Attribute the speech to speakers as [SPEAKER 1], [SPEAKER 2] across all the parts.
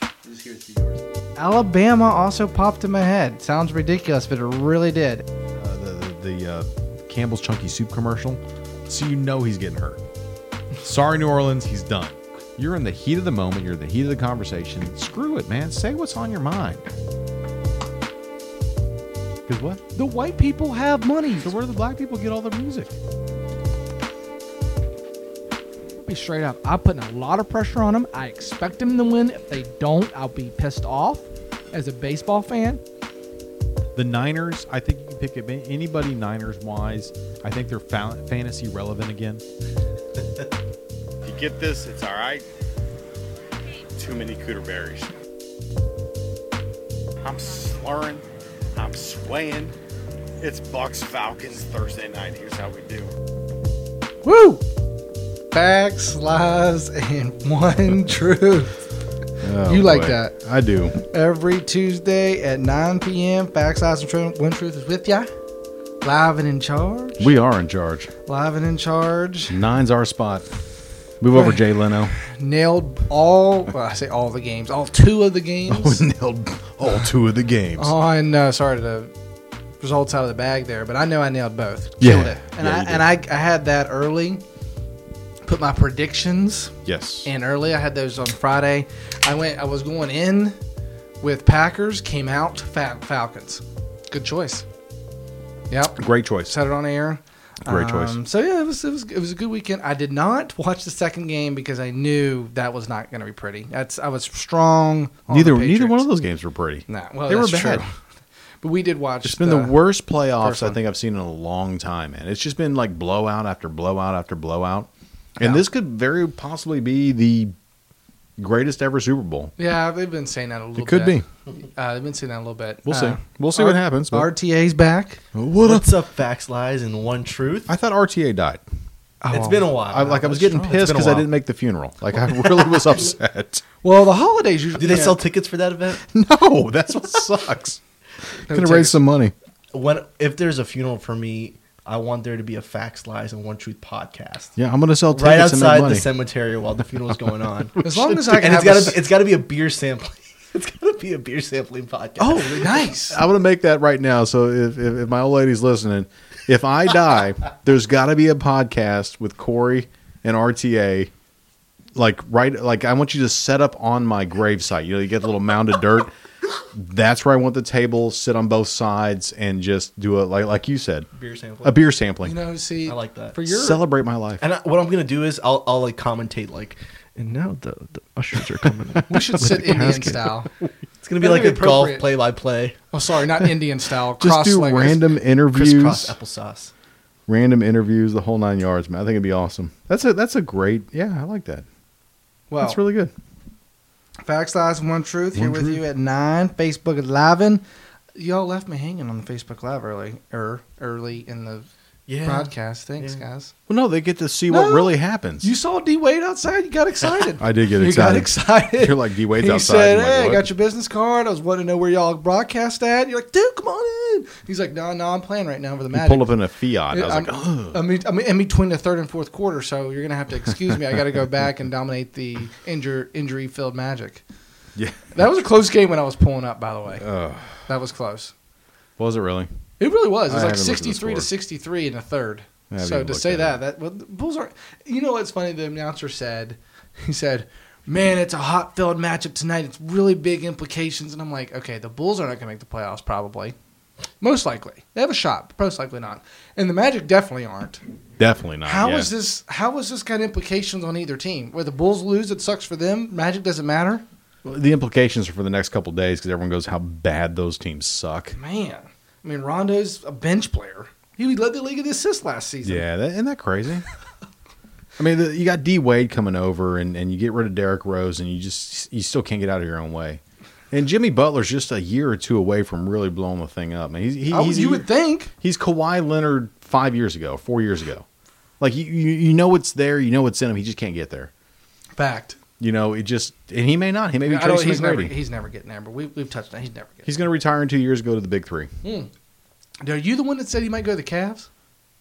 [SPEAKER 1] I'm just curious to yours.
[SPEAKER 2] Alabama also popped in my head. Sounds ridiculous, but it really did.
[SPEAKER 3] Uh, the the, the uh, Campbell's Chunky Soup commercial, so you know he's getting hurt. Sorry, New Orleans, he's done. You're in the heat of the moment. You're in the heat of the conversation. Screw it, man. Say what's on your mind.
[SPEAKER 2] Because what?
[SPEAKER 3] The white people have money, so where do the black people get all their music?
[SPEAKER 4] be straight up. I'm putting a lot of pressure on them. I expect them to win. If they don't, I'll be pissed off as a baseball fan.
[SPEAKER 3] The Niners, I think you can pick up an- anybody Niners wise. I think they're fa- fantasy relevant again.
[SPEAKER 5] You get this, it's all right. Too many cooter berries. I'm slurring. I'm swaying. It's Bucks Falcons Thursday night. Here's how we do.
[SPEAKER 4] Woo!
[SPEAKER 2] Facts, lies, and one truth.
[SPEAKER 1] Oh,
[SPEAKER 2] You like that.
[SPEAKER 1] I do.
[SPEAKER 2] Every Tuesday at 9 p.m., Facts, Lies, and Truth, One Truth is with ya. Live and in charge.
[SPEAKER 1] We are in charge.
[SPEAKER 2] Live and in charge.
[SPEAKER 1] Nine's our spot. Move over, Jay Leno.
[SPEAKER 2] Nailed all, well, I say all the games, all two of the games.
[SPEAKER 1] nailed all two of the games.
[SPEAKER 2] on uh, sorry the results out of the bag there, but I know I nailed both.
[SPEAKER 1] Yeah.
[SPEAKER 2] Killed it. And
[SPEAKER 1] Yeah,
[SPEAKER 2] I
[SPEAKER 1] you
[SPEAKER 2] and I, I had that early. Put my predictions
[SPEAKER 1] Yes.
[SPEAKER 2] in early. I had those on Friday. I went I was going in with Packers, came out Fa- Falcons. Good choice. Yep.
[SPEAKER 1] Great choice.
[SPEAKER 2] Set it on air. Um,
[SPEAKER 1] Great choice.
[SPEAKER 2] So yeah, it was, it was it was a good weekend. I did not watch the second game because I knew that was not going to be pretty. That's I was strong. On
[SPEAKER 1] Neither
[SPEAKER 2] the
[SPEAKER 1] neither one
[SPEAKER 2] Patriots.
[SPEAKER 1] of those games were pretty.
[SPEAKER 2] Nah, well,
[SPEAKER 1] They were
[SPEAKER 2] that's
[SPEAKER 1] bad.
[SPEAKER 2] True. But we did watch.
[SPEAKER 1] It's been the, worst playoffs
[SPEAKER 2] first
[SPEAKER 1] I
[SPEAKER 2] one.
[SPEAKER 1] think I've seen in a long time, man. It's just been like blowout after blowout after blowout. And
[SPEAKER 2] Yeah.
[SPEAKER 1] this could very possibly be the greatest ever Super Bowl.
[SPEAKER 2] Yeah, they've been saying that a little.
[SPEAKER 1] It could
[SPEAKER 2] bit.
[SPEAKER 1] be.
[SPEAKER 2] Uh, they've been saying that a little bit.
[SPEAKER 1] We'll see.
[SPEAKER 2] Uh,
[SPEAKER 1] We'll see what happens. But
[SPEAKER 2] RTA's back.
[SPEAKER 1] what up?
[SPEAKER 6] What's up, facts, lies, and one truth?
[SPEAKER 1] I thought RTA died.
[SPEAKER 6] it's been a while.
[SPEAKER 1] Oh, I, like I was getting
[SPEAKER 6] Uh, It's
[SPEAKER 1] pissed
[SPEAKER 6] been a
[SPEAKER 1] because I
[SPEAKER 6] while.
[SPEAKER 1] didn't make the funeral. Like I really was upset.
[SPEAKER 2] Well, the holidays usually.
[SPEAKER 6] Do they sell tickets for that event?
[SPEAKER 1] No, that's what sucks.
[SPEAKER 2] No
[SPEAKER 1] Could have
[SPEAKER 2] tickets.
[SPEAKER 1] raised some money.
[SPEAKER 6] When if there's a funeral for me, I want there to be a facts, lies, and one truth podcast
[SPEAKER 1] Yeah, I'm gonna sell tickets
[SPEAKER 6] right
[SPEAKER 1] and make
[SPEAKER 6] outside
[SPEAKER 1] money.
[SPEAKER 6] the cemetery while the funeral's going on.
[SPEAKER 2] As long as I can
[SPEAKER 6] and
[SPEAKER 2] have.
[SPEAKER 6] it's got
[SPEAKER 2] a s-
[SPEAKER 6] to it's got to be a beer sampling. It's got to be a beer sampling podcast.
[SPEAKER 2] oh, nice.
[SPEAKER 1] I'm gonna make that right now. So if, if, if my old lady's listening, if I die, there's got to be a podcast with Corey and RTA. Like right, like I want you to set up on my gravesite. You know, you get the little mound of dirt. That's where I want the table. Sit on both sides and just do a like like you said,
[SPEAKER 6] beer sampling.
[SPEAKER 1] a beer sampling.
[SPEAKER 2] You know, see,
[SPEAKER 6] I like that.
[SPEAKER 2] for your
[SPEAKER 1] Celebrate my life.
[SPEAKER 6] and I, what I'm gonna do is I'll I'll like commentate like. And now the, the ushers are coming.
[SPEAKER 2] we should sit Indian style.
[SPEAKER 6] It's gonna be
[SPEAKER 2] That'd
[SPEAKER 6] like
[SPEAKER 2] be
[SPEAKER 6] a golf
[SPEAKER 2] appropriate.
[SPEAKER 6] play by play.
[SPEAKER 2] Oh, sorry, not Indian style.
[SPEAKER 1] Just
[SPEAKER 2] cross
[SPEAKER 1] do
[SPEAKER 2] leggers.
[SPEAKER 1] random
[SPEAKER 6] Crisscross
[SPEAKER 1] interviews,
[SPEAKER 6] applesauce.
[SPEAKER 1] random interviews, the whole nine yards, man. I think it'd be awesome. That's a that's a great. Yeah, I like that.
[SPEAKER 2] Well,
[SPEAKER 1] That's really good.
[SPEAKER 2] Facts, Lies, and One Truth here
[SPEAKER 1] One
[SPEAKER 2] with
[SPEAKER 1] Truth.
[SPEAKER 2] you at 9. Facebook is livin'. Y'all left me hanging on the Facebook Live early, er, early in the
[SPEAKER 6] Yeah.
[SPEAKER 2] broadcast. Thanks,
[SPEAKER 6] Yeah.
[SPEAKER 2] guys.
[SPEAKER 1] Well, no, they get to see
[SPEAKER 2] No.
[SPEAKER 1] what really happens.
[SPEAKER 2] You saw D Wade outside. You got excited.
[SPEAKER 1] I did get
[SPEAKER 2] you
[SPEAKER 1] excited.
[SPEAKER 2] got excited.
[SPEAKER 1] You're like D Wade's
[SPEAKER 2] he
[SPEAKER 1] outside.
[SPEAKER 2] said,
[SPEAKER 1] I'm like,
[SPEAKER 2] "Hey, I
[SPEAKER 1] what?"
[SPEAKER 2] got your business card. I was wanting to know where y'all broadcast at." You're like, "Dude, come on in." He's like, "No, no, I'm playing right now for the
[SPEAKER 1] He
[SPEAKER 2] Magic."
[SPEAKER 1] pulled up in a Fiat. I was
[SPEAKER 2] I'm,
[SPEAKER 1] like, oh.
[SPEAKER 2] I'm, I'm in between the third and fourth quarter, so you're gonna have to excuse me. I got to go back and dominate the injur- injury-filled Magic.
[SPEAKER 1] Yeah.
[SPEAKER 2] that was a close game when I was pulling up. By the way,
[SPEAKER 1] Ugh.
[SPEAKER 2] that was close.
[SPEAKER 1] was it really?
[SPEAKER 2] It really was. It was
[SPEAKER 1] I
[SPEAKER 2] like
[SPEAKER 1] haven't looked at the
[SPEAKER 2] 63 to
[SPEAKER 1] score.
[SPEAKER 2] 63 in the third.
[SPEAKER 1] I haven't
[SPEAKER 2] So
[SPEAKER 1] even
[SPEAKER 2] to
[SPEAKER 1] looked
[SPEAKER 2] say
[SPEAKER 1] at
[SPEAKER 2] that, that well, the Bulls are. You know what's funny? The announcer said, he said, "Man, it's a hot filled matchup tonight. It's really big implications." And I'm like, okay, the Bulls are not going to make the playoffs probably. Most likely, they have a shot. But most likely not. And the Magic definitely aren't.
[SPEAKER 1] Definitely not.
[SPEAKER 2] How is
[SPEAKER 1] yeah.
[SPEAKER 2] this? How is this got implications on either team? Where the Bulls lose, it sucks for them. Magic doesn't matter.
[SPEAKER 1] The implications are for the next couple of days because everyone goes how bad those teams suck.
[SPEAKER 2] Man, I mean, Rondo's a bench player. He led the league in assists last season.
[SPEAKER 1] Yeah, that, isn't that crazy? I mean, the, you got D Wade coming over, and, and you get rid of Derrick Rose, and you just you still can't get out of your own way. And Jimmy Butler's just a year or two away from really blowing the thing up. Man, he's, he,
[SPEAKER 2] I would-
[SPEAKER 1] he's
[SPEAKER 2] you would think.
[SPEAKER 1] He's Kawhi Leonard five years ago, four years ago. Like you, you, you know it's there, you know it's in him. He just can't get there.
[SPEAKER 2] Fact.
[SPEAKER 1] You know, it just and he may not. He may be
[SPEAKER 2] I don't-
[SPEAKER 1] Tracy
[SPEAKER 2] he's never.
[SPEAKER 1] McGrady.
[SPEAKER 2] He's never getting there. But we, we've touched on. He's never getting.
[SPEAKER 1] he's going to retire in two years. Go to the big three.
[SPEAKER 2] There. Are you the one that said he might go to the Cavs?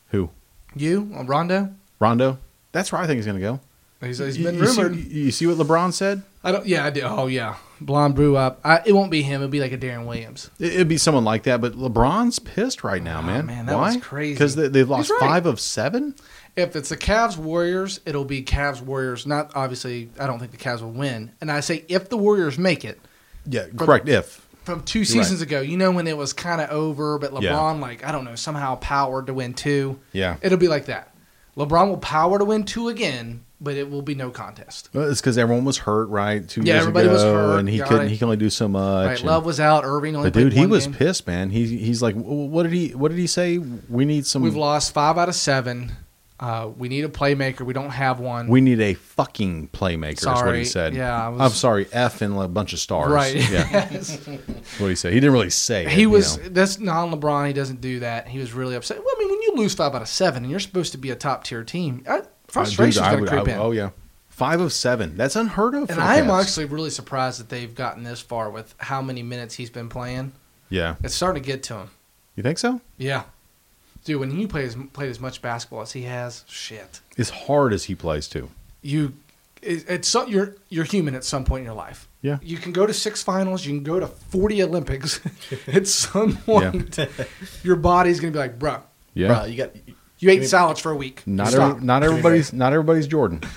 [SPEAKER 1] Who?
[SPEAKER 2] You on Rondo?
[SPEAKER 1] Rondo. That's where I think he's going to go.
[SPEAKER 2] He's, he's
[SPEAKER 1] You-
[SPEAKER 2] been
[SPEAKER 1] you see-
[SPEAKER 2] rumored.
[SPEAKER 1] you you see what LeBron said?
[SPEAKER 2] I don't. Yeah, I do. Oh yeah. blonde brew up. I, it won't be him. It'll be like a Darren Williams.
[SPEAKER 1] It- It'd be someone like that, but LeBron's pissed right now, man.
[SPEAKER 2] Oh, man, that was crazy.
[SPEAKER 1] Because they, they've lost
[SPEAKER 2] He's right.
[SPEAKER 1] five of seven.
[SPEAKER 2] If it's the Cavs Warriors, it'll be Cavs Warriors. Not obviously. I don't think the Cavs will win. And I say if the Warriors make it
[SPEAKER 1] Yeah, correct. If
[SPEAKER 2] from two seasons ago, you know when it was kind of over, but LeBron
[SPEAKER 1] Yeah.
[SPEAKER 2] like I don't know somehow powered to win two.
[SPEAKER 1] yeah,
[SPEAKER 2] It'll be like that. LeBron will power to win two again, but it will be no contest.
[SPEAKER 1] Well, it's because everyone was hurt, right? Two
[SPEAKER 2] Yeah,
[SPEAKER 1] years
[SPEAKER 2] everybody
[SPEAKER 1] ago,
[SPEAKER 2] was hurt,
[SPEAKER 1] and he
[SPEAKER 2] got
[SPEAKER 1] couldn't.
[SPEAKER 2] it.
[SPEAKER 1] He can only do so much.
[SPEAKER 2] Right,
[SPEAKER 1] and-
[SPEAKER 2] Love was out. Irving only
[SPEAKER 1] but dude,
[SPEAKER 2] played
[SPEAKER 1] he
[SPEAKER 2] one
[SPEAKER 1] was
[SPEAKER 2] game.
[SPEAKER 1] pissed, man. He he's like, "W- what did he? What did he say? We need some.
[SPEAKER 2] We've lost five out of seven. Uh, we need a playmaker. We don't have one.
[SPEAKER 1] We need a fucking playmaker. Is what he
[SPEAKER 2] Sorry.
[SPEAKER 1] said.
[SPEAKER 2] Yeah, I was-
[SPEAKER 1] I'm sorry. F and a bunch of stars.
[SPEAKER 2] Right.
[SPEAKER 1] Yeah. That's what he said. He didn't really say. it,
[SPEAKER 2] he
[SPEAKER 1] you
[SPEAKER 2] was
[SPEAKER 1] know.
[SPEAKER 2] that's non LeBron. He doesn't do that. He was really upset. Well, I mean, when you lose five out of seven and you're supposed to be a top tier team, uh, frustration's
[SPEAKER 1] Dude, I
[SPEAKER 2] going to
[SPEAKER 1] would-
[SPEAKER 2] creep
[SPEAKER 1] I would-
[SPEAKER 2] in.
[SPEAKER 1] Oh yeah. Five of seven. That's unheard of.
[SPEAKER 2] and
[SPEAKER 1] for the
[SPEAKER 2] I'm
[SPEAKER 1] Cavs.
[SPEAKER 2] actually really surprised that they've gotten this far with how many minutes he's been playing.
[SPEAKER 1] Yeah.
[SPEAKER 2] It's starting to get to him.
[SPEAKER 1] You think so?
[SPEAKER 2] Yeah, dude, when you play as played as much basketball as he has, shit,
[SPEAKER 1] As hard as he plays too.
[SPEAKER 2] you it, it's so, you're you're human at some point in your life.
[SPEAKER 1] Yeah.
[SPEAKER 2] you can go to six finals. You can go to forty Olympics. at some point, your body's going to be like, bro,
[SPEAKER 1] Yeah.
[SPEAKER 6] Bruh, you got
[SPEAKER 2] you ate
[SPEAKER 6] mean-
[SPEAKER 2] salads for a week.
[SPEAKER 1] Not
[SPEAKER 2] Stop.
[SPEAKER 1] every, not everybody's not everybody's Jordan.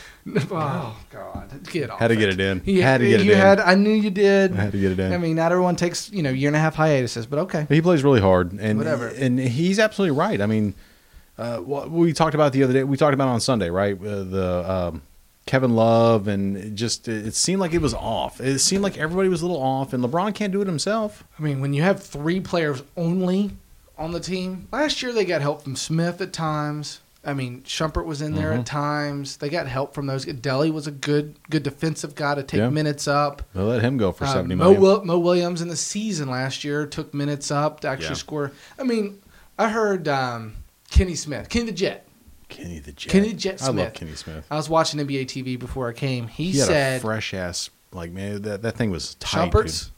[SPEAKER 2] Oh God! Get off.
[SPEAKER 1] Had to get it in. Had to get it
[SPEAKER 2] you
[SPEAKER 1] in.
[SPEAKER 2] Had, I knew you did.
[SPEAKER 1] Had to get it in.
[SPEAKER 2] I mean, not everyone takes you know year and a half hiatuses, but okay.
[SPEAKER 1] He plays really hard, and
[SPEAKER 2] Whatever.
[SPEAKER 1] and he's absolutely right. I mean, uh, what we talked about the other day, we talked about on Sunday, right? Uh, the um, Kevin Love, and it just it seemed like it was off. It seemed like everybody was a little off, and LeBron can't do it himself.
[SPEAKER 2] I mean, when you have three players only on the team, last year they got help from Smith at times. I mean, Shumpert was in there
[SPEAKER 1] Mm-hmm.
[SPEAKER 2] at times. They got help from those. Delly was a good good defensive guy to take
[SPEAKER 1] Yeah.
[SPEAKER 2] minutes up.
[SPEAKER 1] They let him go for
[SPEAKER 2] Uh,
[SPEAKER 1] seventy
[SPEAKER 2] Mo,
[SPEAKER 1] million.
[SPEAKER 2] Will, Mo Williams in the season last year took minutes up to actually
[SPEAKER 1] Yeah.
[SPEAKER 2] score. I mean, I heard um, Kenny Smith, Kenny the Jet.
[SPEAKER 1] Kenny the Jet.
[SPEAKER 2] Kenny Jet
[SPEAKER 1] I love
[SPEAKER 2] Smith.
[SPEAKER 1] Kenny Smith.
[SPEAKER 2] I was watching NBA TV before I came. He,
[SPEAKER 1] He had a
[SPEAKER 2] said
[SPEAKER 1] fresh ass like man. That that thing was tight. dude.
[SPEAKER 2] Shumpert's.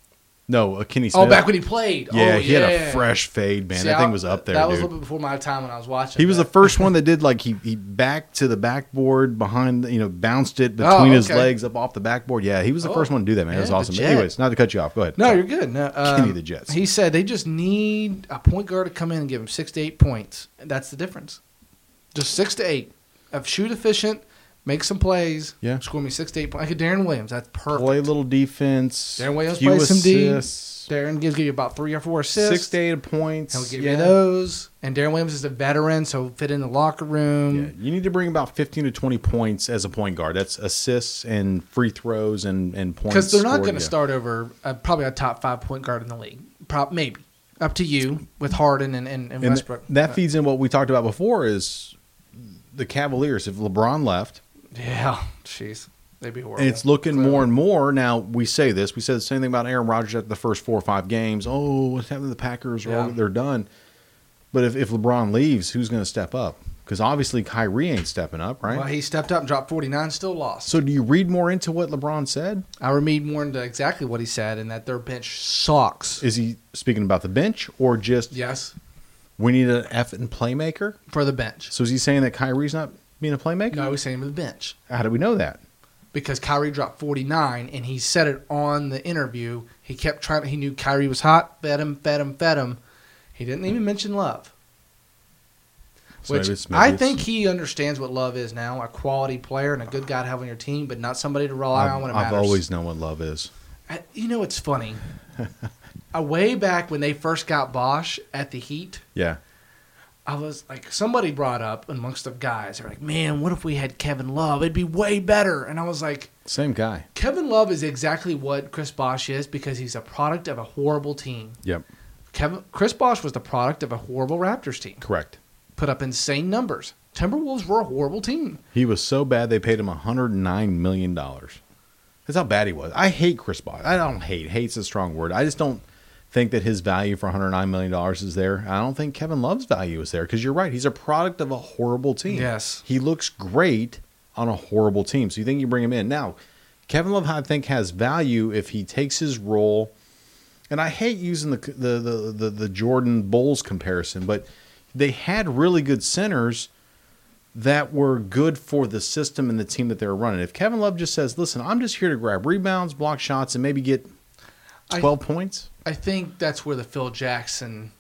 [SPEAKER 1] No, uh, Kenny Smith.
[SPEAKER 2] Oh, back when he played.
[SPEAKER 1] yeah,
[SPEAKER 2] oh,
[SPEAKER 1] he
[SPEAKER 2] yeah.
[SPEAKER 1] had a fresh fade, man.
[SPEAKER 2] See,
[SPEAKER 1] that thing
[SPEAKER 2] I-
[SPEAKER 1] was up there.
[SPEAKER 2] That
[SPEAKER 1] dude.
[SPEAKER 2] was a little bit before my time when I was watching.
[SPEAKER 1] He was the
[SPEAKER 2] that.
[SPEAKER 1] first one that did like he he back to the backboard behind you know bounced it between his
[SPEAKER 2] Oh, okay.
[SPEAKER 1] legs up off the backboard. Yeah, he was the
[SPEAKER 2] Oh,
[SPEAKER 1] first one to do that man. it was
[SPEAKER 2] yeah, the
[SPEAKER 1] awesome. But
[SPEAKER 2] Jet.
[SPEAKER 1] anyways, not to cut you off. Go ahead.
[SPEAKER 2] No,
[SPEAKER 1] Sorry.
[SPEAKER 2] you're good. No, um,
[SPEAKER 1] Kenny the Jets.
[SPEAKER 2] He said they just need a point guard to come in and give him six to eight points. That's the difference. Just six to eight of shoot efficient, make some plays.
[SPEAKER 1] Yeah.
[SPEAKER 2] score me six to eight points. Like a Darren Williams, that's perfect.
[SPEAKER 1] play a little defense.
[SPEAKER 2] Darren Williams
[SPEAKER 1] few
[SPEAKER 2] plays some D.
[SPEAKER 1] assists,
[SPEAKER 2] Darren gives give you about three or four assists.
[SPEAKER 1] Six to eight points.
[SPEAKER 2] He'll give
[SPEAKER 1] yeah.
[SPEAKER 2] you those. And Darren Williams is a veteran, so he'll fit in the locker room.
[SPEAKER 1] Yeah, you need to bring about fifteen to twenty points as a point guard. That's assists and free throws and and points.
[SPEAKER 2] Because they're not
[SPEAKER 1] scored,
[SPEAKER 2] going to
[SPEAKER 1] yeah.
[SPEAKER 2] start over uh, probably a top five point guard in the league. Prob maybe up to you with Harden and, and, and
[SPEAKER 1] And th-
[SPEAKER 2] Westbrook.
[SPEAKER 1] that feeds in what we talked about before is the Cavaliers. If LeBron left,
[SPEAKER 2] Uh, yeah, jeez, they'd be horrible.
[SPEAKER 1] And it's looking
[SPEAKER 2] Clearly.
[SPEAKER 1] more and more now. We say this. We said the same thing about Aaron Rodgers after the first four or five games. Oh, what's happening to the Packers?
[SPEAKER 2] Yeah.
[SPEAKER 1] Oh, they're done. But if, if LeBron leaves, who's going to step up? Because obviously Kyrie ain't stepping up, right?
[SPEAKER 2] Well, he stepped up and dropped forty nine, still lost.
[SPEAKER 1] so do you read more into what LeBron said?
[SPEAKER 2] I read more into exactly what he said, and that their bench sucks.
[SPEAKER 1] Is he speaking about the bench or just
[SPEAKER 2] yes,
[SPEAKER 1] we need an effing playmaker?
[SPEAKER 2] for the bench.
[SPEAKER 1] So is he saying that Kyrie's not being a playmaker?
[SPEAKER 2] No, I was saying for the bench
[SPEAKER 1] How do we know that?
[SPEAKER 2] because Kyrie dropped forty nine, and he said it on the interview. He kept trying. He knew Kyrie was hot. Fed him, fed him, fed him. He didn't even mention love.
[SPEAKER 1] So
[SPEAKER 2] Which
[SPEAKER 1] maybe it's- maybe
[SPEAKER 2] I
[SPEAKER 1] it's-
[SPEAKER 2] think he understands what love is now—a quality player and a good guy to have on your team, but not somebody to rely
[SPEAKER 1] I've,
[SPEAKER 2] on when it
[SPEAKER 1] I've
[SPEAKER 2] matters.
[SPEAKER 1] always known what love is.
[SPEAKER 2] I- you know, it's funny. uh, way back when they first got Bosch at the Heat,
[SPEAKER 1] Yeah.
[SPEAKER 2] I was like, somebody brought up amongst the guys, they're like, "Man, what if we had Kevin Love? It'd be way better." And I was like,
[SPEAKER 1] Same guy.
[SPEAKER 2] "Kevin Love is exactly what Chris Bosch is because he's a product of a horrible team."
[SPEAKER 1] Yep.
[SPEAKER 2] Kevin Chris Bosch was the product of a horrible Raptors team.
[SPEAKER 1] Correct.
[SPEAKER 2] Put up insane numbers. Timberwolves were a horrible team.
[SPEAKER 1] He was so bad they paid him $109 million. That's how bad he was. I hate Chris Bosh. I don't hate. Hate's a strong word. I just don't think that his value for $109 million is there. I don't think Kevin Love's value is there because you're right. He's a product of a horrible team.
[SPEAKER 2] Yes.
[SPEAKER 1] He looks great on a horrible team. So you think you bring him in. Now, Kevin Love, I think, has value if he takes his role and I hate using the the the the, the Jordan Bulls comparison, but they had really good centers that were good for the system and the team that they were running. If Kevin Love just says, "Listen, I'm just here to grab rebounds, block shots, and maybe get
[SPEAKER 2] I-
[SPEAKER 1] Twelve points
[SPEAKER 2] I think that's where the Phil Jackson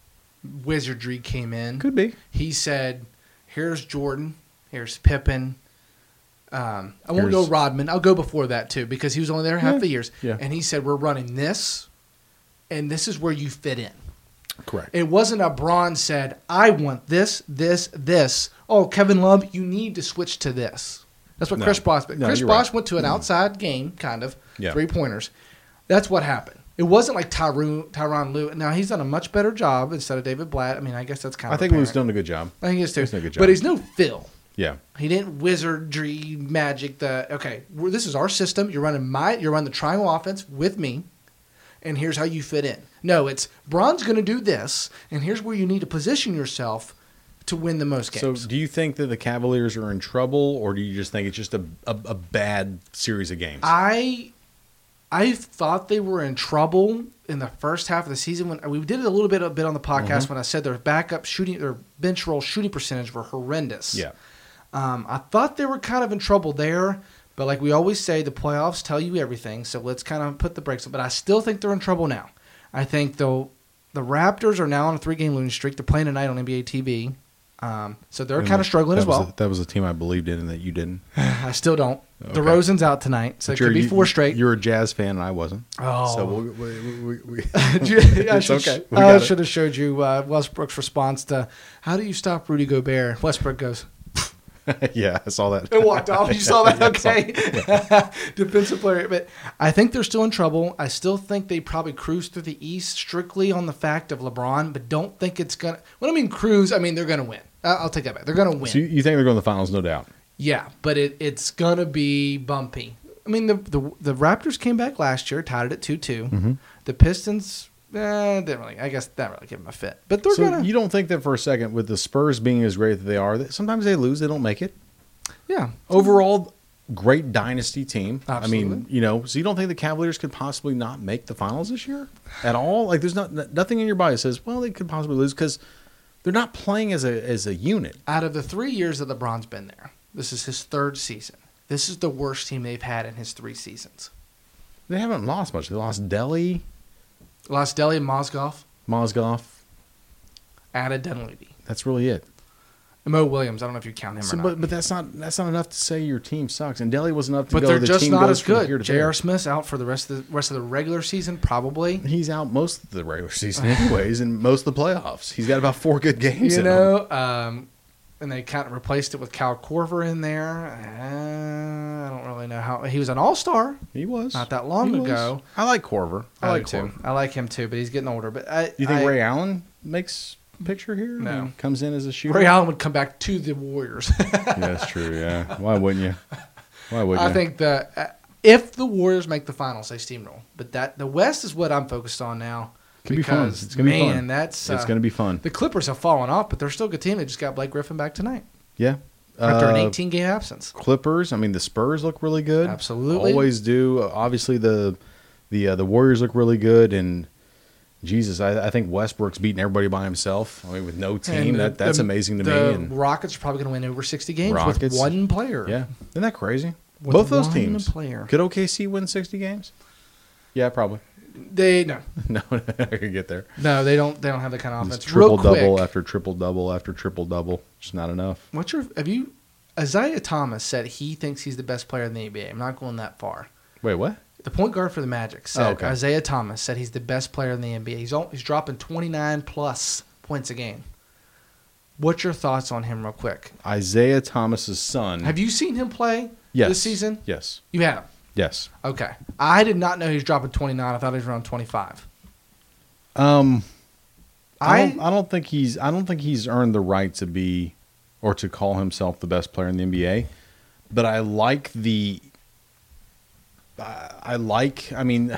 [SPEAKER 2] wizardry came in.
[SPEAKER 1] could be.
[SPEAKER 2] He said, "Here's Jordan. Here's Pippen. Um, I won't go
[SPEAKER 1] Here's-
[SPEAKER 2] Rodman. I'll go before that too because he was only there half
[SPEAKER 1] Yeah,
[SPEAKER 2] the years.
[SPEAKER 1] yeah.
[SPEAKER 2] And he said, "We're running this, and this is where you fit in."
[SPEAKER 1] Correct.
[SPEAKER 2] It wasn't a Braun said, "I want this, this, this." Oh, Kevin Love, you need to switch to this. That's what
[SPEAKER 1] No.
[SPEAKER 2] Chris Bosh.
[SPEAKER 1] No,
[SPEAKER 2] Chris
[SPEAKER 1] you're right. Mm-hmm.
[SPEAKER 2] Bosh went to an outside game, kind of
[SPEAKER 1] Yeah.
[SPEAKER 2] three pointers. That's what happened. It wasn't like Tyron Tyron Lou. Now he's done a much better job instead of David Blatt. I mean, I guess that's kind
[SPEAKER 1] I
[SPEAKER 2] of.
[SPEAKER 1] think Lou's
[SPEAKER 2] apparent.
[SPEAKER 1] done a good job.
[SPEAKER 2] I think it's too.
[SPEAKER 1] He's done a good job.
[SPEAKER 2] But he's no Phil.
[SPEAKER 1] Yeah.
[SPEAKER 2] He didn't wizardry magic the okay. We're, this is our system. You're running my. You're running the triangle offense with me, and here's how you fit in. No, it's Braun's going to do this, and here's where you need to position yourself to win the most
[SPEAKER 1] So,
[SPEAKER 2] games.
[SPEAKER 1] do you think that the Cavaliers are in trouble, or do you just think it's just a a, a bad series of games?
[SPEAKER 2] I I thought they were in trouble in the first half of the season when we did it a little bit a bit on the podcast
[SPEAKER 1] Mm-hmm.
[SPEAKER 2] when I said their backup shooting their bench roll shooting percentage were horrendous.
[SPEAKER 1] yeah.
[SPEAKER 2] Um, I thought they were kind of in trouble there, but like we always say, the playoffs tell you everything. So let's kind of put the brakes on. But I still think they're in trouble now. I think though the Raptors are now on a three-game losing streak. They're playing tonight on NBA TV, um, so they're kind of struggling
[SPEAKER 1] That
[SPEAKER 2] as
[SPEAKER 1] was
[SPEAKER 2] well.
[SPEAKER 1] a- that was a team I believed in, and that you didn't.
[SPEAKER 2] I still don't.
[SPEAKER 1] Okay.
[SPEAKER 2] The DeRozan's out tonight, so it
[SPEAKER 1] But you're-
[SPEAKER 2] could be
[SPEAKER 1] you-
[SPEAKER 2] four straight.
[SPEAKER 1] You're a jazz fan, and I wasn't.
[SPEAKER 2] Oh.
[SPEAKER 1] so we'll, we, we, we, we-
[SPEAKER 2] I
[SPEAKER 1] It's
[SPEAKER 2] should,
[SPEAKER 1] okay. We
[SPEAKER 2] I
[SPEAKER 1] got it.
[SPEAKER 2] should have showed you uh, Westbrook's response to how do you stop Rudy Gobert? Westbrook goes
[SPEAKER 1] yeah, I saw that.
[SPEAKER 2] and walked off. You saw that,
[SPEAKER 1] Yeah, I saw
[SPEAKER 2] okay? Defensive player, but I think they're still in trouble. I still think they probably cruise through the East strictly on the fact of LeBron, but don't think it's gonna. When I mean cruise, I mean they're gonna win. I- I'll take that back. They're gonna win.
[SPEAKER 1] So you, you think they're going to the finals, no doubt.
[SPEAKER 2] Yeah, but it, it's gonna be bumpy. I mean, the, the the Raptors came back last year, tied it at two
[SPEAKER 1] Mm-hmm.
[SPEAKER 2] The Pistons, eh, didn't really. I guess that really give them a fit. But they're
[SPEAKER 1] so
[SPEAKER 2] gonna,
[SPEAKER 1] you don't think that for a second, with the Spurs being as great as they are, that sometimes they lose, they don't make it.
[SPEAKER 2] yeah.
[SPEAKER 1] Overall, great dynasty team. I mean,
[SPEAKER 2] Absolutely.
[SPEAKER 1] you know, so you don't think the Cavaliers could possibly not make the finals this year at all? Like, there's not nothing in your body that says, well, they could possibly lose because they're not playing as a as a unit.
[SPEAKER 2] Out of the three years that LeBron's been there, this is his third season. This is the worst team they've had in his three seasons.
[SPEAKER 1] They haven't lost much. They lost Delhi,
[SPEAKER 2] Lost Deli and Mozgov,
[SPEAKER 1] Mozgov.
[SPEAKER 2] added Dunleavy.
[SPEAKER 1] That's really it.
[SPEAKER 2] Mo Williams, I don't know if you count him
[SPEAKER 1] So,
[SPEAKER 2] or not.
[SPEAKER 1] but but that's not that's not enough to say your team sucks. And Delhi was enough to
[SPEAKER 2] But
[SPEAKER 1] go.
[SPEAKER 2] they're
[SPEAKER 1] the
[SPEAKER 2] just
[SPEAKER 1] team
[SPEAKER 2] not
[SPEAKER 1] goes
[SPEAKER 2] as
[SPEAKER 1] from
[SPEAKER 2] good.
[SPEAKER 1] here to
[SPEAKER 2] J.R.
[SPEAKER 1] there.
[SPEAKER 2] Smith's out for the rest of the rest of the regular season, probably.
[SPEAKER 1] He's out most of the regular season, anyways, and most of the playoffs. He's got about four good games.
[SPEAKER 2] you
[SPEAKER 1] in him.
[SPEAKER 2] know, um, and they kind of replaced it with Cal Corver in there. Uh, I don't really know how he was an All Star
[SPEAKER 1] he was
[SPEAKER 2] not that long
[SPEAKER 1] He was.
[SPEAKER 2] ago.
[SPEAKER 1] I like Corver. I, like
[SPEAKER 2] do
[SPEAKER 1] Corver.
[SPEAKER 2] too. I like him too, but he's getting older. But I,
[SPEAKER 1] You think
[SPEAKER 2] I-
[SPEAKER 1] Ray Allen makes picture here?
[SPEAKER 2] No.
[SPEAKER 1] And comes in as a shooter.
[SPEAKER 2] Ray Allen would come back to the Warriors?
[SPEAKER 1] yeah, that's true. Yeah, why wouldn't you? Why wouldn't
[SPEAKER 2] I
[SPEAKER 1] you?
[SPEAKER 2] think the uh, if the Warriors make the finals, they steamroll. But that the West is what I'm focused on now.
[SPEAKER 1] Could be fun. It's gonna be
[SPEAKER 2] man,
[SPEAKER 1] fun.
[SPEAKER 2] that's
[SPEAKER 1] it's
[SPEAKER 2] uh,
[SPEAKER 1] going to be fun.
[SPEAKER 2] The Clippers have fallen off, but they're still a good team. They just got Blake Griffin back tonight
[SPEAKER 1] Yeah.
[SPEAKER 2] after an
[SPEAKER 1] Uh,
[SPEAKER 2] 18 game absence.
[SPEAKER 1] Clippers. I mean, the Spurs look really good.
[SPEAKER 2] Absolutely.
[SPEAKER 1] always do. Uh, Obviously, the the uh, the Warriors look really good, and Jesus, I, I think Westbrook's beating everybody by himself. I mean, with no team,
[SPEAKER 2] And
[SPEAKER 1] that
[SPEAKER 2] the-
[SPEAKER 1] that's
[SPEAKER 2] the-
[SPEAKER 1] amazing to
[SPEAKER 2] the
[SPEAKER 1] me. And
[SPEAKER 2] Rockets are probably going to win over 60 games
[SPEAKER 1] Rockets.
[SPEAKER 2] with one player.
[SPEAKER 1] yeah, isn't that crazy?
[SPEAKER 2] With
[SPEAKER 1] Both those
[SPEAKER 2] one
[SPEAKER 1] teams.
[SPEAKER 2] player.
[SPEAKER 1] Could OKC win sixty games? Yeah, probably.
[SPEAKER 2] They no,
[SPEAKER 1] no, I could get there.
[SPEAKER 2] no, they don't. They don't have the kind of
[SPEAKER 1] It's
[SPEAKER 2] offense.
[SPEAKER 1] triple
[SPEAKER 2] Real quick,
[SPEAKER 1] double after triple double after triple double. Just not enough.
[SPEAKER 2] what's your have you? Isaiah Thomas said he thinks he's the best player in the NBA. I'm not going that far.
[SPEAKER 1] Wait, what?
[SPEAKER 2] The point guard for the Magic said
[SPEAKER 1] Oh, okay.
[SPEAKER 2] Isaiah Thomas said he's the best player in the NBA. He's all, he's dropping 29 plus points a game. What's your thoughts on him, real quick?
[SPEAKER 1] Isaiah Thomas's son.
[SPEAKER 2] Have you seen him play
[SPEAKER 1] Mm. yes.
[SPEAKER 2] this season?
[SPEAKER 1] Yes.
[SPEAKER 2] You have.
[SPEAKER 1] Yes.
[SPEAKER 2] Okay, I did not know he was dropping 29. I thought he was around 25.
[SPEAKER 1] Um. I
[SPEAKER 2] I
[SPEAKER 1] don't, I don't think he's I don't think he's earned the right to be or to call himself the best player in the NBA. But I like the I, I like I mean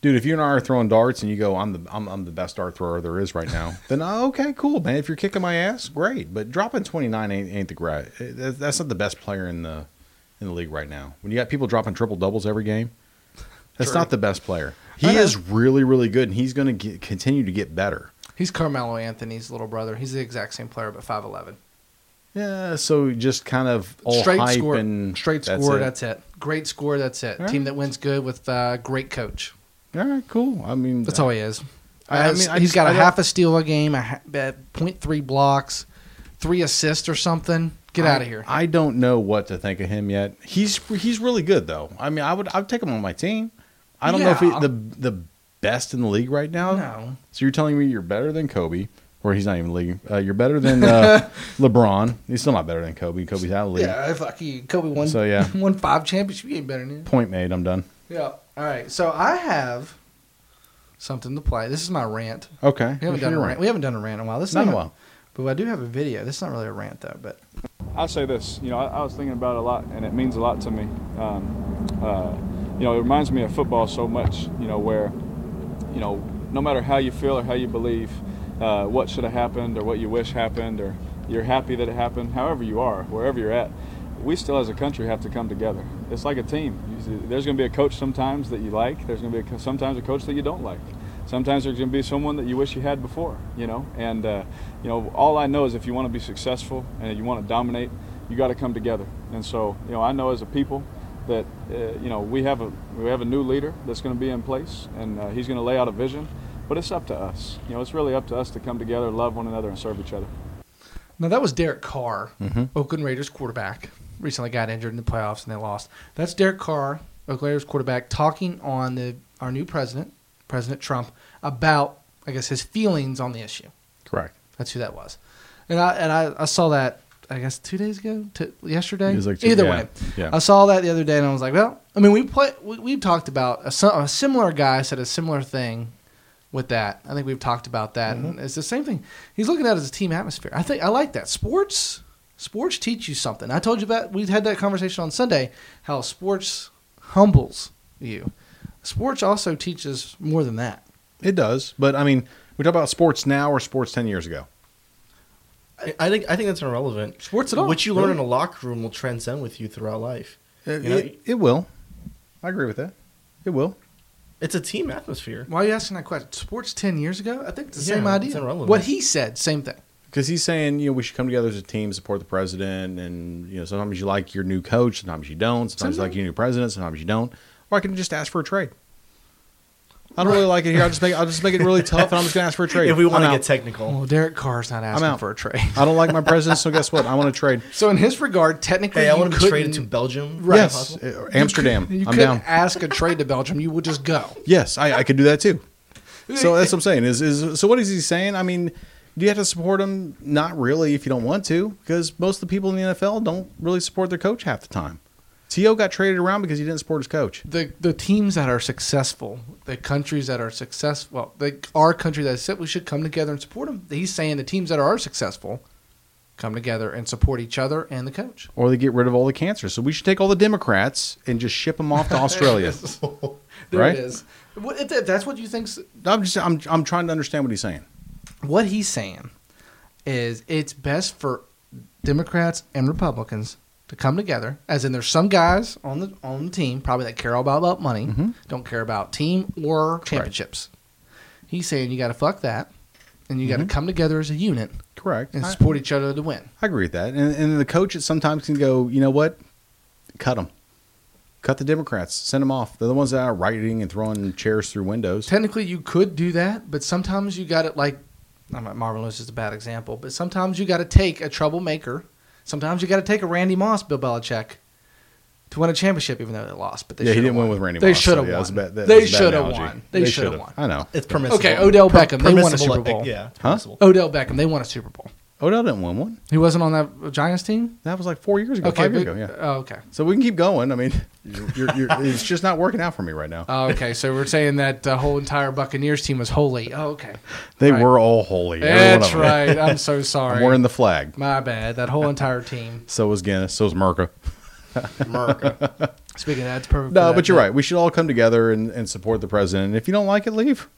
[SPEAKER 1] dude, if you and I are throwing darts and you go I'm the I'm, I'm the best dart thrower there is right now, then uh, okay, cool, man. If you're kicking my ass, great. But dropping 29 ain't, ain't the gra- that- that's not the best player in the in the league right now. When you got people dropping triple doubles every game, that's not the best player. He
[SPEAKER 2] I know.
[SPEAKER 1] is really, really good, and he's going to continue to get better.
[SPEAKER 2] He's Carmelo Anthony's little brother. He's the exact same player, but five eleven.
[SPEAKER 1] Yeah, so just kind of all
[SPEAKER 2] Straight
[SPEAKER 1] Oh, hype
[SPEAKER 2] score,
[SPEAKER 1] and
[SPEAKER 2] straight
[SPEAKER 1] that's
[SPEAKER 2] score.
[SPEAKER 1] it.
[SPEAKER 2] That's it. Great score. That's it.
[SPEAKER 1] All
[SPEAKER 2] Team
[SPEAKER 1] right.
[SPEAKER 2] that wins good with uh, great coach.
[SPEAKER 1] All right, cool. I mean,
[SPEAKER 2] That's all he is.
[SPEAKER 1] I- I
[SPEAKER 2] Has-
[SPEAKER 1] mean, I
[SPEAKER 2] he's
[SPEAKER 1] just-
[SPEAKER 2] got a
[SPEAKER 1] I don't-
[SPEAKER 2] half a steal a game, a ha- uh, .3 blocks, three assists or something. Get
[SPEAKER 1] I-
[SPEAKER 2] out of here.
[SPEAKER 1] I don't know what to think of him yet. He's he's really good though. I mean, I would I'd take him on my team. I don't know if he,
[SPEAKER 2] Yeah.
[SPEAKER 1] the the best in the league right now.
[SPEAKER 2] no.
[SPEAKER 1] So you're telling me you're better than Kobe, or he's not even in the league. Uh, you're better than uh, LeBron. He's still not better than Kobe. Kobe's out of the league.
[SPEAKER 2] Yeah, fuck you. Kobe won,
[SPEAKER 1] So, yeah.
[SPEAKER 2] won five championships. You ain't better than him.
[SPEAKER 1] Point made. I'm done.
[SPEAKER 2] Yeah. All right. So I have something to play. This is my rant.
[SPEAKER 1] Okay.
[SPEAKER 2] We haven't done a rant. We haven't done a rant in a while. This is
[SPEAKER 1] Not in a
[SPEAKER 2] a-
[SPEAKER 1] while.
[SPEAKER 2] But I do have a video. This is not really a rant though. But
[SPEAKER 7] I'll say this, you know, I, I was thinking about it a lot, and it means a lot to me. Um, uh, you know, it reminds me of football so much, you know, where, you know, no matter how you feel or how you believe, uh, what should have happened or what you wish happened or you're happy that it happened, however you are, wherever you're at, we still as a country have to come together. It's like a team. You- There's going to be a coach sometimes that you like. There's going to be a, co- sometimes a coach that you don't like sometimes there's going to be someone that you wish you had before you know and uh, you know all i know is if you want to be successful and you want to dominate you got to come together and so you know i know as a people that uh, you know we have a we have a new leader that's going to be in place and uh, he's going to lay out a vision but it's up to us you know it's really up to us to come together love one another and serve each other
[SPEAKER 2] now that was Derek Carr,
[SPEAKER 1] Mm-hmm.
[SPEAKER 2] Oakland Raiders quarterback. Recently got injured in the playoffs and they lost. That's Derek Carr, Oakland Raiders quarterback, talking on the our new president, President Trump, about I guess his feelings on the issue.
[SPEAKER 1] Correct.
[SPEAKER 2] That's who that was. And I and I, I saw that I guess two days ago, to yesterday.
[SPEAKER 1] It was like two-
[SPEAKER 2] Either
[SPEAKER 1] yeah,
[SPEAKER 2] way,
[SPEAKER 1] yeah.
[SPEAKER 2] I saw that the other day, and I was like, well, I mean, we play. We, we've talked about a, si- a similar guy said a similar thing with that. I think we've talked about that,
[SPEAKER 1] Mm-hmm.
[SPEAKER 2] and it's the same thing. He's looking at it as a team atmosphere. I think I like that. Sports, sports teach you something. I told you about. We had that conversation on Sunday. How sports humbles you. Sports also teaches more than that.
[SPEAKER 1] It does, but I mean, we talk about sports now or sports ten years ago.
[SPEAKER 6] I, I think I think that's irrelevant.
[SPEAKER 2] Sports at all,
[SPEAKER 6] What you learn
[SPEAKER 2] really.
[SPEAKER 6] in a locker room will transcend with you throughout life.
[SPEAKER 1] It,
[SPEAKER 6] You know,
[SPEAKER 1] Uh, it, it will. I agree with that. It will.
[SPEAKER 6] It's a team atmosphere.
[SPEAKER 2] Why are you asking that question? Sports 10 years ago? I think it's the
[SPEAKER 6] Yeah,
[SPEAKER 2] same
[SPEAKER 6] it's
[SPEAKER 2] idea.
[SPEAKER 6] irrelevant.
[SPEAKER 2] What he said, same thing.
[SPEAKER 1] because he's saying you know we should come together as a team, support the president, and you know sometimes you like your new coach, sometimes you don't, sometimes you like your new president, sometimes you don't. Or I can just ask for a trade. I don't really like it here. I'll just make I'll just make it really tough, and I'm just gonna ask for a trade.
[SPEAKER 6] If we want to
[SPEAKER 1] I'm
[SPEAKER 6] get
[SPEAKER 1] out.
[SPEAKER 6] technical,
[SPEAKER 2] Well, Derek Carr's not asking
[SPEAKER 1] out.
[SPEAKER 2] for a trade.
[SPEAKER 1] I don't like my president, so guess what? I want to trade.
[SPEAKER 2] So in his regard, technically,
[SPEAKER 6] hey, I
[SPEAKER 2] you
[SPEAKER 6] want to be
[SPEAKER 2] couldn't-
[SPEAKER 6] traded to Belgium.
[SPEAKER 2] Right.
[SPEAKER 1] Yes, uh, Amsterdam.
[SPEAKER 2] You
[SPEAKER 1] I'm
[SPEAKER 2] couldn't
[SPEAKER 1] down.
[SPEAKER 2] ask a trade to Belgium. You would just go.
[SPEAKER 1] Yes, I, I could do that too. So that's what I'm saying. Is is so? What is he saying? I mean, do you have to support him? Not really, if you don't want to, because most of the people in the NFL don't really support their coach half the time. To got traded around because he didn't support his coach.
[SPEAKER 2] The the teams that are successful, the countries that are successful, well, the, our country that said we should come together and support him. He's saying the teams that are successful come together and support each other and the coach.
[SPEAKER 1] Or they get rid of all the cancer. So we should take all the Democrats and just ship them off to Australia.
[SPEAKER 2] There
[SPEAKER 1] Right.
[SPEAKER 2] it is. What, if, if that's what you think's
[SPEAKER 1] I'm just I'm I'm trying to understand what he's saying.
[SPEAKER 2] what he's saying is it's best for Democrats and Republicans to come together. As in, there's some guys on the on the team probably that care all about, about money, don't care about team or championships. He's saying you got to fuck that, and you got to come together as a unit
[SPEAKER 1] Correct.
[SPEAKER 2] and
[SPEAKER 1] I,
[SPEAKER 2] support each other to win.
[SPEAKER 1] I agree with that. And and the coaches sometimes can go. You know what? Cut them. Cut the Democrats. Send them off. They're the ones that are rioting and throwing chairs through windows.
[SPEAKER 2] Technically, you could do that, but sometimes you got it like. I'm not Marvin Lewis is a bad example, but sometimes you got to take a troublemaker. Sometimes you got to take a Randy Moss, Bill Belichick, to win a championship, even though they lost. But they
[SPEAKER 1] yeah, he
[SPEAKER 2] should've
[SPEAKER 1] didn't
[SPEAKER 2] won.
[SPEAKER 1] win with Randy.
[SPEAKER 2] They
[SPEAKER 1] Moss,
[SPEAKER 2] should have
[SPEAKER 1] yeah,
[SPEAKER 2] won.
[SPEAKER 1] that's a bad- that-
[SPEAKER 2] they
[SPEAKER 1] that's a bad
[SPEAKER 2] should have
[SPEAKER 1] analogy.
[SPEAKER 2] won. They, should have won.
[SPEAKER 1] I know.
[SPEAKER 6] It's permissible.
[SPEAKER 2] Okay, Odell Beckham, they won a Super Bowl. Oh.
[SPEAKER 6] Yeah, it's
[SPEAKER 1] Huh?
[SPEAKER 6] permissible.
[SPEAKER 2] Odell Beckham, they won a Super Bowl.
[SPEAKER 1] Odell didn't win one.
[SPEAKER 2] He wasn't on that Giants team.
[SPEAKER 1] That was like four years ago,
[SPEAKER 2] Okay,
[SPEAKER 1] five years
[SPEAKER 2] but-
[SPEAKER 1] ago. Yeah.
[SPEAKER 2] oh, okay,
[SPEAKER 1] So we can keep going. I mean, you're, you're, you're, it's just not working out for me right now.
[SPEAKER 2] oh, okay. So we're saying that the whole entire Buccaneers team was holy. Oh, okay,
[SPEAKER 1] they
[SPEAKER 2] right.
[SPEAKER 1] were all holy. every one
[SPEAKER 2] that's
[SPEAKER 1] of them.
[SPEAKER 2] right. I'm so
[SPEAKER 1] I'm
[SPEAKER 2] sorry.
[SPEAKER 1] wearing the flag.
[SPEAKER 2] My bad. That whole entire team.
[SPEAKER 1] So was Guinness. So was Merca.
[SPEAKER 6] America.
[SPEAKER 2] Speaking of that, it's perfect.
[SPEAKER 1] No,
[SPEAKER 2] for that,
[SPEAKER 1] but you're right. We should all come together and, and support the president. And if you don't like it, leave.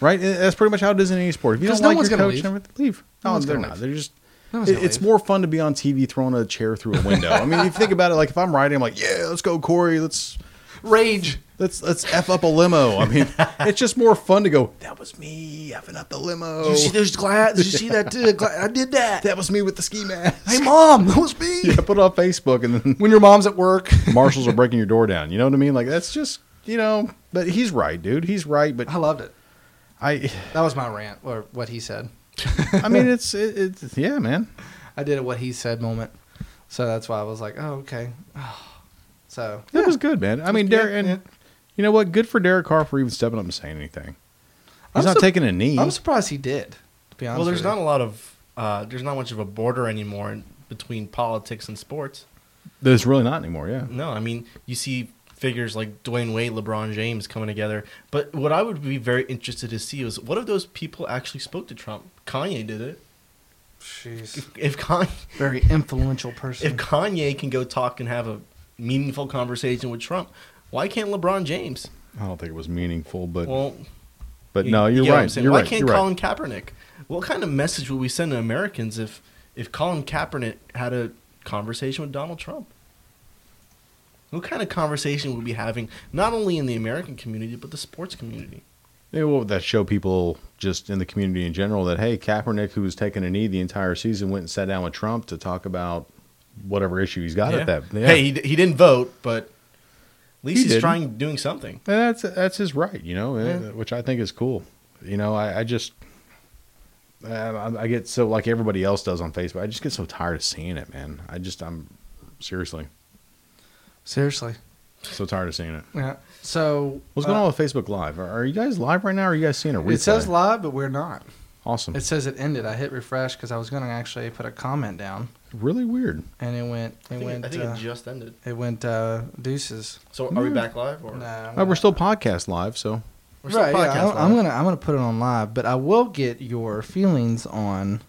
[SPEAKER 1] Right? And That's pretty much how it is in any sport. If you
[SPEAKER 2] 'Cause
[SPEAKER 1] don't
[SPEAKER 2] no
[SPEAKER 1] like
[SPEAKER 2] one's
[SPEAKER 1] your
[SPEAKER 2] gonna
[SPEAKER 1] coach,
[SPEAKER 2] leave.
[SPEAKER 1] and everything, leave.
[SPEAKER 2] No
[SPEAKER 1] No,
[SPEAKER 2] one's
[SPEAKER 1] they're
[SPEAKER 2] gonna
[SPEAKER 1] not.
[SPEAKER 2] leave.
[SPEAKER 1] They're just.
[SPEAKER 2] No one's
[SPEAKER 1] it-
[SPEAKER 2] gonna
[SPEAKER 1] it's
[SPEAKER 2] leave.
[SPEAKER 1] more fun to be on TV throwing a chair through a window. I mean, if you think about it, like if I'm riding, I'm like, yeah, let's go, Corey. Let's
[SPEAKER 2] Rage.
[SPEAKER 1] Let's let's f up a limo. I mean, it's just more fun to go. That was me effing up the limo.
[SPEAKER 2] Did you see those glass? Did you see that? uh, gla- I did that.
[SPEAKER 1] that was me with the ski mask.
[SPEAKER 2] Hey, mom, that was me.
[SPEAKER 1] Yeah, put it on Facebook, and then
[SPEAKER 2] When your mom's at work,
[SPEAKER 1] marshals are breaking your door down. You know what I mean? Like that's just you know, but he's right, dude. He's right. But
[SPEAKER 2] I loved it.
[SPEAKER 1] I,
[SPEAKER 2] That was my rant, or what he said.
[SPEAKER 1] I mean, it's it, it's yeah, man.
[SPEAKER 2] I did a what he said moment. So that's why I was like, oh, okay. So
[SPEAKER 1] That was good, man. I mean, Derek, and you know what? Good for Derek Carr for even stepping up and saying anything. He's
[SPEAKER 2] I'm
[SPEAKER 1] not
[SPEAKER 2] sup-
[SPEAKER 1] taking a knee.
[SPEAKER 2] I'm surprised he did, to be honest
[SPEAKER 6] Mm. Well, there's
[SPEAKER 2] with
[SPEAKER 6] not a
[SPEAKER 2] you.
[SPEAKER 6] lot of uh, there's not much of a border anymore in, between politics and sports.
[SPEAKER 1] There's really not anymore. Yeah.
[SPEAKER 6] No, I mean you see figures like Dwayne Wade, LeBron James coming together. But what I would be very interested to see is what if those people actually spoke to Trump? Kanye did it.
[SPEAKER 2] She's
[SPEAKER 6] If Kanye,
[SPEAKER 2] very influential person.
[SPEAKER 6] if Kanye can go talk and have a meaningful conversation with Trump, why can't LeBron James?
[SPEAKER 1] I don't think it was meaningful, but
[SPEAKER 6] Well,
[SPEAKER 1] but
[SPEAKER 6] you-
[SPEAKER 1] no,
[SPEAKER 6] you
[SPEAKER 1] you're
[SPEAKER 6] get what I'm
[SPEAKER 1] right.
[SPEAKER 6] saying?
[SPEAKER 1] You're
[SPEAKER 6] why
[SPEAKER 1] right.
[SPEAKER 6] can't
[SPEAKER 1] you're right.
[SPEAKER 6] Colin Kaepernick? What kind of message would we send to Americans if if Colin Kaepernick had a conversation with Donald Trump? What kind of conversation would we be having not only in the American community but the sports community?
[SPEAKER 1] Maybe what would that show people just in the community in general that hey, Kaepernick, who was taking a knee the entire season, went and sat down with Trump to talk about whatever issue he's got
[SPEAKER 6] Yeah.
[SPEAKER 1] at that. Yeah.
[SPEAKER 6] Hey, he, d- he didn't vote, but at least
[SPEAKER 1] He
[SPEAKER 6] he's
[SPEAKER 1] didn't.
[SPEAKER 6] trying doing something.
[SPEAKER 1] And that's that's his right, you know,
[SPEAKER 6] Yeah.
[SPEAKER 1] uh, which I think is cool. You know, I, I just I, I- I get so like everybody else does on Facebook. I just get so tired of seeing it, man. I just I'm seriously
[SPEAKER 2] Seriously.
[SPEAKER 1] so tired of seeing it.
[SPEAKER 2] Yeah. So
[SPEAKER 1] What's
[SPEAKER 2] uh,
[SPEAKER 1] going on with Facebook Live? Are, are you guys live right now? Or are you guys seeing a replay?
[SPEAKER 2] It says live, but we're not.
[SPEAKER 1] awesome.
[SPEAKER 2] It
[SPEAKER 1] It's
[SPEAKER 2] says it ended. I hit refresh because I was going to actually put a comment down,
[SPEAKER 1] really weird.
[SPEAKER 2] and it went. It
[SPEAKER 6] I think, it-
[SPEAKER 2] went.
[SPEAKER 6] I think
[SPEAKER 2] uh, Hmm.
[SPEAKER 6] it just ended.
[SPEAKER 2] it went uh, deuces.
[SPEAKER 6] So are we back live or
[SPEAKER 2] No,
[SPEAKER 1] Uh, we're still podcast live, so
[SPEAKER 6] We're still
[SPEAKER 2] right, yeah,
[SPEAKER 6] podcast
[SPEAKER 2] I'm- I'm
[SPEAKER 6] live.
[SPEAKER 2] gonna I'm gonna put it on live, but I will get your feelings on.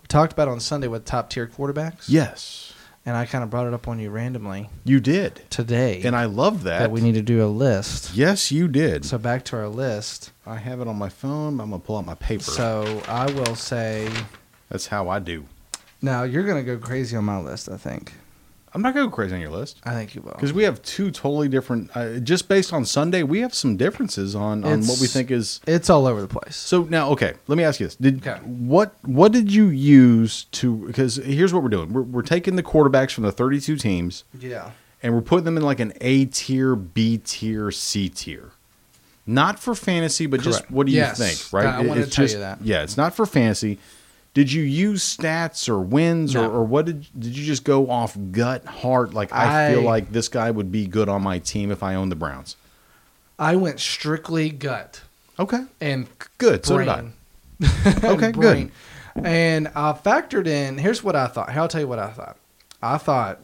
[SPEAKER 2] We talked about it on Sunday with top tier quarterbacks.
[SPEAKER 1] yes,
[SPEAKER 2] and I kind of brought it up on you randomly
[SPEAKER 1] you did,
[SPEAKER 2] today.
[SPEAKER 1] and I love that.
[SPEAKER 2] that we need to do a list.
[SPEAKER 1] yes, you did.
[SPEAKER 2] So back to our list.
[SPEAKER 1] I have it on my phone. but I'm gonna pull out my paper.
[SPEAKER 2] So I will say
[SPEAKER 1] that's how I do.
[SPEAKER 2] now you're gonna go crazy on my list. I think.
[SPEAKER 1] I'm not gonna go crazy on your list.
[SPEAKER 2] I think you will.
[SPEAKER 1] because we have two totally different uh, just based on sunday we have some differences on, on what
[SPEAKER 2] It's-
[SPEAKER 1] we think is
[SPEAKER 2] It's all over the place.
[SPEAKER 1] so now okay let me ask you this did
[SPEAKER 2] Okay.
[SPEAKER 1] what what did you use to because here's what we're doing we're, we're taking the quarterbacks from the 32 teams
[SPEAKER 2] Yeah.
[SPEAKER 1] and we're putting them in like an a tier b tier c tier not for fantasy but just
[SPEAKER 2] Correct.
[SPEAKER 1] what do you
[SPEAKER 2] Yes.
[SPEAKER 1] think right
[SPEAKER 2] I- I
[SPEAKER 1] It-
[SPEAKER 2] wanted
[SPEAKER 1] it's
[SPEAKER 2] to tell you
[SPEAKER 1] just-
[SPEAKER 2] that.
[SPEAKER 1] yeah it's not for fantasy did you use stats or wins
[SPEAKER 2] No.
[SPEAKER 1] or, or what did did you just go off gut heart like I, feel
[SPEAKER 2] I-
[SPEAKER 1] like this guy would be good on my team if I owned the Browns?
[SPEAKER 2] I went strictly gut
[SPEAKER 1] Okay,
[SPEAKER 2] and
[SPEAKER 1] good. So did I.
[SPEAKER 2] brain.
[SPEAKER 1] Okay,
[SPEAKER 2] Brain. And I factored in. Here's what I thought. Here, I'll tell you what I thought. I thought,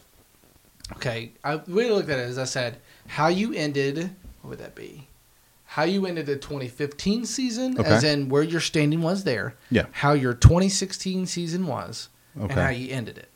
[SPEAKER 2] okay, I we looked at it as I said, how you ended. What would that be? How you ended the 2015 season,
[SPEAKER 1] Okay.
[SPEAKER 2] as in where your standing was there.
[SPEAKER 1] Yeah.
[SPEAKER 2] How your 2016 season was, and
[SPEAKER 1] Okay.
[SPEAKER 2] how you ended it.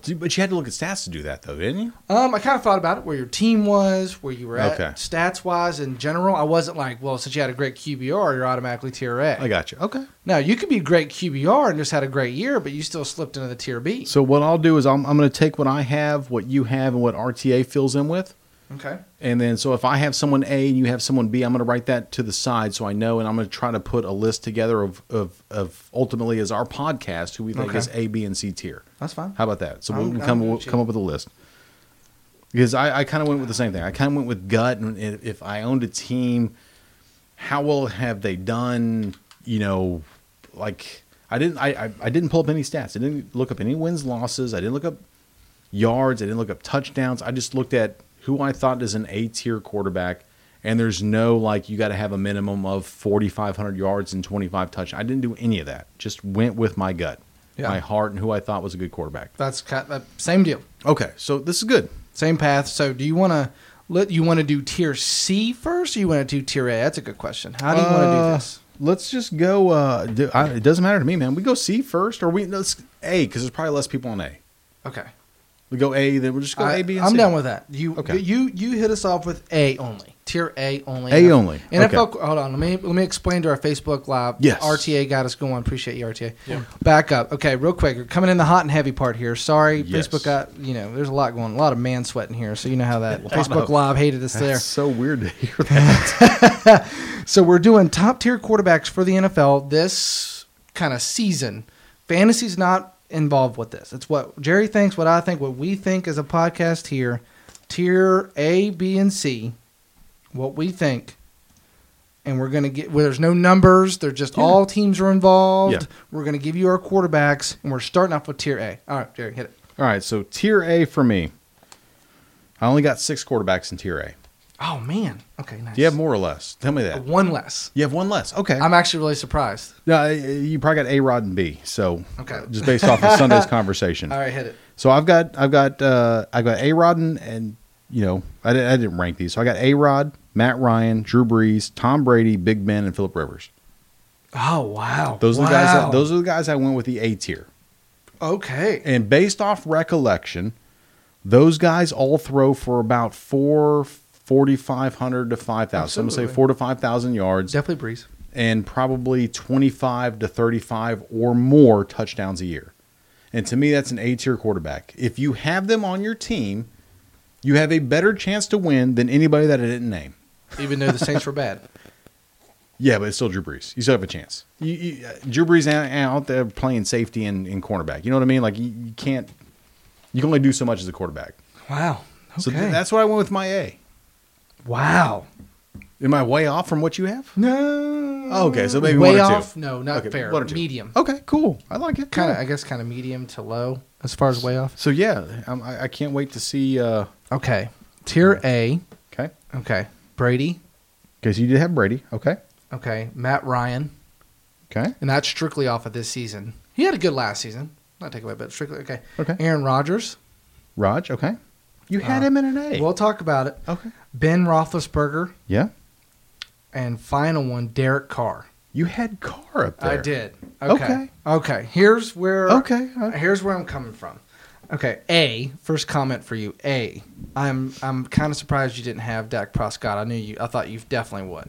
[SPEAKER 1] See, But you had to look at stats to do that, though, didn't you?
[SPEAKER 2] Um, I kind of thought about it, where your team was, where you were at,
[SPEAKER 1] Okay.
[SPEAKER 2] stats wise in general. I wasn't like, well, since you had a great QBR, you're automatically tier A.
[SPEAKER 1] I got you. Okay.
[SPEAKER 2] Now you could be great QBR and just had a great year, but you still slipped into the tier B.
[SPEAKER 1] So what I'll do is I'm, I'm going to take what I have, what you have, and what RTA fills in with,
[SPEAKER 2] Okay.
[SPEAKER 1] And then, so if I have someone A and you have someone B, I'm going to write that to the side so I know, and I'm going to try to put a list together of of, of ultimately as our podcast who we think
[SPEAKER 2] Okay.
[SPEAKER 1] is A, B, and C tier.
[SPEAKER 2] That's fine.
[SPEAKER 1] How about that? So
[SPEAKER 2] I'm-
[SPEAKER 1] we can
[SPEAKER 2] I'm
[SPEAKER 1] come
[SPEAKER 2] good
[SPEAKER 1] we'll
[SPEAKER 2] with you.
[SPEAKER 1] come up with a list. Because I, I kind of went with the same thing. I kind of went with gut, and if if I owned a team, how well have they done? You know, like I didn't I I, I didn't pull up any stats. I didn't look up any wins losses. I didn't look up yards. I didn't look up touchdowns. I just looked at who I thought is an A tier quarterback. And there's no like you got to have a minimum of 4,500 yards and 25 touchdowns. I didn't do any of that. Just went with my gut,
[SPEAKER 2] Yeah.
[SPEAKER 1] my heart, and who I thought was a good quarterback.
[SPEAKER 2] That's kind of, same deal,
[SPEAKER 1] Okay, so this is good.
[SPEAKER 2] same path. So do you want to let you want to do tier C first, or you want to do tier A? That's a good question. How do you want to do
[SPEAKER 1] Uh,
[SPEAKER 2] this?
[SPEAKER 1] Let's just go. Uh, do, I, it doesn't matter to me, man. We go C first, or we no, let's A because there's probably less people on A.
[SPEAKER 2] Okay.
[SPEAKER 1] We go A, then we'll just go
[SPEAKER 2] I,
[SPEAKER 1] A, B, and
[SPEAKER 2] I'm
[SPEAKER 1] C.
[SPEAKER 2] done with that. You
[SPEAKER 1] Okay.
[SPEAKER 2] you you hit us off with A only. Tier A only.
[SPEAKER 1] A only.
[SPEAKER 2] NFL hold on, let me let me explain to our Facebook Live.
[SPEAKER 1] Yes.
[SPEAKER 2] RTA got us going. Appreciate you, RTA. Back up. Okay, real quick. We're coming in the hot and heavy part here. Sorry,
[SPEAKER 1] Yes.
[SPEAKER 2] Facebook got you know, there's a lot going a lot of man sweat in here, so you know how that
[SPEAKER 1] A lot
[SPEAKER 2] Facebook
[SPEAKER 1] of-
[SPEAKER 2] Live hated us
[SPEAKER 1] That's
[SPEAKER 2] there.
[SPEAKER 1] so weird to hear that.
[SPEAKER 2] So we're doing top tier quarterbacks for the NFL this kind of season. Fantasy's not involved with this. It's what Jerry thinks, what I think, what we think as a podcast here. Tier A, B, and C. what we think, and we're going to get where there's no numbers. They're just all teams are involved.
[SPEAKER 1] Yeah.
[SPEAKER 2] We're going to give you our quarterbacks, and we're starting off with tier A. All right, Jerry, hit it.
[SPEAKER 1] All right, so tier A for me. I only got six quarterbacks in tier A.
[SPEAKER 2] Oh man. Okay. Nice.
[SPEAKER 1] Do you have more or less? Tell me that.
[SPEAKER 2] One less.
[SPEAKER 1] You have one less. Okay.
[SPEAKER 2] I'm actually really surprised.
[SPEAKER 1] No, you probably got A Rod and B. So
[SPEAKER 2] Okay.
[SPEAKER 1] just based off of Sunday's conversation.
[SPEAKER 2] All right, hit it.
[SPEAKER 1] So I've got I've got uh, I've got A Rod and, and you know I, di- I didn't rank these. So I got A Rod, Matt Ryan, Drew Brees, Tom Brady, Big Ben, and Philip Rivers.
[SPEAKER 2] Oh wow.
[SPEAKER 1] Those are the guys.
[SPEAKER 2] Wow.
[SPEAKER 1] That, those are the guys I went with the A tier.
[SPEAKER 2] Okay.
[SPEAKER 1] And based off recollection, those guys all throw for about four. 4,500 to 5,000. I'm going to say
[SPEAKER 2] Absolutely.
[SPEAKER 1] four to 5,000 yards
[SPEAKER 2] Definitely Breeze.
[SPEAKER 1] and probably 25 to 35 or more touchdowns a year. And to me, that's an A tier quarterback. If you have them on your team, you have a better chance to win than anybody that I didn't name.
[SPEAKER 2] Even though the Saints were bad.
[SPEAKER 1] Yeah, but it's still Drew Brees. You still have a chance. You, you, uh, Drew Brees out, out there playing safety and, and cornerback. You know what I mean? Like, you, you can't, you can only do so much as a quarterback.
[SPEAKER 2] Wow. Okay.
[SPEAKER 1] So th- that's what I went with my A.
[SPEAKER 2] wow.
[SPEAKER 1] Am I way off from what you have?
[SPEAKER 2] No.
[SPEAKER 1] Okay, so maybe
[SPEAKER 2] way
[SPEAKER 1] one or two.
[SPEAKER 2] off. No, not
[SPEAKER 1] Okay,
[SPEAKER 2] fair.
[SPEAKER 1] one or two.
[SPEAKER 2] Medium.
[SPEAKER 1] Okay, cool. I like it.
[SPEAKER 2] Kind of,
[SPEAKER 1] Cool.
[SPEAKER 2] I guess, kind of medium to low as far as way off.
[SPEAKER 1] So, yeah, um, I, I can't wait to see. Uh,
[SPEAKER 2] Okay. Tier A.
[SPEAKER 1] okay.
[SPEAKER 2] Okay. Brady.
[SPEAKER 1] Because you did have Brady. Okay.
[SPEAKER 2] Okay. Matt Ryan.
[SPEAKER 1] Okay.
[SPEAKER 2] And that's strictly off of this season. He had a good last season. Not take away, but strictly okay.
[SPEAKER 1] Okay.
[SPEAKER 2] Aaron Rodgers.
[SPEAKER 1] Raj. Okay. You had
[SPEAKER 2] Uh,
[SPEAKER 1] him in an A.
[SPEAKER 2] We'll talk about it.
[SPEAKER 1] okay.
[SPEAKER 2] Ben Roethlisberger.
[SPEAKER 1] Yeah.
[SPEAKER 2] And final one, Derek Carr.
[SPEAKER 1] You had Carr up there.
[SPEAKER 2] I did. Okay. okay. Here's where
[SPEAKER 1] Okay, uh, I-
[SPEAKER 2] here's where I'm coming from. Okay. A, first comment for you. A. I'm I'm kind of surprised you didn't have Dak Prescott. I knew you I thought you definitely would.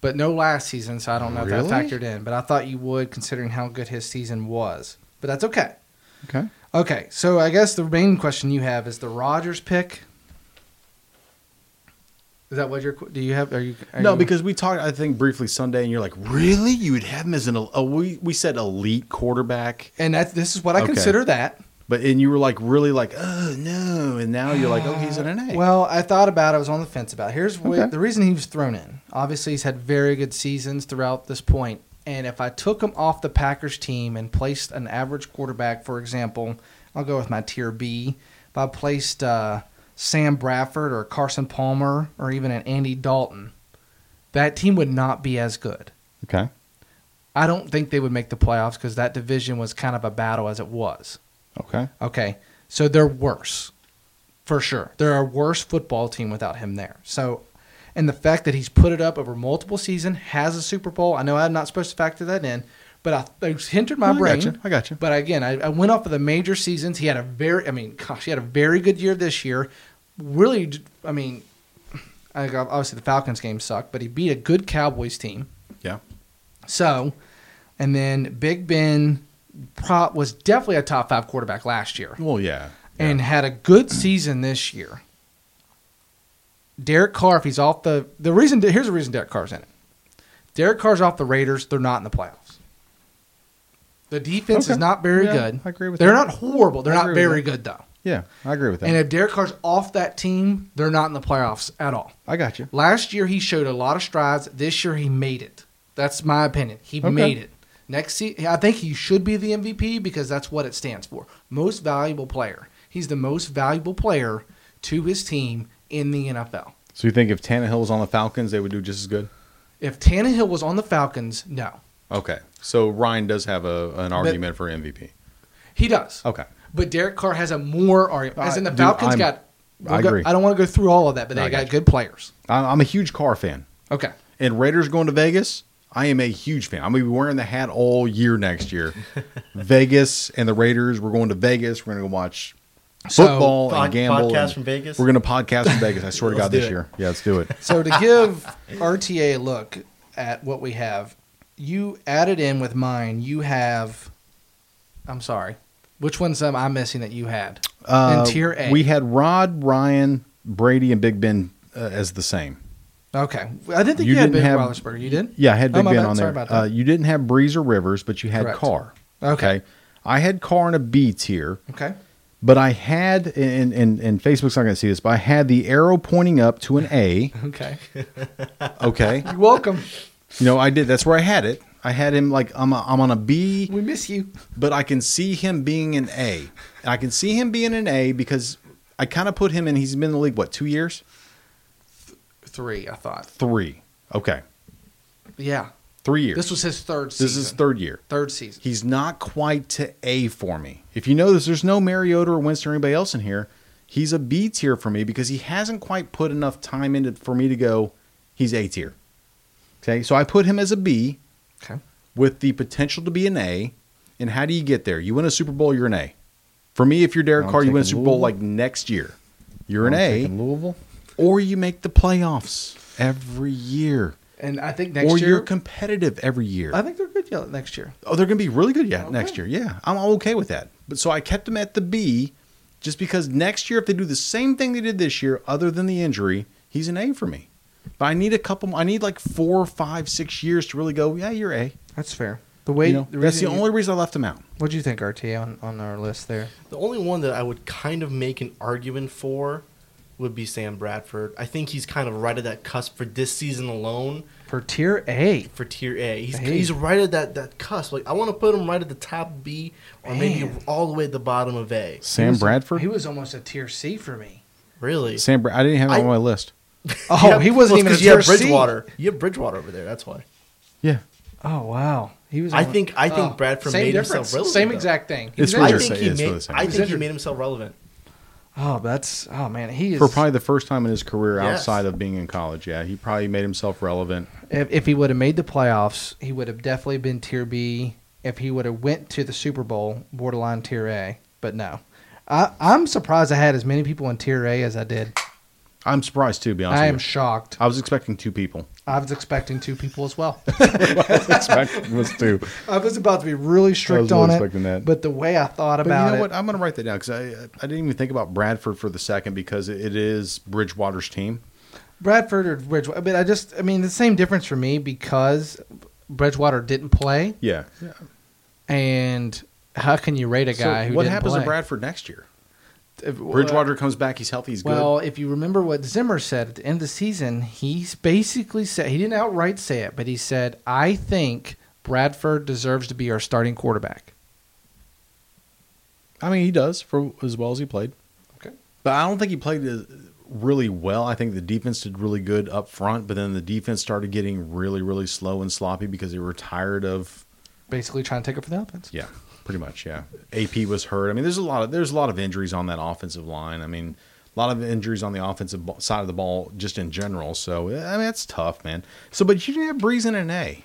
[SPEAKER 2] But no last season, so I don't know if that
[SPEAKER 1] Really?
[SPEAKER 2] factored in. But I thought you would considering how good his season was. But that's okay.
[SPEAKER 1] Okay.
[SPEAKER 2] Okay, so I guess the main question you have is the Rogers pick. Is that what you're? Do you have? Are you? Are
[SPEAKER 1] No,
[SPEAKER 2] you-
[SPEAKER 1] because we talked, I think, briefly Sunday, and you're like, really? You would have him as an, el- oh, we, we said elite quarterback,
[SPEAKER 2] and that this is what I
[SPEAKER 1] Okay.
[SPEAKER 2] consider that.
[SPEAKER 1] but, and you were like, really like, oh, no. And now you're like, oh, he's in an A.
[SPEAKER 2] Well, I thought about it. I was on the fence about. It. Here's what,
[SPEAKER 1] Okay.
[SPEAKER 2] the reason he was thrown in. Obviously, he's had very good seasons throughout this point. And if I took him off the Packers team and placed an average quarterback, for example, I'll go with my tier B. If I placed uh, Sam Bradford or Carson Palmer or even an Andy Dalton, that team would not be as good.
[SPEAKER 1] okay.
[SPEAKER 2] I don't think they would make the playoffs because that division was kind of a battle as it was.
[SPEAKER 1] Okay.
[SPEAKER 2] Okay. So they're worse. For sure. They're a worse football team without him there. So and the fact that he's put it up over multiple season, has a Super Bowl. I know I'm not supposed to factor that in, but I it hindered my
[SPEAKER 1] No, I
[SPEAKER 2] brain.
[SPEAKER 1] gotcha. I gotcha.
[SPEAKER 2] But again, I, I went off of the major seasons. He had a very I mean, gosh, he had a very good year this year. Really d- I mean I obviously the Falcons game sucked, but he beat a good Cowboys team.
[SPEAKER 1] Yeah.
[SPEAKER 2] So, and then Big Ben pro- was definitely a top five quarterback last year
[SPEAKER 1] Well, yeah.
[SPEAKER 2] and had a good season this year. Derek Carr, if he's off the the reason here's the reason Derek Carr's in it. Derek Carr's off the Raiders. They're not in the playoffs. The defense is
[SPEAKER 1] Okay.
[SPEAKER 2] not very
[SPEAKER 1] Yeah,
[SPEAKER 2] good.
[SPEAKER 1] I agree with
[SPEAKER 2] They're
[SPEAKER 1] that.
[SPEAKER 2] not horrible. They're
[SPEAKER 1] I
[SPEAKER 2] not
[SPEAKER 1] agree with
[SPEAKER 2] very
[SPEAKER 1] that.
[SPEAKER 2] good though.
[SPEAKER 1] Yeah. I agree with that.
[SPEAKER 2] And if Derek Carr's off that team, they're not in the playoffs at all.
[SPEAKER 1] I got you.
[SPEAKER 2] Last year he showed a lot of strides. This year he made it. That's my opinion. He
[SPEAKER 1] Okay.
[SPEAKER 2] made it. Next season, I think he should be the MVP because that's what it stands for. Most valuable player. He's the most valuable player to his team in the NFL.
[SPEAKER 1] So you think if Tannehill was on the Falcons, they would do just as good?
[SPEAKER 2] If Tannehill was on the Falcons, no,
[SPEAKER 1] Okay. So Ryan does have a, an argument for MVP.
[SPEAKER 2] he does.
[SPEAKER 1] Okay.
[SPEAKER 2] But Derek Carr has a more argument. As in the
[SPEAKER 1] I- Oh. Uh, dude,
[SPEAKER 2] Falcons
[SPEAKER 1] I'm-
[SPEAKER 2] got.
[SPEAKER 1] I agree.
[SPEAKER 2] I don't want to go through all of that, but
[SPEAKER 1] No,
[SPEAKER 2] they
[SPEAKER 1] I
[SPEAKER 2] got
[SPEAKER 1] got
[SPEAKER 2] good players.
[SPEAKER 1] I'm, I'm a huge Carr fan.
[SPEAKER 2] Okay.
[SPEAKER 1] and Raiders going to Vegas, I am a huge fan. I'm going to be wearing the hat all year next year. Vegas and the Raiders, we're going to Vegas. We're going to watch
[SPEAKER 2] So,
[SPEAKER 1] football
[SPEAKER 6] pod-
[SPEAKER 1] and gamble.
[SPEAKER 6] podcast
[SPEAKER 1] and
[SPEAKER 6] from Vegas?
[SPEAKER 1] We're going to podcast from Vegas. I swear to
[SPEAKER 6] Let's
[SPEAKER 1] God,
[SPEAKER 6] do
[SPEAKER 1] this
[SPEAKER 6] it.
[SPEAKER 1] year. Yeah, let's do it.
[SPEAKER 2] So to give RTA a look at what we have, you added in with mine. You have, I'm sorry, which ones am I missing that you had?
[SPEAKER 1] Uh,
[SPEAKER 2] tier A.
[SPEAKER 1] we had Rod, Ryan, Brady, and Big Ben uh, as the same.
[SPEAKER 2] Okay, I didn't think
[SPEAKER 1] You
[SPEAKER 2] you, had
[SPEAKER 1] didn't
[SPEAKER 2] Big
[SPEAKER 1] have-
[SPEAKER 2] Roethlisberger. You did?
[SPEAKER 1] Yeah, I had
[SPEAKER 2] Oh,
[SPEAKER 1] Big
[SPEAKER 2] my
[SPEAKER 1] Ben
[SPEAKER 2] bad.
[SPEAKER 1] on
[SPEAKER 2] Sorry
[SPEAKER 1] there.
[SPEAKER 2] about
[SPEAKER 1] Uh,
[SPEAKER 2] that.
[SPEAKER 1] you didn't have Breeze or Rivers, but you had
[SPEAKER 2] Correct.
[SPEAKER 1] Carr.
[SPEAKER 2] Okay.
[SPEAKER 1] I had Carr in a B tier.
[SPEAKER 2] Okay.
[SPEAKER 1] But I had, and, and, and Facebook's not going to see this, but I had the arrow pointing up to an A.
[SPEAKER 2] Okay.
[SPEAKER 1] Okay.
[SPEAKER 2] You're welcome.
[SPEAKER 1] you know, I did. That's where I had it. I had him like, I'm, a, I'm on a B.
[SPEAKER 2] We miss you.
[SPEAKER 1] but I can see him being an A. And I can see him being an A because I kind of put him in. He's been in the league what two years?
[SPEAKER 2] Three, I thought.
[SPEAKER 1] Three. Okay,
[SPEAKER 2] Yeah.
[SPEAKER 1] three years.
[SPEAKER 2] This was his third season.
[SPEAKER 1] this is third year.
[SPEAKER 2] Third season.
[SPEAKER 1] He's not quite to A for me. If you notice, there's no Mariota or Winston or anybody else in here. He's a B tier for me because he hasn't quite put enough time into for me to go. He's A tier. Okay, so I put him as a B
[SPEAKER 2] Okay.
[SPEAKER 1] with the potential to be an A. And how do you get there? You win a Super Bowl, you're an A. For me, if you're Derek
[SPEAKER 3] I'm
[SPEAKER 1] Carr, you win a
[SPEAKER 3] taking
[SPEAKER 1] Super Bowl
[SPEAKER 3] Louisville.
[SPEAKER 1] like next year. You're an
[SPEAKER 3] I'm
[SPEAKER 1] A,
[SPEAKER 3] taking Louisville.
[SPEAKER 1] or you make the playoffs every year,
[SPEAKER 2] And I think next
[SPEAKER 1] or
[SPEAKER 2] year.
[SPEAKER 1] you're competitive every year.
[SPEAKER 2] I think they're good yet next year.
[SPEAKER 1] Oh, they're going to be really good yeah,
[SPEAKER 2] Okay.
[SPEAKER 1] next year. Yeah, I'm okay with that. But so I kept them at the B, just because next year, if they do the same thing they did this year, other than the injury, he's an A for me. But I need a couple. I need like four, five, six years to really go. Yeah, you're A.
[SPEAKER 2] That's fair. The way
[SPEAKER 1] You know, that's the
[SPEAKER 2] reason you-
[SPEAKER 1] only reason I left him out.
[SPEAKER 2] What do you think, RT, on, on our list there?
[SPEAKER 6] The only one that I would kind of make an argument for would be Sam Bradford. I think he's kind of right at that cusp for this season alone
[SPEAKER 2] For tier A.
[SPEAKER 6] for tier A. He's
[SPEAKER 2] Hey.
[SPEAKER 6] he's right at that, that cusp. Like I want to put him right at the top B or maybe
[SPEAKER 2] Man.
[SPEAKER 6] all the way at the bottom of A.
[SPEAKER 1] Sam
[SPEAKER 2] He
[SPEAKER 1] Bradford.
[SPEAKER 2] was almost a tier C for me.
[SPEAKER 6] Really?
[SPEAKER 1] Sam, Bra- I didn't have him
[SPEAKER 6] I-
[SPEAKER 1] on my list.
[SPEAKER 2] Oh,
[SPEAKER 6] Yeah,
[SPEAKER 2] he wasn't
[SPEAKER 6] well,
[SPEAKER 2] even a
[SPEAKER 6] 'cause you
[SPEAKER 2] tier
[SPEAKER 6] have
[SPEAKER 2] C.
[SPEAKER 6] Bridgewater. You have Bridgewater over there. That's why.
[SPEAKER 1] Yeah,
[SPEAKER 2] Oh wow, he was.
[SPEAKER 6] I
[SPEAKER 2] on-
[SPEAKER 6] think- I think
[SPEAKER 2] oh,
[SPEAKER 6] Bradford
[SPEAKER 2] same
[SPEAKER 6] made himself
[SPEAKER 2] difference.
[SPEAKER 6] relevant,
[SPEAKER 2] Same
[SPEAKER 6] though.
[SPEAKER 2] exact thing.
[SPEAKER 1] It's
[SPEAKER 2] Exact-
[SPEAKER 6] I
[SPEAKER 1] Bridger-
[SPEAKER 6] think
[SPEAKER 1] say
[SPEAKER 6] he
[SPEAKER 1] it's really
[SPEAKER 6] made.
[SPEAKER 1] the same.
[SPEAKER 6] I think he
[SPEAKER 2] Injured.
[SPEAKER 6] made himself relevant.
[SPEAKER 2] Oh, that's oh man, he is.
[SPEAKER 1] for probably the first time in his career
[SPEAKER 6] Yes.
[SPEAKER 1] outside of being in college. Yeah, he probably made himself relevant.
[SPEAKER 2] if, if he would have made the playoffs, he would have definitely been tier B. If he would have went to the Super Bowl, borderline tier A. But no, I, I'm surprised I had as many people in tier A as I did.
[SPEAKER 1] I'm surprised too. To be honest,
[SPEAKER 2] I
[SPEAKER 1] with
[SPEAKER 2] am
[SPEAKER 1] you.
[SPEAKER 2] shocked.
[SPEAKER 1] I was expecting two people.
[SPEAKER 2] I was expecting two people as well.
[SPEAKER 1] expecting was two.
[SPEAKER 2] I was about to be really strict
[SPEAKER 1] really
[SPEAKER 2] on
[SPEAKER 1] expecting
[SPEAKER 2] it,
[SPEAKER 1] that.
[SPEAKER 2] but the way I thought
[SPEAKER 1] But you
[SPEAKER 2] about
[SPEAKER 1] know
[SPEAKER 2] it,
[SPEAKER 1] what? I'm going to write that down because I I didn't even think about Bradford for the second because it, it is Bridgewater's team.
[SPEAKER 2] Bradford or Bridgewater. But I just, I mean, the same difference for me because Bridgewater didn't play,
[SPEAKER 1] Yeah.
[SPEAKER 2] and how can you rate a guy
[SPEAKER 1] so
[SPEAKER 2] who
[SPEAKER 1] what
[SPEAKER 2] didn't
[SPEAKER 1] happens
[SPEAKER 2] play?
[SPEAKER 1] to uh, Bradford next year?
[SPEAKER 2] If-
[SPEAKER 1] Bridgewater comes back. He's healthy. He's
[SPEAKER 2] Well, if you remember what Zimmer said at the end of the season, he's basically said he didn't outright say it, but he said, "I think Bradford deserves to be our starting quarterback."
[SPEAKER 1] good. I mean, he does for as well as he played.
[SPEAKER 2] Okay.
[SPEAKER 1] But I don't think he played as- really well. I think the defense did really good up front, but then the defense started getting really, really slow and sloppy because they were tired of
[SPEAKER 2] Basically, trying to take it for the offense.
[SPEAKER 1] Yeah, pretty much. Yeah, AP was hurt. I mean, there's a lot of there's a lot of injuries on that offensive line. I mean, a lot of injuries on the offensive bo- side of the ball just in general. So I mean, that's tough, man. So, but you didn't have Breeze in an A.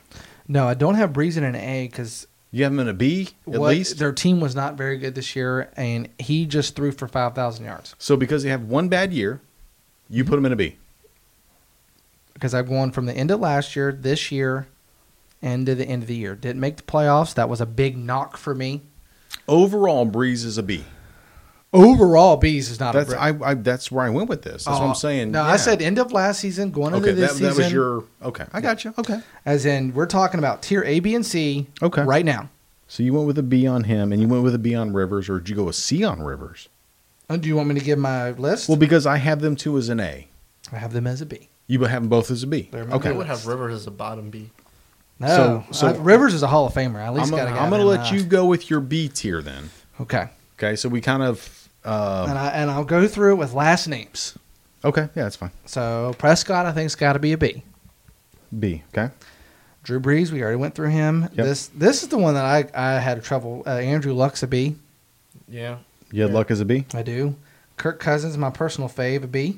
[SPEAKER 2] No, I don't have Breeze in an A because
[SPEAKER 1] You have him in a B at least.
[SPEAKER 2] their team was not very good this year, and he just threw for five thousand yards.
[SPEAKER 1] So because they have one bad year, you put him in a B.
[SPEAKER 2] because I've gone from the end of last year, this year, and to the end of the year. Didn't make the playoffs. That was a big knock for me.
[SPEAKER 1] Overall, Breeze is a B.
[SPEAKER 2] Overall, Bees is not
[SPEAKER 1] That's
[SPEAKER 2] a br-
[SPEAKER 1] I, I. That's where I went with this. That's what
[SPEAKER 2] Oh,
[SPEAKER 1] I'm saying.
[SPEAKER 2] No,
[SPEAKER 1] Yeah.
[SPEAKER 2] I said end of last season, going into
[SPEAKER 1] okay. That,
[SPEAKER 2] this
[SPEAKER 1] that
[SPEAKER 2] season.
[SPEAKER 1] was your okay. I got you. Okay.
[SPEAKER 2] As in, we're talking about tier A, B, and C
[SPEAKER 1] Okay.
[SPEAKER 2] right now.
[SPEAKER 1] So you went with a B on him, and you went with a B on Rivers, or did you go a C on Rivers?
[SPEAKER 2] Uh, Do you want me to give my list?
[SPEAKER 1] Well, because I have them two as an A.
[SPEAKER 2] I have them as a B.
[SPEAKER 1] You would have them both as a B.
[SPEAKER 2] They're my
[SPEAKER 1] Okay.
[SPEAKER 6] I
[SPEAKER 2] B
[SPEAKER 6] would have
[SPEAKER 2] list.
[SPEAKER 6] Rivers as a bottom B.
[SPEAKER 2] No,
[SPEAKER 1] So- so-
[SPEAKER 2] Oh, I- Rivers is a Hall of Famer. I at
[SPEAKER 1] I'm
[SPEAKER 2] least got
[SPEAKER 1] gonna,
[SPEAKER 2] a guy.
[SPEAKER 1] I'm gonna
[SPEAKER 2] in
[SPEAKER 1] let
[SPEAKER 2] my-
[SPEAKER 1] you go with your B tier then.
[SPEAKER 2] Okay,
[SPEAKER 1] Okay, so we kind of. Uh,
[SPEAKER 2] and I and I'll go through it with last names.
[SPEAKER 1] okay, yeah, that's fine.
[SPEAKER 2] So Prescott, I think's got to be a B.
[SPEAKER 1] B. Okay.
[SPEAKER 2] Drew Brees, we already went through him. This this is the one that I, I had trouble. Uh, Andrew Luck's a B.
[SPEAKER 6] Yeah.
[SPEAKER 1] You had luck as a B.
[SPEAKER 2] I do. Kirk Cousins, my personal fave, a B.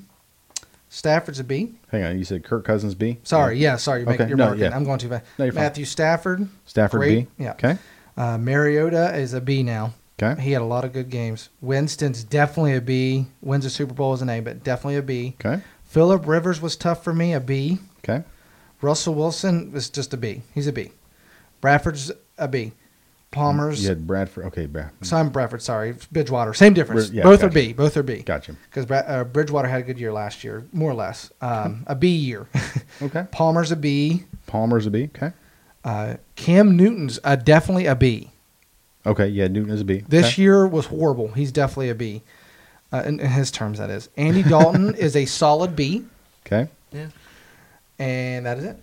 [SPEAKER 2] Stafford's a B.
[SPEAKER 1] Hang on, you said Kirk Cousins B.
[SPEAKER 2] Sorry, yeah, sorry, you're,
[SPEAKER 1] Okay,
[SPEAKER 2] making, you're
[SPEAKER 1] no,
[SPEAKER 2] marking.
[SPEAKER 1] yeah.
[SPEAKER 2] I'm going too fast.
[SPEAKER 1] No, you're fine.
[SPEAKER 2] Matthew Stafford,
[SPEAKER 1] Stafford
[SPEAKER 2] Great,
[SPEAKER 1] B.
[SPEAKER 2] yeah.
[SPEAKER 1] Okay.
[SPEAKER 2] uh, Mariota is a B now.
[SPEAKER 1] Okay.
[SPEAKER 2] He had a lot of good games. Winston's definitely a B. Wins a Super Bowl as an A, but definitely a B.
[SPEAKER 1] Okay.
[SPEAKER 2] Philip Rivers was tough for me, a B.
[SPEAKER 1] Okay.
[SPEAKER 2] Russell Wilson was just a B. He's a B. Bradford's a B. Palmer's
[SPEAKER 1] You had Bradford. Okay, Brad.
[SPEAKER 2] Sam Mm. Bradford, sorry, Bridgewater, same difference.
[SPEAKER 1] Brid- yeah,
[SPEAKER 2] both are
[SPEAKER 1] gotcha.
[SPEAKER 2] B. Both are B.
[SPEAKER 1] Gotcha.
[SPEAKER 2] Because Brad, uh, Bridgewater had a good year last year, more or less, um, a B year.
[SPEAKER 1] Hmm. Okay.
[SPEAKER 2] Palmer's a B.
[SPEAKER 1] Palmer's a B. Okay.
[SPEAKER 2] Uh, Cam Newton's uh, definitely a B.
[SPEAKER 1] Okay, yeah, Newton is a B.
[SPEAKER 2] This
[SPEAKER 1] Okay.
[SPEAKER 2] year was horrible. He's definitely a B. Uh, in, in his terms, that is. Andy Dalton is a solid B,
[SPEAKER 1] Okay,
[SPEAKER 6] Yeah.
[SPEAKER 2] and that is it.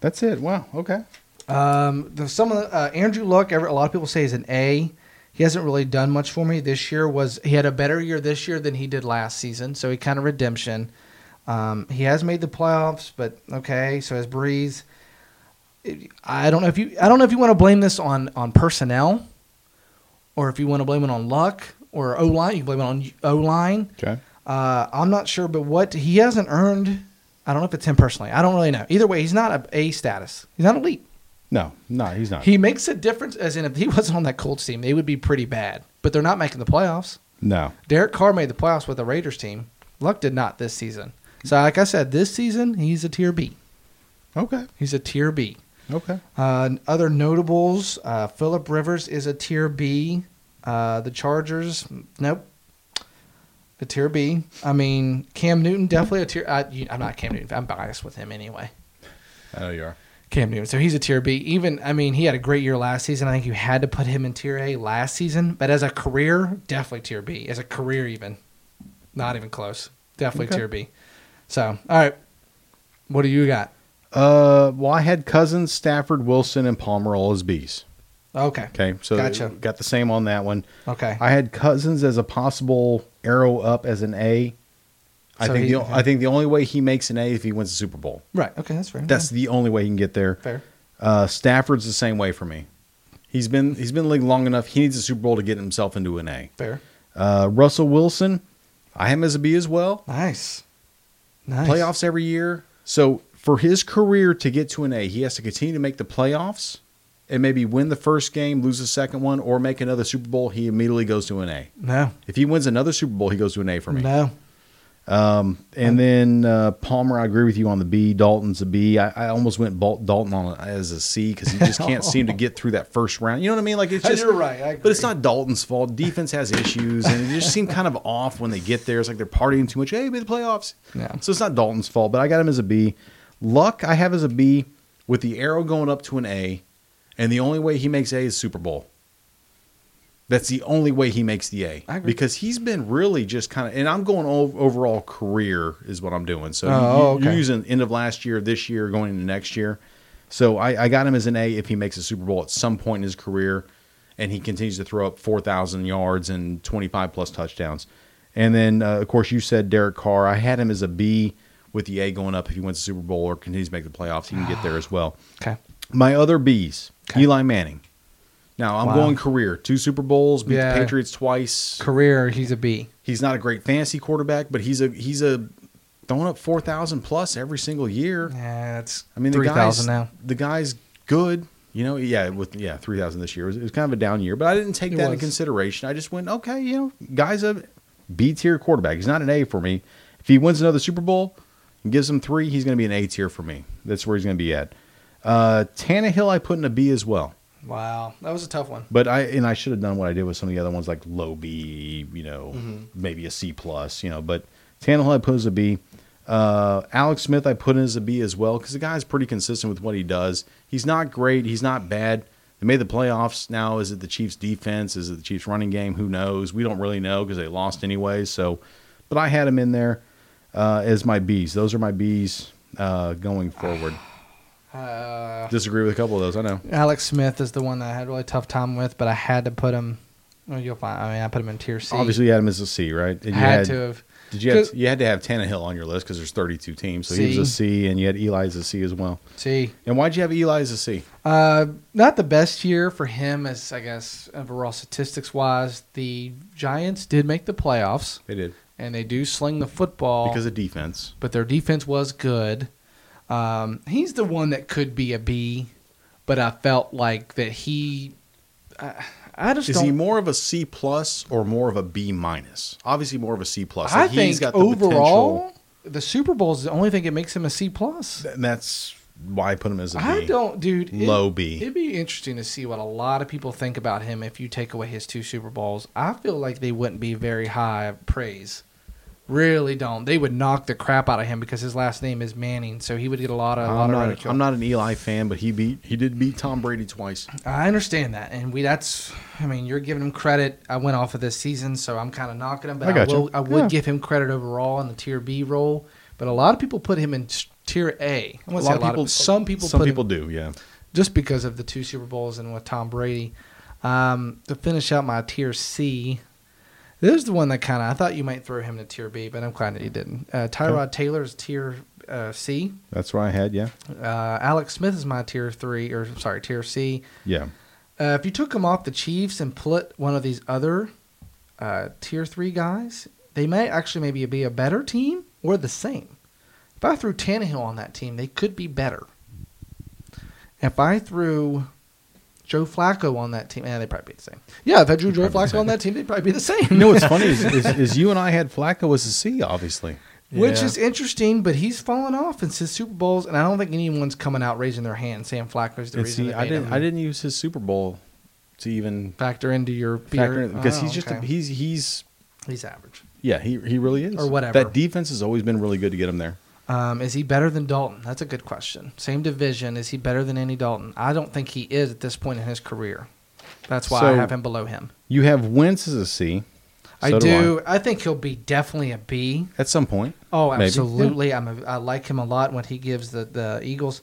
[SPEAKER 1] that's it. Wow. Okay.
[SPEAKER 2] Um, there's some of the, uh, Andrew Luck. every- A lot of people say is an A. He hasn't really done much for me this year. Was he had a better year this year than he did last season? So he kind of redemption. Um, he has made the playoffs, but okay. So has Breeze. It- I don't know if you. I don't know if you want to blame this on on personnel, or if you want to blame it on luck or O line. You can blame it on O line.
[SPEAKER 1] Okay.
[SPEAKER 2] Uh, I'm not sure, but what he hasn't earned. I don't know if it's him personally. I don't really know. Either way, he's not a A status. He's not elite.
[SPEAKER 1] No, no, he's not.
[SPEAKER 2] He makes a difference, as in if he wasn't on that Colts team, they would be pretty bad. But they're not making the playoffs.
[SPEAKER 1] no.
[SPEAKER 2] Derek Carr made the playoffs with the Raiders team. Luck did not this season. So, like I said, this season he's a tier B.
[SPEAKER 1] Okay.
[SPEAKER 2] He's a tier B.
[SPEAKER 1] Okay.
[SPEAKER 2] Uh, other notables: uh, Philip Rivers is a tier B. Uh, the Chargers, nope, a tier B. I mean, Cam Newton definitely a tier. I, you, I'm not Cam Newton. I'm biased with him anyway.
[SPEAKER 3] I know you are.
[SPEAKER 2] Cam Newton. So he's a tier B. Even I mean, he had a great year last season. I think you had to put him in tier A last season, but as a career, definitely tier B. As a career, even not even close. Definitely tier B. So all right, what do you got?
[SPEAKER 1] Uh, well, I had Cousins, Stafford, Wilson, and Palmer all as Bs.
[SPEAKER 2] Okay,
[SPEAKER 1] Okay, so
[SPEAKER 2] Gotcha.
[SPEAKER 1] got the same on that one.
[SPEAKER 2] okay.
[SPEAKER 1] I had Cousins as a possible arrow up as an A. I
[SPEAKER 2] So
[SPEAKER 1] think
[SPEAKER 2] he-
[SPEAKER 1] the o- I think the only way he makes an A if he wins the Super Bowl.
[SPEAKER 2] right. Okay, that's fair.
[SPEAKER 1] That's the only way he can get there.
[SPEAKER 2] fair.
[SPEAKER 1] Uh, Stafford's the same way for me. He's been he's been in the league long enough. He needs a Super Bowl to get himself into an A.
[SPEAKER 2] Fair.
[SPEAKER 1] Uh, Russell Wilson, I have him as a B as well.
[SPEAKER 2] Nice. Nice.
[SPEAKER 1] Playoffs every year. So for his career to get to an A, he has to continue to make the playoffs and maybe win the first game, lose the second one, or make another Super Bowl. He immediately goes to an A.
[SPEAKER 2] No.
[SPEAKER 1] If he wins another Super Bowl, he goes to an A for me.
[SPEAKER 2] No.
[SPEAKER 1] And then uh, Palmer, I agree with you on the B. Dalton's a B. I, I almost went Bal- Dalton on as a C because he just can't seem to get through that first round. You know what I mean? Like it's just
[SPEAKER 2] You're right. I
[SPEAKER 1] But it's
[SPEAKER 2] agree.
[SPEAKER 1] not Dalton's fault. Defense has issues, and they just seem kind of off when they get there. It's like they're partying too much. Hey, be the playoffs.
[SPEAKER 2] Yeah.
[SPEAKER 1] So it's not Dalton's fault. But I got him as a B. Luck, I have as a B with the arrow going up to an A, and the only way he makes A is Super Bowl. That's the only way he makes the A
[SPEAKER 2] I agree.
[SPEAKER 1] because he's been really just kind of, and I'm going ov- overall career is what I'm doing. So
[SPEAKER 2] Oh,
[SPEAKER 1] you, are
[SPEAKER 2] okay.
[SPEAKER 1] using end of last year, this year, going into next year. So I, I got him as an A if he makes a Super Bowl at some point in his career, and he continues to throw up 4,000 yards and 25 plus touchdowns. And then, uh, of course, you said Derek Carr. I had him as a B with the A going up if he wins the Super Bowl or continues to make the playoffs. He can get there as well.
[SPEAKER 2] Okay.
[SPEAKER 1] My other B's, Eli Manning. Now I'm
[SPEAKER 2] Wow.
[SPEAKER 1] going career, two Super Bowls, beat
[SPEAKER 2] Yeah.
[SPEAKER 1] the Patriots twice.
[SPEAKER 2] Career, he's a B.
[SPEAKER 1] He's not a great fantasy quarterback, but he's a he's a throwing up four thousand plus every single year.
[SPEAKER 2] Yeah, that's
[SPEAKER 1] I mean, the
[SPEAKER 2] three
[SPEAKER 1] guy's
[SPEAKER 2] thousand now.
[SPEAKER 1] the guy's good. You know, yeah, with yeah three thousand this year it was, it was kind of a down year, but I didn't take
[SPEAKER 2] It
[SPEAKER 1] that
[SPEAKER 2] was.
[SPEAKER 1] into consideration. I just went, okay, you know, guy's a B tier quarterback. He's not an A for me. If he wins another Super Bowl and gives him three, he's going to be an A tier for me. That's where he's going to be at. Uh, Tannehill, I put in a B as well.
[SPEAKER 2] Wow, that was a tough one.
[SPEAKER 1] But I and I should have done what I did with some of the other ones like low B, you know, maybe a C plus, you know. But Tannehill I put as a B. Uh, Alex Smith I put in as a B as well because the guy's pretty consistent with what he does. He's not great. He's not bad. They made the playoffs. Now is it the Chiefs defense? Is it the Chiefs running game? Who knows? We don't really know because they lost anyway. So, but I had him in there uh, as my Bs. Those are my Bs uh, going forward. Disagree with a couple of those. I know.
[SPEAKER 2] Alex Smith is the one that I had a really tough time with, but I had to put him. Well, you'll find. I mean, I put him in tier C.
[SPEAKER 1] Obviously, you had him as a C, right? And you
[SPEAKER 2] had, to have.
[SPEAKER 1] Did you have,
[SPEAKER 2] 'Cause-
[SPEAKER 1] you had to have Tannehill on your list because there's 32 teams, so he was a
[SPEAKER 2] C.
[SPEAKER 1] C, and you had Eli as a C as well.
[SPEAKER 2] See,
[SPEAKER 1] And why'd you have Eli as a C?
[SPEAKER 2] uh, not the best year for him, as I guess overall statistics wise. The Giants did make the playoffs,
[SPEAKER 1] They did
[SPEAKER 2] and they do sling the football
[SPEAKER 1] because of defense.
[SPEAKER 2] but their defense was good. Um, he's the one that could be a B, but I felt like that he. I, I just
[SPEAKER 1] Is
[SPEAKER 2] don't.
[SPEAKER 1] he more of a C plus or more of a B minus? Obviously, more of a C plus.
[SPEAKER 2] I
[SPEAKER 1] Like,
[SPEAKER 2] think
[SPEAKER 1] the
[SPEAKER 2] overall, the Super Bowl is the only thing that makes him a C plus.
[SPEAKER 1] potential- and that's why I put him as a B.
[SPEAKER 2] I don't, dude.
[SPEAKER 1] Low B.
[SPEAKER 2] It'd be interesting to see what a lot of people think about him if you take away his two Super Bowls. I feel like they wouldn't be very high praise Really don't. They would knock the crap out of him because his last name is Manning, so he would get a lot of a lot
[SPEAKER 1] I'm
[SPEAKER 2] of
[SPEAKER 1] not,
[SPEAKER 2] ridicule.
[SPEAKER 1] I'm not an Eli fan, but he beat he did beat Tom Brady twice.
[SPEAKER 2] I understand that, and we that's. I mean, you're giving him credit. I went off of this season, so I'm kind of knocking him, but
[SPEAKER 1] I
[SPEAKER 2] I,
[SPEAKER 1] gotcha.
[SPEAKER 2] will. I would
[SPEAKER 1] Yeah.
[SPEAKER 2] give him credit overall in the tier B role. But a lot of people put him in s- tier A. I wouldn't say a lot of people. Some people.
[SPEAKER 1] some
[SPEAKER 2] put
[SPEAKER 1] people
[SPEAKER 2] him,
[SPEAKER 1] do. Yeah,
[SPEAKER 2] just because of the two Super Bowls and with Tom Brady. Um, to finish out my tier C, this is the one that kind of I thought you might throw him to tier B, but I'm glad that you didn't. Uh, Tyrod Taylor is tier uh, C.
[SPEAKER 1] that's what I had. Yeah,
[SPEAKER 2] Uh, Alex Smith is my tier three, or sorry, tier C.
[SPEAKER 1] yeah.
[SPEAKER 2] Uh, if you took him off the Chiefs and put one of these other uh, tier three guys, they may actually maybe be a better team or the same. If I threw Tannehill on that team, they could be better. If I threw Joe Flacco on that team, eh, they'd probably be the same. Yeah, if I drew Joe Flacco on that team, they'd probably be the same.
[SPEAKER 1] You know what's funny is, is, is you and I had Flacco as a C, obviously.
[SPEAKER 2] Which
[SPEAKER 6] Yeah.
[SPEAKER 2] is interesting, but he's fallen off since his Super Bowls, and I don't think anyone's coming out raising their hand saying Flacco's the
[SPEAKER 1] And
[SPEAKER 2] reason.
[SPEAKER 1] see,
[SPEAKER 2] that
[SPEAKER 1] I
[SPEAKER 2] made
[SPEAKER 1] didn't
[SPEAKER 2] him.
[SPEAKER 1] I didn't use his Super Bowl to even
[SPEAKER 2] factor into your
[SPEAKER 1] factor
[SPEAKER 2] beer
[SPEAKER 1] in because
[SPEAKER 2] Oh,
[SPEAKER 1] he's just a,
[SPEAKER 2] okay.
[SPEAKER 1] he's he's
[SPEAKER 2] he's average.
[SPEAKER 1] yeah he he really is
[SPEAKER 2] Or whatever.
[SPEAKER 1] That defense has always been really good to get him there.
[SPEAKER 2] Um, is he better than Dalton? That's a good question. Same division. Is he better than Andy Dalton? I don't think he is at this point in his career. That's why I
[SPEAKER 1] So-
[SPEAKER 2] have him below him.
[SPEAKER 1] You have Wentz as a C.
[SPEAKER 2] I
[SPEAKER 1] So
[SPEAKER 2] do.
[SPEAKER 1] do
[SPEAKER 2] I. think he'll be definitely a B.
[SPEAKER 1] at some point.
[SPEAKER 2] Oh,
[SPEAKER 1] Maybe.
[SPEAKER 2] absolutely. I'm a, I like him a lot when he gives the, the Eagles.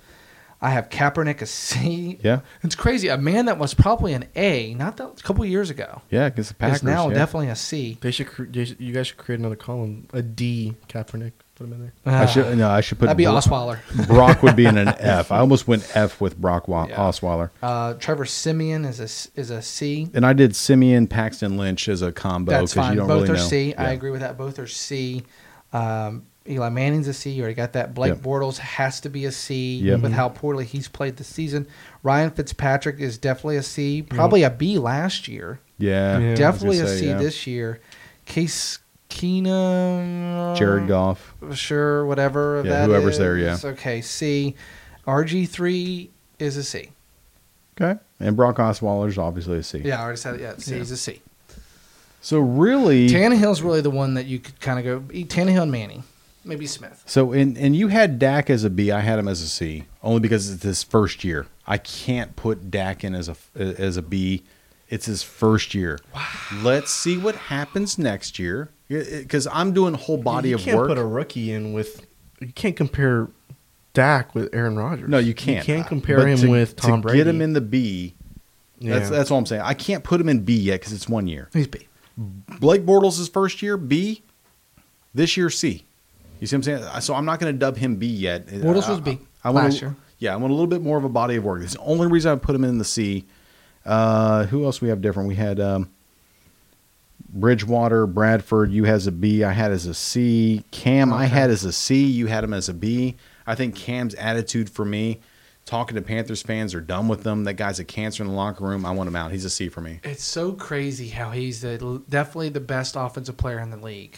[SPEAKER 2] I have Kaepernick a C.
[SPEAKER 1] Yeah,
[SPEAKER 2] It's crazy. A man that was probably an A not that a couple years ago
[SPEAKER 1] yeah, against the Packers.
[SPEAKER 2] is now
[SPEAKER 1] yeah.
[SPEAKER 2] definitely a C.
[SPEAKER 6] They should. cre- They should you guys should create another column. A D Kaepernick. Put him in there.
[SPEAKER 1] I should no, I should put
[SPEAKER 2] That'd be
[SPEAKER 1] Bro-
[SPEAKER 2] Osweiler.
[SPEAKER 1] Brock would be in an F. I almost went F with Brock Wa- Osweiler,
[SPEAKER 2] Uh, Trevor Simeon is a s- is a C.
[SPEAKER 1] and I did Simeon Paxton Lynch as a combo
[SPEAKER 2] That's
[SPEAKER 1] because
[SPEAKER 2] fine.
[SPEAKER 1] you don't
[SPEAKER 2] Both
[SPEAKER 1] really
[SPEAKER 2] are
[SPEAKER 1] know.
[SPEAKER 2] C. I
[SPEAKER 1] Yeah.
[SPEAKER 2] agree with that. Both are C. Um, Eli Manning's a C. You already got that. Blake
[SPEAKER 1] Yep.
[SPEAKER 2] Bortles has to be a C
[SPEAKER 1] Yep.
[SPEAKER 2] with how poorly he's played this season. Ryan Fitzpatrick is definitely a C. Probably a B last year.
[SPEAKER 1] Yeah, I was gonna
[SPEAKER 2] definitely a
[SPEAKER 1] say,
[SPEAKER 2] C
[SPEAKER 1] yeah.
[SPEAKER 2] this year. Case Keenum.
[SPEAKER 1] Jared Goff.
[SPEAKER 2] Sure, whatever.
[SPEAKER 1] Yeah,
[SPEAKER 2] that
[SPEAKER 1] whoever's there, yeah.
[SPEAKER 2] is. Okay, C. RG3 is a C.
[SPEAKER 1] Okay, and Brock Osweiler's obviously a C.
[SPEAKER 2] Yeah, I already said it. Yeah, C is a C.
[SPEAKER 1] So really,
[SPEAKER 2] Tannehill's really the one that you could kind of go Tannehill and Manning, maybe Smith.
[SPEAKER 1] so and and you had Dak as a B. I had him as a C only because it's his first year. I can't put Dak in as a as a B. It's his first year. Let's see what happens next year because I'm doing whole body
[SPEAKER 6] you
[SPEAKER 1] of
[SPEAKER 6] can't
[SPEAKER 1] work.
[SPEAKER 6] Put a rookie in with. You can't compare Dak with Aaron Rodgers.
[SPEAKER 1] No, you can't.
[SPEAKER 6] You can't compare
[SPEAKER 1] But
[SPEAKER 6] him
[SPEAKER 1] to-
[SPEAKER 6] with Tom
[SPEAKER 1] to
[SPEAKER 6] Brady.
[SPEAKER 1] Get him in the B. That's
[SPEAKER 6] Yeah.
[SPEAKER 1] that's all I'm saying. I can't put him in B yet because it's one year.
[SPEAKER 2] He's B.
[SPEAKER 1] Blake Bortles' is first year B. This year C. You see what I'm saying? So I'm not going to dub him B yet. Uh,
[SPEAKER 2] Bortles
[SPEAKER 1] I-
[SPEAKER 2] was B
[SPEAKER 1] I, I want
[SPEAKER 2] last
[SPEAKER 1] a,
[SPEAKER 2] year.
[SPEAKER 1] Yeah, I want a little bit more of a body of work. That's the only reason I put him in the C. Uh, who else we have different? We had um, Bridgewater, Bradford. You has a B. I had as a C. Cam, I had as a C. You had him as a B. I think Cam's attitude for me, talking to Panthers fans, are done with them. That guy's a cancer in the locker room. I want him out. He's a C for me.
[SPEAKER 2] It's so crazy how he's the, definitely the best offensive player in the league.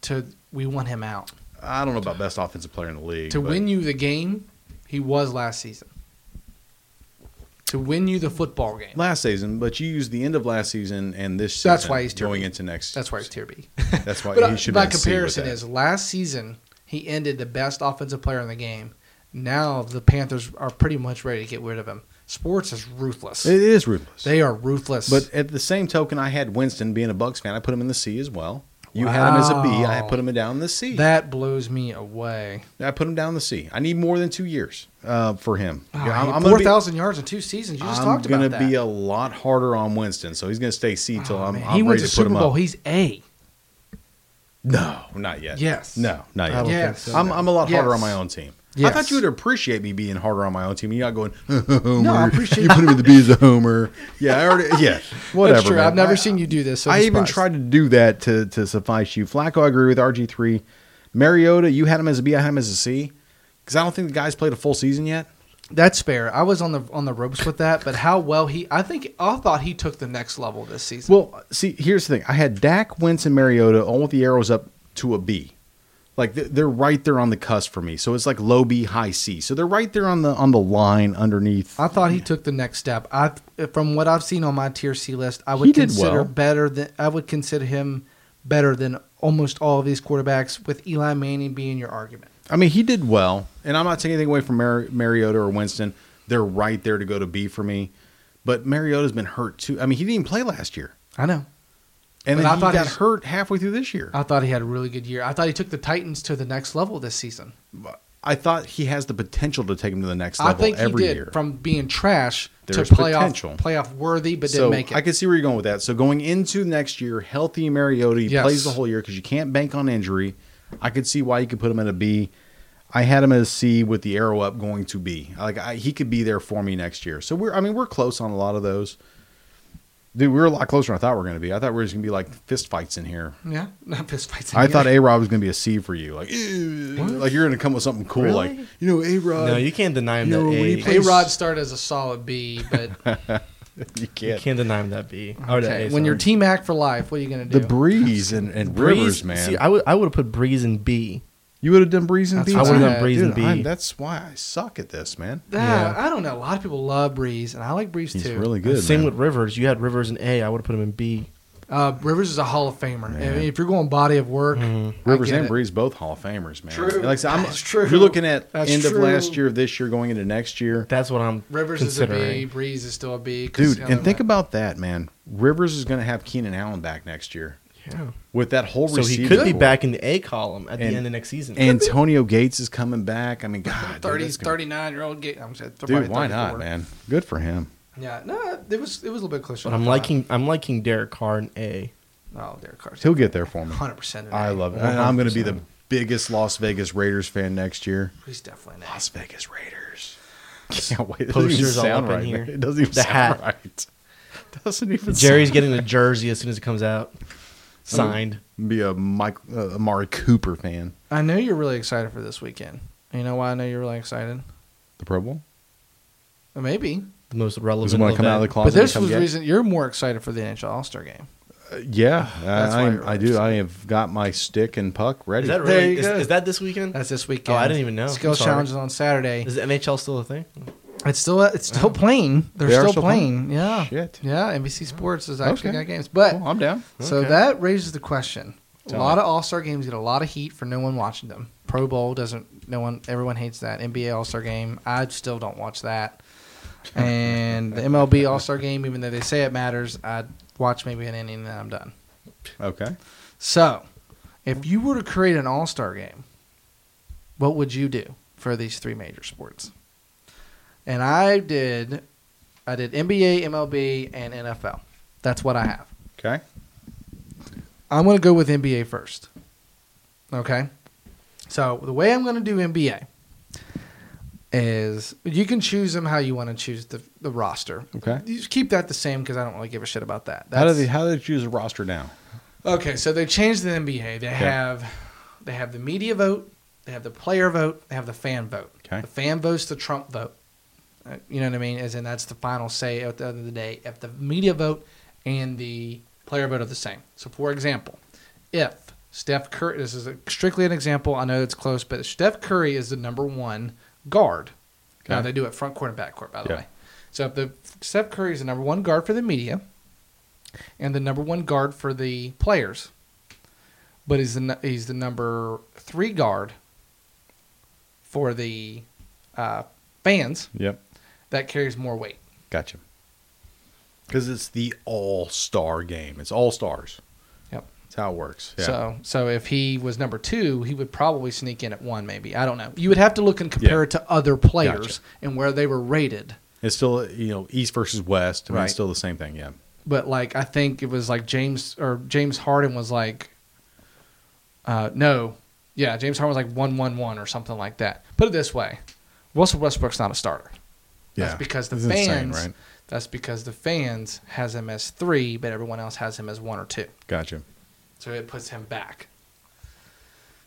[SPEAKER 2] To we want him out
[SPEAKER 1] I don't know about best offensive player in the league.
[SPEAKER 2] to
[SPEAKER 1] but-
[SPEAKER 2] win you the game. He was last season. To win you the football game.
[SPEAKER 1] last season, but you used the end of last season and this season.
[SPEAKER 2] That's why he's tier
[SPEAKER 1] going
[SPEAKER 2] B.
[SPEAKER 1] into next.
[SPEAKER 2] That's why he's tier B.
[SPEAKER 1] That's why
[SPEAKER 2] But
[SPEAKER 1] he
[SPEAKER 2] uh,
[SPEAKER 1] should.
[SPEAKER 2] by
[SPEAKER 1] be a C with
[SPEAKER 2] comparison,
[SPEAKER 1] that.
[SPEAKER 2] is last season he ended the best offensive player in the game. Now the Panthers are pretty much ready to get rid of him. Sports is ruthless.
[SPEAKER 1] it is ruthless.
[SPEAKER 2] they are ruthless.
[SPEAKER 1] but at the same token, I had Winston being a Bucks fan. I put him in the C as well. You had him as a B. I
[SPEAKER 2] Wow.
[SPEAKER 1] put him down in the C.
[SPEAKER 2] that blows me away.
[SPEAKER 1] I put him down in the C. I need more than two years uh, for him.
[SPEAKER 2] Oh,
[SPEAKER 1] Yeah,
[SPEAKER 2] I hate
[SPEAKER 1] I'm,
[SPEAKER 2] four
[SPEAKER 1] going
[SPEAKER 2] thousand yards in two seasons. You just
[SPEAKER 1] I'm
[SPEAKER 2] talked
[SPEAKER 1] gonna
[SPEAKER 2] about that. Oh,
[SPEAKER 1] be a lot harder on Winston, so he's gonna stay C till I'm,
[SPEAKER 2] Man,
[SPEAKER 1] I'm
[SPEAKER 2] he
[SPEAKER 1] ready
[SPEAKER 2] went
[SPEAKER 1] to
[SPEAKER 2] to
[SPEAKER 1] put
[SPEAKER 2] Super
[SPEAKER 1] him
[SPEAKER 2] Bowl.
[SPEAKER 1] up.
[SPEAKER 2] He's A.
[SPEAKER 1] no, not yet.
[SPEAKER 2] Yes.
[SPEAKER 1] No, not
[SPEAKER 6] I
[SPEAKER 1] yet.
[SPEAKER 6] don't
[SPEAKER 2] Yes.
[SPEAKER 6] think so.
[SPEAKER 1] I'm, I'm a lot harder
[SPEAKER 2] Yes.
[SPEAKER 1] on my own team. I
[SPEAKER 2] Yes.
[SPEAKER 1] thought you would appreciate me being harder on my own team. You're not going, "Uh, Homer.
[SPEAKER 2] No, I appreciate
[SPEAKER 1] you put him in the B as a Homer. Yeah, I already, yeah, whatever.
[SPEAKER 2] That's true.
[SPEAKER 1] man.
[SPEAKER 2] I've never
[SPEAKER 1] I-
[SPEAKER 2] seen you do this. So
[SPEAKER 1] I
[SPEAKER 2] I'm
[SPEAKER 1] even
[SPEAKER 2] surprised.
[SPEAKER 1] tried to do that to to suffice you. Flacco, I agree with RG3. Mariota, you had him as a B, I had him as a C. Because I don't think the guy's played a full season yet.
[SPEAKER 2] That's fair. I was on the on the ropes with that, but how well he? I think I thought he took the next level this season.
[SPEAKER 1] Well, see, here's the thing. I had Dak, Wentz, and Mariota all with the arrows up to a B. Like th- they're right there on the cusp for me. So it's like low B, high C. So they're right there on the on the line underneath.
[SPEAKER 2] I thought he took the next step. I, from what I've seen on my tier C list, I would
[SPEAKER 1] He did
[SPEAKER 2] consider
[SPEAKER 1] well.
[SPEAKER 2] better than I would consider him better than almost all of these quarterbacks, with Eli Manning being your argument.
[SPEAKER 1] I mean, he did well, and I'm not taking anything away from Mar- Mariota or Winston. They're right there to go to B for me, but Mariota's been hurt too. I mean, he didn't even play last year,
[SPEAKER 2] I know.
[SPEAKER 1] and
[SPEAKER 2] But
[SPEAKER 1] then
[SPEAKER 2] I
[SPEAKER 1] he
[SPEAKER 2] thought
[SPEAKER 1] got
[SPEAKER 2] he's-
[SPEAKER 1] hurt halfway through this year.
[SPEAKER 2] I thought he had a really good year. I thought he took the Titans to the next level this season.
[SPEAKER 1] I thought he has the potential to take him to the next level
[SPEAKER 2] I think he
[SPEAKER 1] every
[SPEAKER 2] did
[SPEAKER 1] year.
[SPEAKER 2] from being trash
[SPEAKER 1] There's
[SPEAKER 2] to playoff
[SPEAKER 1] potential.
[SPEAKER 2] playoff worthy, but
[SPEAKER 1] so
[SPEAKER 2] didn't make it.
[SPEAKER 1] I can see where you're going with that. So going into next year, healthy Mariota, he
[SPEAKER 2] Yes.
[SPEAKER 1] plays the whole year because you can't bank on injury. I could see why you could put him at a B. I had him at a C with the arrow up going to B. Like I, he could be there for me next year. So we're I mean we're close on a lot of those. Dude, we were a lot closer than I thought we were going to be. I thought we were just going to be like fist fights in here.
[SPEAKER 2] yeah, not fist fights.
[SPEAKER 1] I thought A Rob was going to be a C for you. Like, "Ew." like you're going to come with something cool. Like, you know, A Rob.
[SPEAKER 6] No, you can't deny him
[SPEAKER 1] Yo,
[SPEAKER 6] that
[SPEAKER 1] we
[SPEAKER 6] A.
[SPEAKER 1] play-
[SPEAKER 2] A Rod started as a solid B, but
[SPEAKER 1] you
[SPEAKER 6] You
[SPEAKER 1] can't.
[SPEAKER 6] can't deny him that B. Or that
[SPEAKER 2] okay,
[SPEAKER 6] A,
[SPEAKER 2] when you're
[SPEAKER 6] sorry.
[SPEAKER 2] T Mac for life, what are you gonna do?
[SPEAKER 1] The Breeze and, and Rivers,
[SPEAKER 6] Breeze-
[SPEAKER 1] man.
[SPEAKER 6] See, I would I would have put Breeze in B.
[SPEAKER 1] You would have done Breeze and
[SPEAKER 2] That's
[SPEAKER 1] B.
[SPEAKER 2] I would've
[SPEAKER 1] too.
[SPEAKER 2] done
[SPEAKER 6] Breeze and
[SPEAKER 1] Dude,
[SPEAKER 6] B.
[SPEAKER 1] I'm- That's why I suck at this, man.
[SPEAKER 2] Ah, I don't know. A lot of people love Breeze, and I like Breeze
[SPEAKER 1] He's
[SPEAKER 2] too.
[SPEAKER 1] really good.
[SPEAKER 6] Same
[SPEAKER 1] man.
[SPEAKER 6] with Rivers. You had Rivers in A. I would have put him in B.
[SPEAKER 2] uh, Rivers is a Hall of Famer. I mean, if you're going body of work, I
[SPEAKER 1] Mm-hmm. Rivers
[SPEAKER 2] get
[SPEAKER 1] and
[SPEAKER 2] it.
[SPEAKER 1] Breeze, both Hall of Famers, man.
[SPEAKER 2] True.
[SPEAKER 1] And Like I said, I'm,
[SPEAKER 2] That's true.
[SPEAKER 1] You're looking at
[SPEAKER 2] That's
[SPEAKER 1] end of
[SPEAKER 2] true.
[SPEAKER 1] last year, this year, going into next year,
[SPEAKER 6] That's what I'm
[SPEAKER 2] Rivers is a B.
[SPEAKER 6] considering.
[SPEAKER 2] Breeze is still a B. 'cause,
[SPEAKER 1] eh? dude.
[SPEAKER 2] you know,
[SPEAKER 1] And think
[SPEAKER 2] that-
[SPEAKER 1] about that, man. Rivers is going to have Keenan Allen back next year
[SPEAKER 6] Yeah.
[SPEAKER 1] with that whole.
[SPEAKER 6] So he
[SPEAKER 1] receiving
[SPEAKER 6] could be
[SPEAKER 1] core.
[SPEAKER 6] back in the A column at
[SPEAKER 1] And-
[SPEAKER 6] the end of next season.
[SPEAKER 1] Antonio Gates is coming back. I mean, God, dude,
[SPEAKER 2] 30,
[SPEAKER 1] that's gonna-
[SPEAKER 2] 39 year old. Ga- I'm sorry, they're
[SPEAKER 1] Dude,
[SPEAKER 2] probably
[SPEAKER 1] why not,
[SPEAKER 2] 34.
[SPEAKER 1] man? Good for him.
[SPEAKER 2] Yeah, no, it was it was a little bit closer.
[SPEAKER 6] but
[SPEAKER 2] than
[SPEAKER 6] I'm
[SPEAKER 2] I thought.
[SPEAKER 6] liking I'm liking Derek Carr in A.
[SPEAKER 2] Oh, Derek Carr.
[SPEAKER 1] He'll get there for me.
[SPEAKER 2] Hundred percent.
[SPEAKER 1] I love it. And I'm going to be the biggest Las Vegas Raiders fan next year.
[SPEAKER 2] He's definitely an
[SPEAKER 1] Las
[SPEAKER 2] ass.
[SPEAKER 1] Vegas Raiders. Can't wait. It doesn't even
[SPEAKER 6] Posters all
[SPEAKER 1] sound
[SPEAKER 6] up in
[SPEAKER 1] right.
[SPEAKER 6] here.
[SPEAKER 1] man. It doesn't even
[SPEAKER 6] The
[SPEAKER 1] sound
[SPEAKER 6] hat.
[SPEAKER 1] right. Doesn't even.
[SPEAKER 6] Jerry's
[SPEAKER 1] sound
[SPEAKER 6] getting the jersey as soon as it comes out. Signed.
[SPEAKER 1] right. be a Mike uh, Amari Cooper fan.
[SPEAKER 2] I know you're really excited for this weekend. You know why I know you're really excited?
[SPEAKER 1] The Pro Bowl.
[SPEAKER 2] Or Maybe,
[SPEAKER 6] The most
[SPEAKER 1] Does
[SPEAKER 6] relevant.
[SPEAKER 1] it want to come out of the
[SPEAKER 6] event.
[SPEAKER 1] closet?
[SPEAKER 2] but this
[SPEAKER 1] and come
[SPEAKER 2] was the
[SPEAKER 1] get-
[SPEAKER 2] reason you're more excited for the NHL All Star game.
[SPEAKER 1] Uh, yeah,
[SPEAKER 2] That's
[SPEAKER 1] I,
[SPEAKER 2] why
[SPEAKER 1] I,
[SPEAKER 2] you're
[SPEAKER 1] I do. I have got my stick and puck ready.
[SPEAKER 6] Is that
[SPEAKER 2] There
[SPEAKER 6] really
[SPEAKER 2] you
[SPEAKER 6] is,
[SPEAKER 2] go.
[SPEAKER 6] is that this weekend?
[SPEAKER 2] That's this weekend.
[SPEAKER 6] Oh, I didn't even know.
[SPEAKER 2] Skill
[SPEAKER 6] I'm sorry.
[SPEAKER 2] challenges on Saturday.
[SPEAKER 6] Is the NHL still a thing?
[SPEAKER 2] It's still it's still playing. They're
[SPEAKER 1] They are
[SPEAKER 2] still,
[SPEAKER 1] still
[SPEAKER 2] playing.
[SPEAKER 1] playing?
[SPEAKER 2] Yeah.
[SPEAKER 1] Shit.
[SPEAKER 2] Yeah. NBC Sports has actually
[SPEAKER 1] Okay.
[SPEAKER 2] got games, but
[SPEAKER 1] Cool, I'm down.
[SPEAKER 2] so
[SPEAKER 6] Okay.
[SPEAKER 2] that raises the question.
[SPEAKER 1] Tell
[SPEAKER 2] a lot of All Star games get a lot of heat for no one watching them. Pro Bowl doesn't. No one. Everyone hates that. NBA All Star game. I still don't watch that. And the MLB All Star game, even though they say it matters, I watch maybe an inning and then I'm done.
[SPEAKER 1] Okay.
[SPEAKER 2] So, if you were to create an all star game, what would you do for these three major sports? And I did, I did NBA, MLB, and NFL. That's what I have.
[SPEAKER 1] Okay.
[SPEAKER 2] I'm going to go with NBA first. Okay. So the way I'm going to do NBA is you can choose them how you want to choose the, the roster.
[SPEAKER 1] Okay.
[SPEAKER 2] You just keep that the same because I don't really give a shit about that.
[SPEAKER 1] How do
[SPEAKER 2] That's-
[SPEAKER 1] they how do they choose a roster now?
[SPEAKER 2] Okay, so they changed the NBA. They have they have the media vote, they have the player vote, they have the fan vote.
[SPEAKER 1] Okay.
[SPEAKER 2] The fan vote's the Trump vote. Uh, you know what I mean? As in that's the final say at the end of the day. If the media vote and the player vote are the same. So for example, if Steph Curry this is a, strictly an example, I know it's close, but Steph Curry is the number one guard. Now
[SPEAKER 1] Okay.
[SPEAKER 2] they do it front court and back court, by the
[SPEAKER 1] Yeah.
[SPEAKER 2] way. So if the Steph Curry is the number one guard for the media and the number one guard for the players, but he's the nu- he's the number three guard for the uh, fans.
[SPEAKER 1] Yep.
[SPEAKER 2] That carries more weight.
[SPEAKER 1] Gotcha. Because it's the all star game. It's all stars.
[SPEAKER 2] Yep.
[SPEAKER 1] That's how it works. Yeah.
[SPEAKER 2] So so if he was number two, he would probably sneak in at one. Maybe I don't know. You would have to look and compare
[SPEAKER 1] Yeah.
[SPEAKER 2] it to other players
[SPEAKER 1] Gotcha.
[SPEAKER 2] and where they were rated.
[SPEAKER 1] It's still you know East versus West. I mean,
[SPEAKER 2] Right.
[SPEAKER 1] it's still the same thing. Yeah.
[SPEAKER 2] but like I think it was like James or James Harden was like, uh, no, yeah, James Harden was like one one one or something like that. Put it this way, Russell Westbrook's not a starter.
[SPEAKER 1] Yeah.
[SPEAKER 2] That's because the
[SPEAKER 1] It's
[SPEAKER 2] fans.
[SPEAKER 1] insane, right?
[SPEAKER 2] That's because the fans has him as three, but everyone else has him as one or two.
[SPEAKER 1] Gotcha.
[SPEAKER 2] So it puts him back.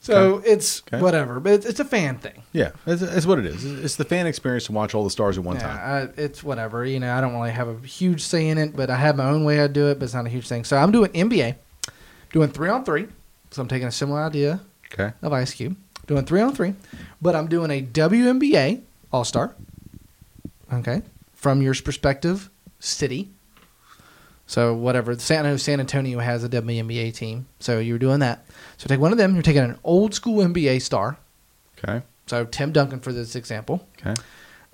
[SPEAKER 2] So it's
[SPEAKER 1] Okay.
[SPEAKER 2] whatever, but it's, it's a fan thing.
[SPEAKER 1] Yeah, it's, it's what it is. It's the fan experience to watch all the stars at one time.
[SPEAKER 2] Yeah, I, it's whatever. You know, I don't really have a huge say in it, but I have my own way I do it, but it's not a huge thing. So I'm doing NBA, doing three on three. So I'm taking a similar idea
[SPEAKER 1] Okay.
[SPEAKER 2] of Ice Cube, doing three on three, but I'm doing a WNBA All Star. Okay. From your perspective, city. So whatever. San, I know San Antonio has a WNBA team. So you were doing that. So take one of them. You're taking an old school NBA star.
[SPEAKER 1] Okay.
[SPEAKER 2] So Tim Duncan for this example.
[SPEAKER 1] Okay.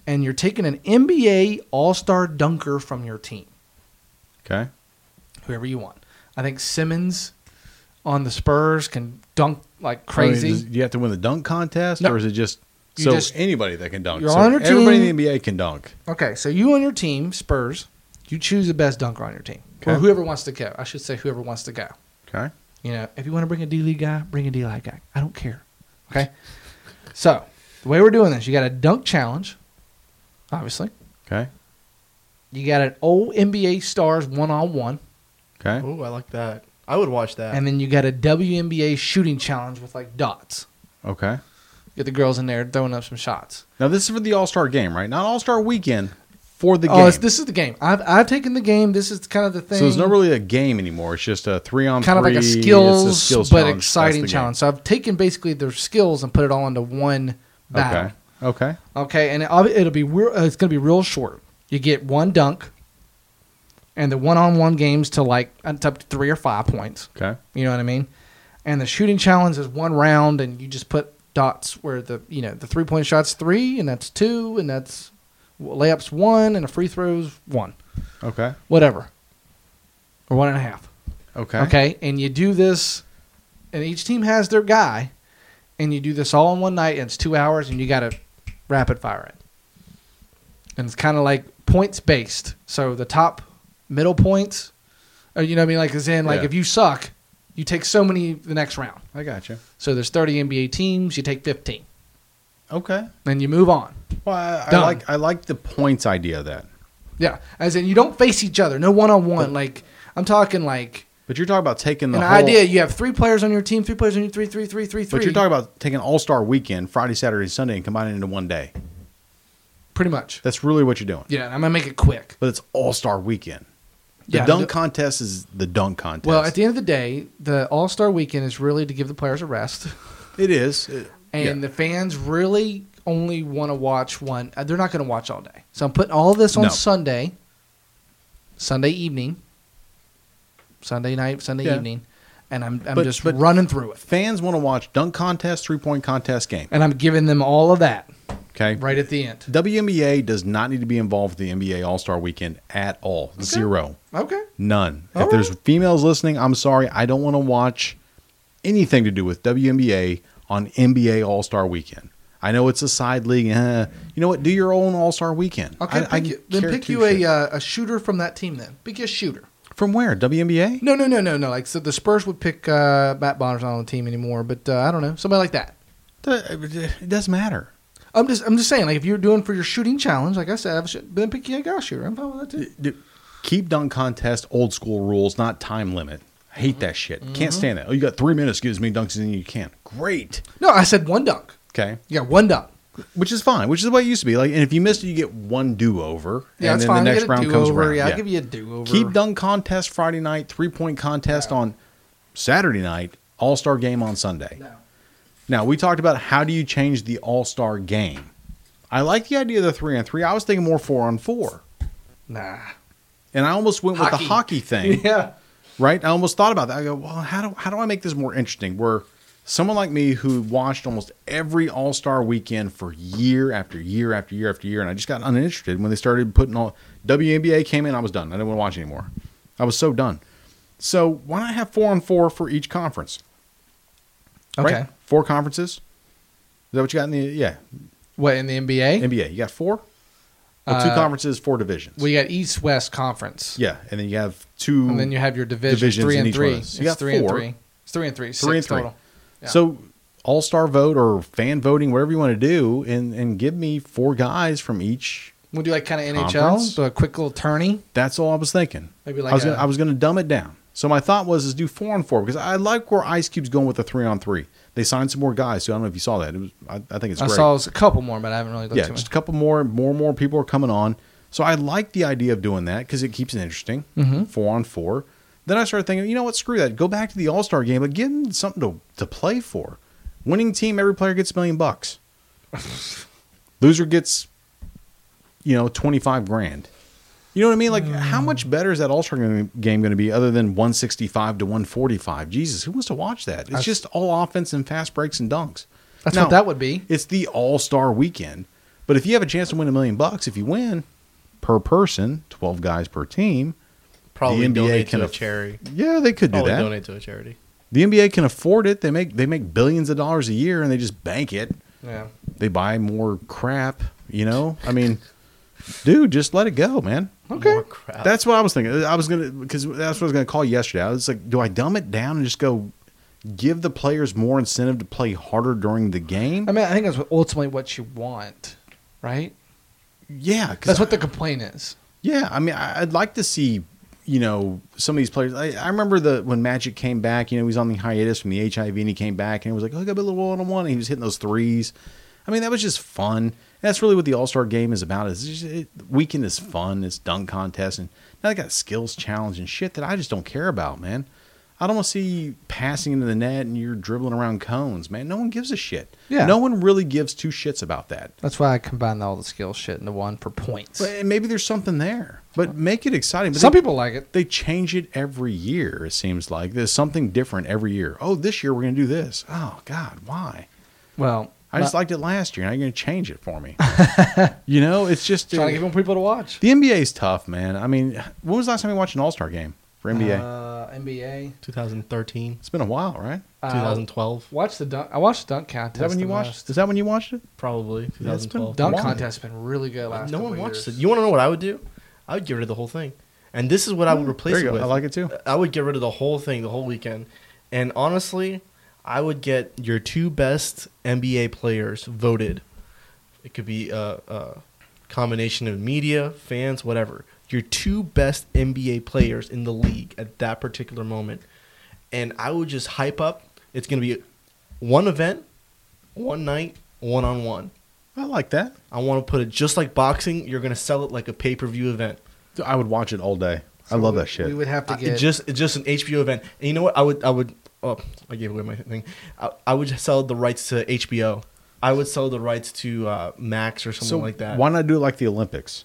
[SPEAKER 2] And you're taking an NBA All Star dunker from your team,
[SPEAKER 1] Okay.
[SPEAKER 2] whoever you want. I think Simmons on the Spurs can dunk like
[SPEAKER 1] Oh,
[SPEAKER 2] crazy.
[SPEAKER 8] I mean, does- you have to win the dunk contest,
[SPEAKER 2] No.
[SPEAKER 8] or is it just
[SPEAKER 2] You
[SPEAKER 8] so
[SPEAKER 2] just-
[SPEAKER 8] anybody that can dunk?
[SPEAKER 2] you're
[SPEAKER 8] so
[SPEAKER 2] on your
[SPEAKER 8] everybody
[SPEAKER 2] team.
[SPEAKER 8] in the NBA can dunk.
[SPEAKER 2] Okay, so you and your team, Spurs, you choose the best dunker on your team. Or
[SPEAKER 1] Okay.
[SPEAKER 2] whoever wants to go. I should say whoever wants to go.
[SPEAKER 1] Okay.
[SPEAKER 2] You know, if you want to bring a D League guy, bring a D League guy. I don't care. Okay? So, the way we're doing this, you got a dunk challenge, obviously.
[SPEAKER 1] Okay.
[SPEAKER 2] You got an old NBA stars one on one,
[SPEAKER 1] Okay.
[SPEAKER 6] Oh, I like that. I would watch that.
[SPEAKER 2] and then you got a WNBA shooting challenge with like dots.
[SPEAKER 1] Okay.
[SPEAKER 2] Get the girls in there throwing up some shots.
[SPEAKER 1] Now this is for the All Star game, right? Not All Star weekend. For the
[SPEAKER 2] oh,
[SPEAKER 1] game.
[SPEAKER 2] it's- this is the game. I've, I've taken the game. This is kind of the thing.
[SPEAKER 8] So it's not really a game anymore. It's just a three on
[SPEAKER 2] kind of
[SPEAKER 8] three.
[SPEAKER 2] like a
[SPEAKER 8] it's
[SPEAKER 2] skills, but
[SPEAKER 8] challenge. That's
[SPEAKER 2] exciting
[SPEAKER 8] the game.
[SPEAKER 2] challenge. So I've taken basically their skills and put it all into one battle.
[SPEAKER 1] Okay. Okay.
[SPEAKER 2] Okay, and it, ob- it'll be real, uh, it's going to be real short. You get one dunk, and the one-on-one games to like it's up to three or five points.
[SPEAKER 1] Okay.
[SPEAKER 2] You know what I mean? And the shooting challenge is one round, and you just put dots where the you know the three-point shots three, and that's two, and that's layups one, and a free throws one,
[SPEAKER 1] Okay.
[SPEAKER 2] whatever, or one and a half.
[SPEAKER 1] Okay.
[SPEAKER 2] Okay. And you do this, and each team has their guy, and you do this all in one night, and it's two hours, and you got to rapid fire it. And it's kind of like points based. So the top middle points, or you know what I mean? Like, as in, like,
[SPEAKER 1] Yeah.
[SPEAKER 2] if you suck, you take so many the next round.
[SPEAKER 1] I got you.
[SPEAKER 2] So there's 30 NBA teams, you take 15.
[SPEAKER 1] Okay.
[SPEAKER 2] Then you move on.
[SPEAKER 1] Well, I, I
[SPEAKER 2] Done.
[SPEAKER 1] like I like the points idea of that.
[SPEAKER 2] Yeah. As in, you don't face each other, no one on one. Like, I'm talking like
[SPEAKER 1] But you're talking about taking the
[SPEAKER 2] an
[SPEAKER 1] whole,
[SPEAKER 2] idea you have three players on your team, three players on your three, three, three, three, three.
[SPEAKER 1] But you're talking about taking All Star Weekend, Friday, Saturday, Sunday, and combining it into one day.
[SPEAKER 2] pretty much.
[SPEAKER 1] That's really what you're doing.
[SPEAKER 2] Yeah, and I'm gonna make it quick.
[SPEAKER 1] But it's All Star Weekend. The
[SPEAKER 2] Yeah,
[SPEAKER 1] dunk
[SPEAKER 2] the-
[SPEAKER 1] contest is the dunk contest.
[SPEAKER 2] Well, at the end of the day, the All Star Weekend is really to give the players a rest,
[SPEAKER 1] it is. It-
[SPEAKER 2] and the fans really only want to watch one. uh, They're not going to watch all day, so I'm putting all this on
[SPEAKER 1] No.
[SPEAKER 2] Sunday, Sunday evening, Sunday night, Sunday
[SPEAKER 1] Yeah.
[SPEAKER 2] evening, and I'm I'm
[SPEAKER 1] But-
[SPEAKER 2] just
[SPEAKER 1] but-
[SPEAKER 2] running through it,
[SPEAKER 1] fans want to watch dunk contest, three point contest game.
[SPEAKER 2] and I'm giving them all of that
[SPEAKER 1] Okay.
[SPEAKER 2] right at the end.
[SPEAKER 1] WNBA does not need to be involved with the NBA All Star Weekend at all. Zero.
[SPEAKER 2] Okay,
[SPEAKER 1] None.
[SPEAKER 2] All
[SPEAKER 1] if there's females listening, I'm sorry. I don't want to watch anything to do with WNBA on NBA All Star Weekend. I know it's a side league. eh. You know what? Do your own All Star Weekend.
[SPEAKER 2] okay.
[SPEAKER 1] I-
[SPEAKER 2] pick
[SPEAKER 1] I
[SPEAKER 2] you, then
[SPEAKER 1] care
[SPEAKER 2] pick
[SPEAKER 1] two
[SPEAKER 2] you a
[SPEAKER 1] shits.
[SPEAKER 2] uh, a shooter from that team. Then pick you a shooter.
[SPEAKER 1] from where WNBA.
[SPEAKER 2] No, no, no, no, no. Like so, the Spurs would pick uh, Matt Bonner's not on the team anymore, but uh, I don't know somebody like that. uh,
[SPEAKER 1] The- It doesn't matter.
[SPEAKER 2] I'm just, I'm just saying, like if you're doing for your shooting challenge, like I said, I've sh- been picking a guy shooter. I'm fine with that too.
[SPEAKER 1] Dude, Keep dunk contest old school rules, not time limit. I hate that shit.
[SPEAKER 2] Mm-hmm.
[SPEAKER 1] Can't stand that. Oh, you got three minutes. Gives me dunks and you can. Great.
[SPEAKER 2] No, I said one dunk.
[SPEAKER 1] Okay.
[SPEAKER 2] Yeah, one dunk.
[SPEAKER 1] Which is fine. Which is the way it used to be. Like, and if you missed it, you get one do over.
[SPEAKER 2] Yeah,
[SPEAKER 1] and
[SPEAKER 2] that's
[SPEAKER 1] then
[SPEAKER 2] fine.
[SPEAKER 1] the
[SPEAKER 2] I
[SPEAKER 1] next
[SPEAKER 2] get a
[SPEAKER 1] round comes
[SPEAKER 2] do-over.
[SPEAKER 1] around.
[SPEAKER 2] Yeah, I'll give you a do over.
[SPEAKER 1] Keep dunk contest Friday night, three point contest on Saturday night, All Star game on Sunday.
[SPEAKER 2] No.
[SPEAKER 1] Now we talked about how do you change the All Star game. I like the idea of the three on three. I was thinking more four on four,
[SPEAKER 2] Nah.
[SPEAKER 1] and I almost went with
[SPEAKER 2] Hockey.
[SPEAKER 1] the hockey thing.
[SPEAKER 2] Yeah.
[SPEAKER 1] right? I almost thought about that. I go, well, how do how do I make this more interesting? Where someone like me who watched almost every All Star Weekend for year after year after year after year, and I just got uninterested when they started putting all WNBA came in. I was done. I didn't want to watch anymore. I was so done. So why not have four on four for each conference?
[SPEAKER 2] Okay.
[SPEAKER 1] four conferences. Is that what you got in the yeah
[SPEAKER 2] What in the NBA?
[SPEAKER 1] NBA? You got four. Well, two
[SPEAKER 2] Uh,
[SPEAKER 1] conferences, four divisions.
[SPEAKER 2] we got East West Conference.
[SPEAKER 1] yeah, and then you have two.
[SPEAKER 2] And then you have your division
[SPEAKER 1] Divisions
[SPEAKER 2] three
[SPEAKER 1] in
[SPEAKER 2] and
[SPEAKER 1] each
[SPEAKER 2] three.
[SPEAKER 1] one of those. You
[SPEAKER 2] It's
[SPEAKER 1] got
[SPEAKER 2] three and
[SPEAKER 1] four.
[SPEAKER 2] three. It's three and three.
[SPEAKER 1] three
[SPEAKER 2] Six
[SPEAKER 1] and three.
[SPEAKER 2] total. Yeah.
[SPEAKER 1] So all star vote or fan voting, whatever you want to do, and and give me four guys from each.
[SPEAKER 2] We'll do like kind of NHL,
[SPEAKER 1] Conference?
[SPEAKER 2] so a quick little tourney.
[SPEAKER 1] That's all I was thinking.
[SPEAKER 2] Maybe like
[SPEAKER 1] I was
[SPEAKER 2] a-
[SPEAKER 1] gonna, I was going to dumb it down. So my thought was is do four on four because I like where Ice Cube's going with the three on three. They signed some more guys. So I don't know if you saw that. It was I, I think it's
[SPEAKER 2] I
[SPEAKER 1] great.
[SPEAKER 2] saw a couple more, but I haven't really looked
[SPEAKER 1] yeah,
[SPEAKER 2] too much.
[SPEAKER 1] just a couple more. More and more people are coming on. So I like the idea of doing that because it keeps it interesting. Four on four. Then I started thinking, you know what? Screw that. Go back to the All Star game, but give them something to, to play for. Winning team, every player gets a million bucks. Loser gets, you know, twenty five grand. You know what I mean? Like,
[SPEAKER 6] Mm.
[SPEAKER 1] how much better is that All Star game going to be other than 165 to 145? Jesus, who wants to watch that? It's just all offense and fast breaks and dunks.
[SPEAKER 4] That's what that would be.
[SPEAKER 1] It's the All Star weekend. But if you have a chance to win a million bucks, if you win per person, 12 guys per team,
[SPEAKER 6] Probably
[SPEAKER 1] NBA
[SPEAKER 6] donate
[SPEAKER 1] can
[SPEAKER 6] to a
[SPEAKER 1] aff-
[SPEAKER 6] charity.
[SPEAKER 1] yeah, they could do
[SPEAKER 6] Probably
[SPEAKER 1] that.
[SPEAKER 6] donate to a charity.
[SPEAKER 1] The NBA can afford it. They make they make billions of dollars a year and they just bank it.
[SPEAKER 2] Yeah.
[SPEAKER 1] They buy more crap, you know? I mean, dude, just let it go, man.
[SPEAKER 2] Okay.
[SPEAKER 6] More crap.
[SPEAKER 1] That's what I was thinking. I was gonna because that's what I was gonna call yesterday. I was like, do I dumb it down and just go give the players more incentive to play harder during the game?
[SPEAKER 2] I mean, I think that's what- ultimately what you want, right?
[SPEAKER 1] yeah, 'cause
[SPEAKER 2] That's
[SPEAKER 1] I-
[SPEAKER 2] what the complaint is.
[SPEAKER 1] yeah. I mean, I, I'd like to see you know some of these players. I, I remember the when Magic came back. You know, he was on the hiatus from the HIV and he came back and it was like, oh, I got a little one on one. and He was hitting those threes. I mean, that was just fun. And that's really what the All Star Game is about. Is just, it, weekend is fun. It's dunk contest and now they got skills challenge and shit that I just don't care about, man. I don't want to see you passing into the net and you're dribbling around cones, man. No one gives a shit.
[SPEAKER 2] Yeah.
[SPEAKER 1] No one really gives two shits about that.
[SPEAKER 2] That's why I combined all the skill shit into one for points.
[SPEAKER 1] But and maybe there's something there. But make it exciting. But
[SPEAKER 2] Some
[SPEAKER 1] they-
[SPEAKER 2] people like it.
[SPEAKER 1] they change it every year. It seems like there's something different every year. Oh, this year we're going to do this. Oh God, why?
[SPEAKER 2] Well,
[SPEAKER 1] I just liked it last year. Now you're going to change it for me. you know, it's just uh,
[SPEAKER 2] trying to
[SPEAKER 1] the
[SPEAKER 2] give them people to watch.
[SPEAKER 1] NBA is tough, man. I mean, when was the last time you watched an All Star game for NBA?
[SPEAKER 2] Uh, NBA.
[SPEAKER 6] 2013,
[SPEAKER 1] it's been a while, right?
[SPEAKER 2] Uh,
[SPEAKER 6] 2012,
[SPEAKER 2] Watch the dunk. I watched the dunk contest.
[SPEAKER 1] Is that when you
[SPEAKER 2] the
[SPEAKER 1] watched?
[SPEAKER 2] most.
[SPEAKER 1] Is that when you watched it?
[SPEAKER 6] probably
[SPEAKER 1] it's been
[SPEAKER 6] 2012.
[SPEAKER 2] Dunk
[SPEAKER 1] Why?
[SPEAKER 2] contest has been really good last
[SPEAKER 6] no
[SPEAKER 2] couple
[SPEAKER 6] one watches
[SPEAKER 2] years.
[SPEAKER 6] it. You want to know what I would do? I would get rid of the whole thing. And this is what I would replace
[SPEAKER 1] Mm, There you
[SPEAKER 6] it
[SPEAKER 1] go.
[SPEAKER 6] with.
[SPEAKER 1] I like it too.
[SPEAKER 6] I would get rid of the whole thing, the whole weekend. And honestly, I would get your two best NBA players voted. It could be a, a combination of media, fans, whatever. Your two best NBA players in the league at that particular moment. And I would just hype up. It's going to be one event, one night, one on one.
[SPEAKER 1] I like that.
[SPEAKER 6] I want to put it just like boxing. You're going to sell it like a pay per view event.
[SPEAKER 1] I would watch it all day. I
[SPEAKER 2] So
[SPEAKER 1] love
[SPEAKER 2] we-
[SPEAKER 1] that shit.
[SPEAKER 2] We would have to
[SPEAKER 6] I-
[SPEAKER 2] get
[SPEAKER 6] it just it's just an HBO event. And you know what? I would I would oh I gave away my thing. I, I would sell the rights to HBO. I would sell the rights to uh, Max or something
[SPEAKER 1] so
[SPEAKER 6] like that.
[SPEAKER 1] Why not do it like the Olympics?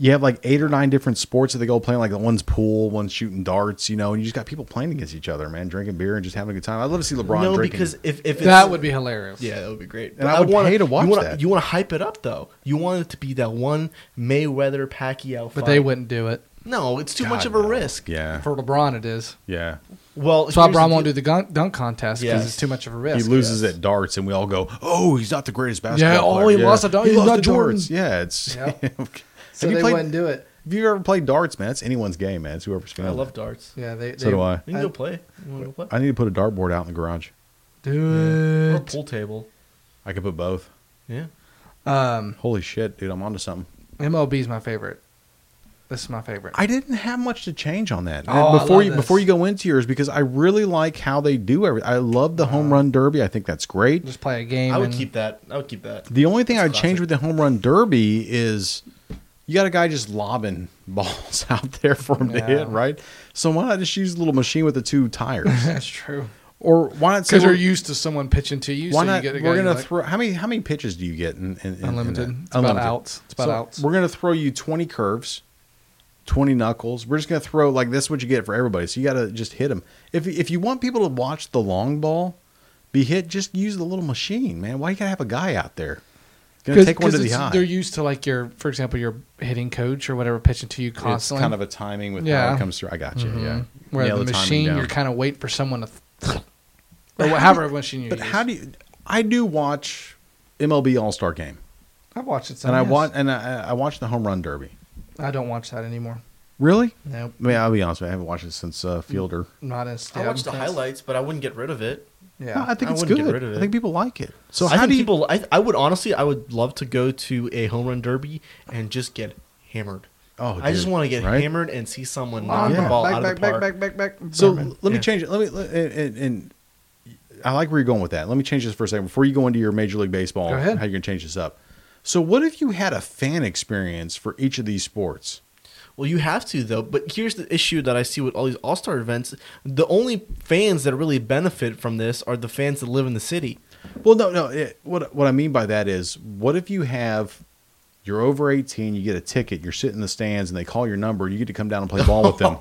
[SPEAKER 1] You have like eight or nine different sports that they go playing. Like the one's pool, one's shooting darts, you know, and you just got people playing against each other, man, drinking beer and just having a good time. I'd love to see LeBron.
[SPEAKER 6] no,
[SPEAKER 1] drinking.
[SPEAKER 6] because if if it's,
[SPEAKER 2] that would be hilarious.
[SPEAKER 6] yeah, that would be great.
[SPEAKER 1] And I would
[SPEAKER 6] wanna-
[SPEAKER 1] pay to watch
[SPEAKER 6] you wanna,
[SPEAKER 1] that.
[SPEAKER 6] You want to hype it up though. You want it to be that one Mayweather Pacquiao.
[SPEAKER 2] but
[SPEAKER 6] fight.
[SPEAKER 2] they wouldn't do it.
[SPEAKER 6] No, it's too
[SPEAKER 1] God,
[SPEAKER 6] much of a
[SPEAKER 1] no.
[SPEAKER 6] risk.
[SPEAKER 1] yeah,
[SPEAKER 2] For LeBron, it is.
[SPEAKER 1] yeah,
[SPEAKER 6] Well,
[SPEAKER 2] That's why
[SPEAKER 6] here's the
[SPEAKER 2] LeBron won't
[SPEAKER 6] deal.
[SPEAKER 2] do the gun- dunk contest because
[SPEAKER 6] Yes.
[SPEAKER 2] it's too much of a
[SPEAKER 1] he
[SPEAKER 2] risk.
[SPEAKER 1] loses
[SPEAKER 6] yes.
[SPEAKER 1] at darts, and we all go, "Oh, he's not the greatest basketball."
[SPEAKER 2] Yeah, oh,
[SPEAKER 1] player."
[SPEAKER 2] he lost at darts.
[SPEAKER 1] He
[SPEAKER 2] He's
[SPEAKER 1] lost
[SPEAKER 2] not
[SPEAKER 1] at
[SPEAKER 2] Jordan.
[SPEAKER 1] darts. Yeah, it's.
[SPEAKER 2] Yep. So
[SPEAKER 1] have you
[SPEAKER 2] they
[SPEAKER 1] played?
[SPEAKER 2] wouldn't do it.
[SPEAKER 1] Have you ever played darts, man? That's anyone's game, man. It's whoever's feeling.
[SPEAKER 6] I
[SPEAKER 1] it.
[SPEAKER 6] love darts.
[SPEAKER 2] Yeah, they.
[SPEAKER 1] So
[SPEAKER 2] they-
[SPEAKER 1] do I.
[SPEAKER 6] You can go play. You want to go play?
[SPEAKER 1] I need to put a dartboard out in the garage.
[SPEAKER 6] Or a
[SPEAKER 2] Dude.
[SPEAKER 6] pool table.
[SPEAKER 1] I could put both.
[SPEAKER 6] Yeah.
[SPEAKER 2] Um,
[SPEAKER 1] Holy shit, dude! I'm onto something.
[SPEAKER 2] MLB is my favorite. This is my favorite.
[SPEAKER 1] I didn't have much to change on that.
[SPEAKER 2] Oh, I
[SPEAKER 1] before
[SPEAKER 2] love
[SPEAKER 1] you
[SPEAKER 2] this.
[SPEAKER 1] before you go into yours, because I really like how they do everything. I love the home run derby. I think that's great.
[SPEAKER 2] just play a game.
[SPEAKER 6] I would
[SPEAKER 2] and-
[SPEAKER 6] keep that. I would keep that.
[SPEAKER 1] The only thing
[SPEAKER 6] It's
[SPEAKER 1] I'd change
[SPEAKER 6] classic.
[SPEAKER 1] with the home run derby is you got a guy just lobbing balls out there for him to
[SPEAKER 2] Yeah.
[SPEAKER 1] hit, right? So why not just use a little machine with the two tires,
[SPEAKER 2] That's true.
[SPEAKER 1] or why not? say
[SPEAKER 2] Because
[SPEAKER 1] we're-
[SPEAKER 2] you're used to someone pitching to you.
[SPEAKER 1] why
[SPEAKER 2] so
[SPEAKER 1] not?
[SPEAKER 2] You get to go,
[SPEAKER 1] we're gonna
[SPEAKER 2] you're like,
[SPEAKER 1] throw how many how many pitches do you get? In, in, in- in
[SPEAKER 2] unlimited.
[SPEAKER 1] that?
[SPEAKER 2] It's about outs. It's about
[SPEAKER 1] So
[SPEAKER 2] outs.
[SPEAKER 1] We're gonna throw you twenty curves, twenty knuckles. We're just gonna throw like this. Is what you get for everybody. So you gotta just hit them. If if you want people to watch the long ball be hit, just use the little machine, man. Why you gotta have a guy out there? Gonna
[SPEAKER 2] 'Cause-
[SPEAKER 1] take one to
[SPEAKER 2] 'cause
[SPEAKER 1] the
[SPEAKER 2] it's- They're
[SPEAKER 1] eye.
[SPEAKER 2] used to like your, for example, your hitting coach or whatever pitching to you
[SPEAKER 1] It's
[SPEAKER 2] constantly.
[SPEAKER 1] kind of a timing with how
[SPEAKER 2] Yeah. Mm-hmm.
[SPEAKER 1] it comes through. I got you. Yeah.
[SPEAKER 2] where
[SPEAKER 1] Nail
[SPEAKER 2] the
[SPEAKER 1] timing
[SPEAKER 2] machine,
[SPEAKER 1] down.
[SPEAKER 2] you're kind of waiting for someone to, th- or however machine you
[SPEAKER 1] But
[SPEAKER 2] use.
[SPEAKER 1] how do you? I do watch MLB All Star Game,
[SPEAKER 2] I've watched it. Some,
[SPEAKER 1] and I
[SPEAKER 2] yes.
[SPEAKER 1] watch and I, I watch the home run derby.
[SPEAKER 2] I don't watch that anymore.
[SPEAKER 1] Really?
[SPEAKER 2] Nope,
[SPEAKER 1] I mean, I'll be honest. With you, I haven't watched it since uh, Fielder.
[SPEAKER 2] not in.
[SPEAKER 6] I watched the
[SPEAKER 2] Stabfest.
[SPEAKER 6] highlights, but I wouldn't get rid of it.
[SPEAKER 1] No, I
[SPEAKER 2] Yeah,
[SPEAKER 1] think
[SPEAKER 6] I
[SPEAKER 1] it's
[SPEAKER 6] wouldn't
[SPEAKER 1] good.
[SPEAKER 6] get rid of
[SPEAKER 1] I
[SPEAKER 6] it.
[SPEAKER 1] think people like it. So
[SPEAKER 6] I
[SPEAKER 1] how
[SPEAKER 6] think
[SPEAKER 1] do you?
[SPEAKER 6] people. I, I would honestly, I would love to go to a home run derby and just get hammered.
[SPEAKER 1] oh,
[SPEAKER 6] I just
[SPEAKER 1] dude,
[SPEAKER 6] want to get
[SPEAKER 1] right?
[SPEAKER 6] hammered and see someone knock
[SPEAKER 1] yeah.
[SPEAKER 6] the ball
[SPEAKER 2] back,
[SPEAKER 6] out
[SPEAKER 2] back,
[SPEAKER 6] of the park.
[SPEAKER 2] back, back, back, back.
[SPEAKER 1] So
[SPEAKER 2] Berman.
[SPEAKER 1] let me
[SPEAKER 6] Yeah.
[SPEAKER 1] change it. Let me let- and, and, and I like where you're going with that. Let me change this for a second before you go into your Major League Baseball.
[SPEAKER 2] Go ahead.
[SPEAKER 1] How you gonna change this up? So what if you had a fan experience for each of these sports?
[SPEAKER 6] Well, you have to though. But here's the issue that I see with all these All Star events: the only fans that really benefit from this are the fans that live in the city.
[SPEAKER 1] Well, no, no. It, what what I mean by that is, what if you have You're over 18, you get a ticket, you're sitting in the stands, and they call your number. You get to come down and play ball with them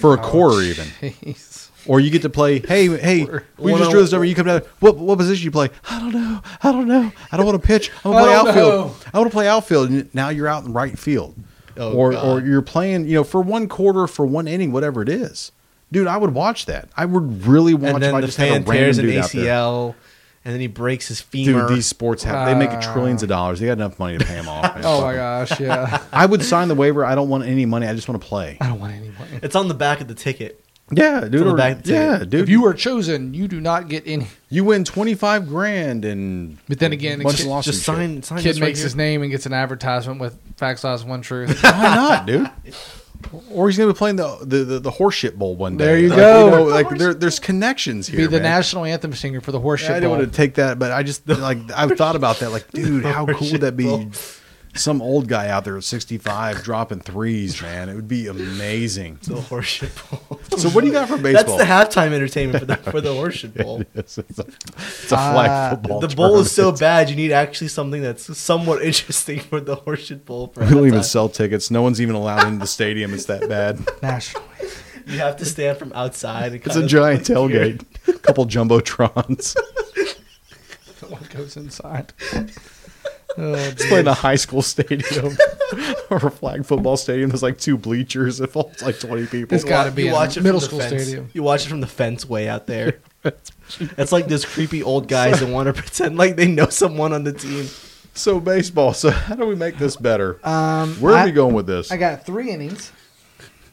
[SPEAKER 1] for
[SPEAKER 6] Oh,
[SPEAKER 1] a quarter, even.
[SPEAKER 2] Jeez.
[SPEAKER 1] Or you get to play, hey, hey, we just drew this number. You come down. What what position you play? I don't know. I don't know. I don't want to pitch. I want to play
[SPEAKER 2] I don't
[SPEAKER 1] outfield.
[SPEAKER 2] know."
[SPEAKER 1] I want to play outfield. And now you're out in right field,
[SPEAKER 6] Oh,
[SPEAKER 1] or
[SPEAKER 6] God.
[SPEAKER 1] or you're playing, you know, for one quarter, for one inning, whatever it is. Dude, I would watch that. I would really watch.
[SPEAKER 6] and
[SPEAKER 1] if I
[SPEAKER 6] then the
[SPEAKER 1] just had a
[SPEAKER 6] fan
[SPEAKER 1] random
[SPEAKER 6] tears an
[SPEAKER 1] dude out there.
[SPEAKER 6] ACL, and then he breaks his femur.
[SPEAKER 1] Dude, these sports have, they make trillions of dollars. They got enough money to pay them off. man.
[SPEAKER 2] Oh my gosh, yeah.
[SPEAKER 1] I would sign the waiver. I don't want any money. I just want to play.
[SPEAKER 2] I don't want any money.
[SPEAKER 6] it's on the back of the ticket.
[SPEAKER 1] Yeah, dude.
[SPEAKER 6] the
[SPEAKER 1] or-
[SPEAKER 6] back to-
[SPEAKER 1] yeah, dude.
[SPEAKER 2] If you are chosen, you do not get any.
[SPEAKER 1] you win twenty five grand and
[SPEAKER 2] But then again,
[SPEAKER 1] bunch
[SPEAKER 2] kid-
[SPEAKER 1] of lawsuits
[SPEAKER 6] Just sign, sign
[SPEAKER 2] Kid
[SPEAKER 6] this right
[SPEAKER 2] makes
[SPEAKER 6] here.
[SPEAKER 2] his name and gets an advertisement with Facts Lies One Truth.
[SPEAKER 1] shit. Why not, dude? Or he's gonna be playing the the the, the horseshit bowl one day.
[SPEAKER 2] There you
[SPEAKER 1] Like,
[SPEAKER 2] go.
[SPEAKER 1] know, like there, there's connections here.
[SPEAKER 2] Be the
[SPEAKER 1] man.
[SPEAKER 2] national anthem singer for the horseshit
[SPEAKER 1] Yeah, I didn't
[SPEAKER 2] bowl.
[SPEAKER 1] want to take that, but I just like I thought about that. Like, dude, how cool would that be? Some old guy out there at 65 dropping threes, man. It would be amazing.
[SPEAKER 6] The horseshit bowl.
[SPEAKER 1] So, what do you got for
[SPEAKER 6] That's
[SPEAKER 1] baseball?
[SPEAKER 6] the halftime entertainment for the for the horseshit bowl.
[SPEAKER 1] It's, it's a, it's a flag
[SPEAKER 2] Ah,
[SPEAKER 1] football.
[SPEAKER 6] the bowl is so
[SPEAKER 1] tournament.
[SPEAKER 6] bad, you need actually something that's somewhat interesting for the horseshit bowl. For
[SPEAKER 1] We don't even
[SPEAKER 6] halftime.
[SPEAKER 1] sell tickets. No one's even allowed into the stadium. It's that bad.
[SPEAKER 2] National.
[SPEAKER 6] You have to stand from outside. And
[SPEAKER 1] It's
[SPEAKER 6] kind
[SPEAKER 1] a
[SPEAKER 6] of-
[SPEAKER 1] giant tailgate. A couple jumbotrons.
[SPEAKER 2] What goes inside? Oh,
[SPEAKER 1] It's playing a high school stadium or a flag football stadium. There's like two bleachers. It holds like 20 people.
[SPEAKER 2] It's got to
[SPEAKER 6] You
[SPEAKER 2] be
[SPEAKER 6] watch it
[SPEAKER 2] a
[SPEAKER 6] from
[SPEAKER 2] middle
[SPEAKER 6] the
[SPEAKER 2] school
[SPEAKER 6] fence.
[SPEAKER 2] stadium.
[SPEAKER 6] You watch it from the fence way out there. It's like those creepy old guys that want to pretend like they know someone on the team.
[SPEAKER 1] So baseball. So how do we make this better?
[SPEAKER 2] Um,
[SPEAKER 1] Where are
[SPEAKER 2] I-
[SPEAKER 1] we going with this?
[SPEAKER 2] I got three innings.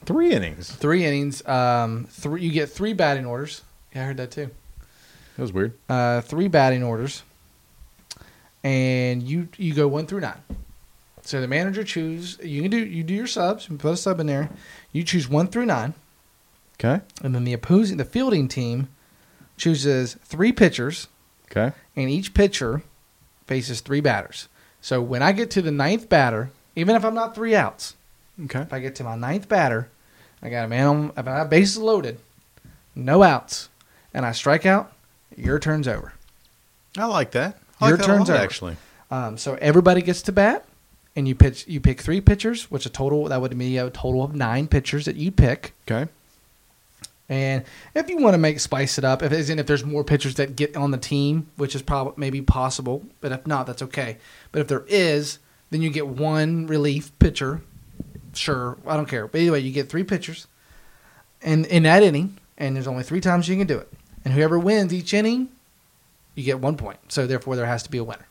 [SPEAKER 1] Three innings.
[SPEAKER 2] Three innings. Um, three. You get three batting orders. Yeah, I heard that too.
[SPEAKER 1] That was weird.
[SPEAKER 2] Uh, three batting orders, and you you go one through nine. So the manager choose. You can do you do your subs. You put a sub in there. You choose one through nine,
[SPEAKER 1] Okay.
[SPEAKER 2] and then the opposing the fielding team chooses three pitchers,
[SPEAKER 1] Okay.
[SPEAKER 2] and each pitcher faces three batters. So when I get to the ninth batter, even if I'm not three outs,
[SPEAKER 1] Okay.
[SPEAKER 2] If I get to my ninth batter, I got a man on if my base is loaded, no outs, and I strike out, your turn's over.
[SPEAKER 1] I like that.
[SPEAKER 2] I like Your that a turn's lot, over.
[SPEAKER 1] actually.
[SPEAKER 2] Um, so everybody gets to bat, and you pitch. You pick three pitchers, which a total that would be a total of nine pitchers that you pick.
[SPEAKER 1] Okay.
[SPEAKER 2] And if you want to make spice it up, if as in if there's more pitchers that get on the team, which is probably maybe possible, but if not, that's okay. But if there is, then you get one relief pitcher. Sure, I don't care. But anyway, you get three pitchers, and in that inning, and there's only three times you can do it. And whoever wins each inning, you get one point. So therefore, there has to be a winner.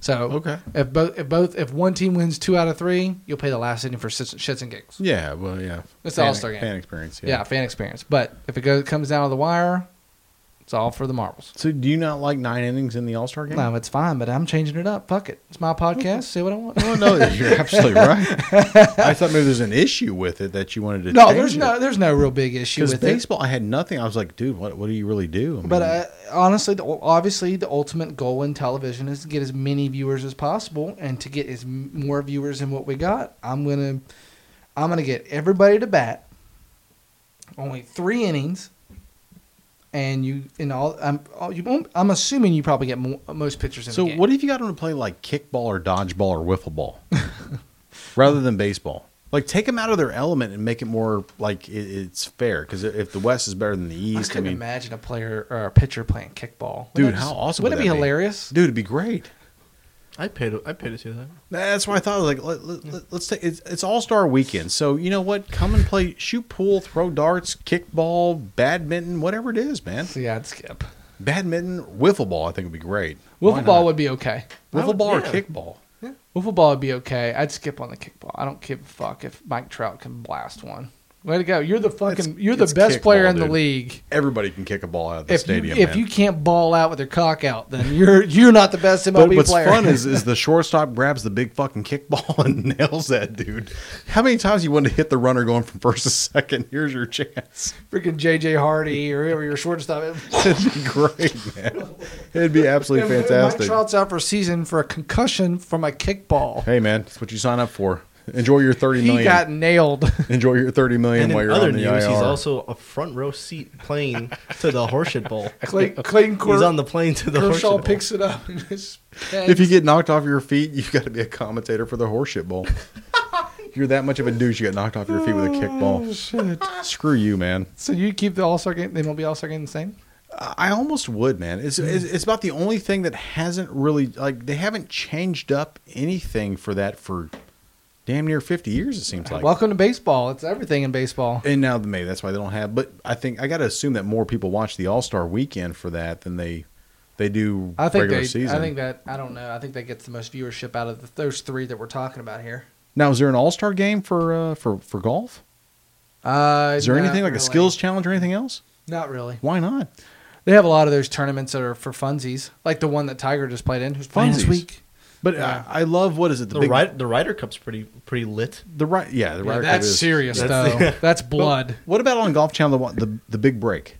[SPEAKER 2] So
[SPEAKER 1] Okay.
[SPEAKER 2] if both if both if one team wins two out of three, you'll play the last inning for shits shits and gigs.
[SPEAKER 1] Yeah. Well, yeah.
[SPEAKER 2] It's
[SPEAKER 1] Fan-
[SPEAKER 2] all star game
[SPEAKER 1] Fan experience.
[SPEAKER 2] yeah. fan experience. But if it goes comes down to the wire, it's all for the marbles.
[SPEAKER 1] So do you not like nine innings in the All Star game?
[SPEAKER 2] No, it's fine, but I'm changing it up. Fuck it. It's my podcast. Say what I want.
[SPEAKER 1] Oh no, you're absolutely right. I thought maybe there's an issue with it that you wanted to.
[SPEAKER 2] No,
[SPEAKER 1] change
[SPEAKER 2] there's
[SPEAKER 1] it.
[SPEAKER 2] no there's no real big issue
[SPEAKER 1] because
[SPEAKER 2] with it.
[SPEAKER 1] baseball. I had nothing. I was like, dude, what what do you really do? I
[SPEAKER 2] But
[SPEAKER 1] mean,
[SPEAKER 2] uh, honestly, the, obviously, the ultimate goal in television is to get as many viewers as possible, and to get as m- more viewers than what we got, I'm gonna I'm gonna get everybody to bat. Only three innings, and you in all I'm all- you, I'm assuming you probably get mo- most pitchers in.
[SPEAKER 1] so
[SPEAKER 2] the game.
[SPEAKER 1] what if you got them to play like kickball or dodgeball or wiffle ball rather than baseball? Like take them out of their element and make it more like it, it's fair. Because if the West is better than the
[SPEAKER 2] I
[SPEAKER 1] East, I,
[SPEAKER 2] couldn't
[SPEAKER 1] mean,
[SPEAKER 2] imagine a player or a pitcher playing kickball. Wouldn't
[SPEAKER 1] Dude,
[SPEAKER 2] that
[SPEAKER 1] how awesome
[SPEAKER 2] Wouldn't
[SPEAKER 1] would
[SPEAKER 2] it
[SPEAKER 1] that be?
[SPEAKER 2] be hilarious?
[SPEAKER 1] dude, it'd be great.
[SPEAKER 6] I paid. I paid it to that.
[SPEAKER 1] That's why I thought like let, us take it's, it's All Star Weekend, so you know what? Come and play shoot pool, throw darts, kickball, badminton, whatever it is, man.
[SPEAKER 2] So yeah, I'd skip.
[SPEAKER 1] Badminton, wiffle ball, I think would be great. Why
[SPEAKER 2] Wiffle ball
[SPEAKER 1] not?
[SPEAKER 2] would be okay.
[SPEAKER 1] wiffle ball or
[SPEAKER 6] yeah.
[SPEAKER 1] kickball.
[SPEAKER 2] Wiffle ball would be okay. I'd skip on the kickball. I don't give a fuck if Mike Trout can blast one. Way to go! You're the fucking.
[SPEAKER 1] It's-
[SPEAKER 2] you're the
[SPEAKER 1] it's
[SPEAKER 2] best player
[SPEAKER 1] kickball,
[SPEAKER 2] in the
[SPEAKER 1] dude.
[SPEAKER 2] league.
[SPEAKER 1] Everybody can kick a ball out of the
[SPEAKER 2] If
[SPEAKER 1] stadium.
[SPEAKER 2] you if
[SPEAKER 1] man.
[SPEAKER 2] you can't ball out with your cock out, then you're you're not the best MLB
[SPEAKER 1] but what's
[SPEAKER 2] player.
[SPEAKER 1] fun is is the shortstop grabs the big fucking kickball and nails that dude. How many times you want to hit the runner going from first to second? Here's your chance.
[SPEAKER 2] freaking JJ Hardy or whoever your shortstop. is.
[SPEAKER 1] It'd be great, man. It'd be absolutely
[SPEAKER 2] If Mike
[SPEAKER 1] fantastic.
[SPEAKER 2] Trout's out for a season for a concussion from a kickball.
[SPEAKER 1] Hey man, that's what you sign up for. Enjoy your thirty
[SPEAKER 2] He
[SPEAKER 1] million.
[SPEAKER 2] got nailed.
[SPEAKER 1] Enjoy your thirty million
[SPEAKER 6] And
[SPEAKER 1] while
[SPEAKER 6] in
[SPEAKER 1] you're
[SPEAKER 6] other
[SPEAKER 1] on the
[SPEAKER 6] news, he's
[SPEAKER 1] IR.
[SPEAKER 6] also a front row seat playing to the horseshit bowl.
[SPEAKER 9] Clay, Clayton
[SPEAKER 6] He's
[SPEAKER 9] Cor-
[SPEAKER 6] on the plane to the horseshit
[SPEAKER 9] Kershaw
[SPEAKER 6] bowl.
[SPEAKER 9] picks it up. And just
[SPEAKER 1] if you get knocked off your feet, you've got to be a commentator for the horseshit bowl. you're that much of a douche. You get knocked off your feet with a
[SPEAKER 6] Oh,
[SPEAKER 1] kickball.
[SPEAKER 2] Shit.
[SPEAKER 1] Screw you, man.
[SPEAKER 2] So you keep the All Star game, the MLB All Star game the same?
[SPEAKER 1] I almost would, man. It's,
[SPEAKER 2] Mm.
[SPEAKER 1] it's it's about the only thing that hasn't really like they haven't changed up anything for that for damn near fifty years. It seems like.
[SPEAKER 2] Welcome to baseball. It's everything in baseball.
[SPEAKER 1] and now maybe that's why they don't have. But I think I got to assume that more people watch the All Star Weekend for that than they they do
[SPEAKER 2] I think
[SPEAKER 1] regular
[SPEAKER 2] they,
[SPEAKER 1] season.
[SPEAKER 2] I think that I don't know. I think that gets the most viewership out of the, those three that we're talking about here.
[SPEAKER 1] now is there an All Star game for uh, for for golf?
[SPEAKER 2] Uh,
[SPEAKER 1] Is there
[SPEAKER 2] not
[SPEAKER 1] anything like a
[SPEAKER 2] really.
[SPEAKER 1] skills challenge or anything else?
[SPEAKER 2] Not really.
[SPEAKER 1] Why not?
[SPEAKER 2] They have a lot of those tournaments that are for funsies, like the one that Tiger just played in, who's playing this
[SPEAKER 1] Funsies?
[SPEAKER 2] week.
[SPEAKER 1] But uh,
[SPEAKER 2] Yeah.
[SPEAKER 1] I, I love what is it
[SPEAKER 6] The,
[SPEAKER 1] big-
[SPEAKER 6] Ryder, the Ryder Cup's pretty pretty lit.
[SPEAKER 1] the right yeah the
[SPEAKER 2] Yeah,
[SPEAKER 1] Ryder Cup
[SPEAKER 2] that's
[SPEAKER 1] is-
[SPEAKER 2] serious
[SPEAKER 6] That's-
[SPEAKER 2] though. that's blood.
[SPEAKER 1] What about on Golf Channel the one- the the big break?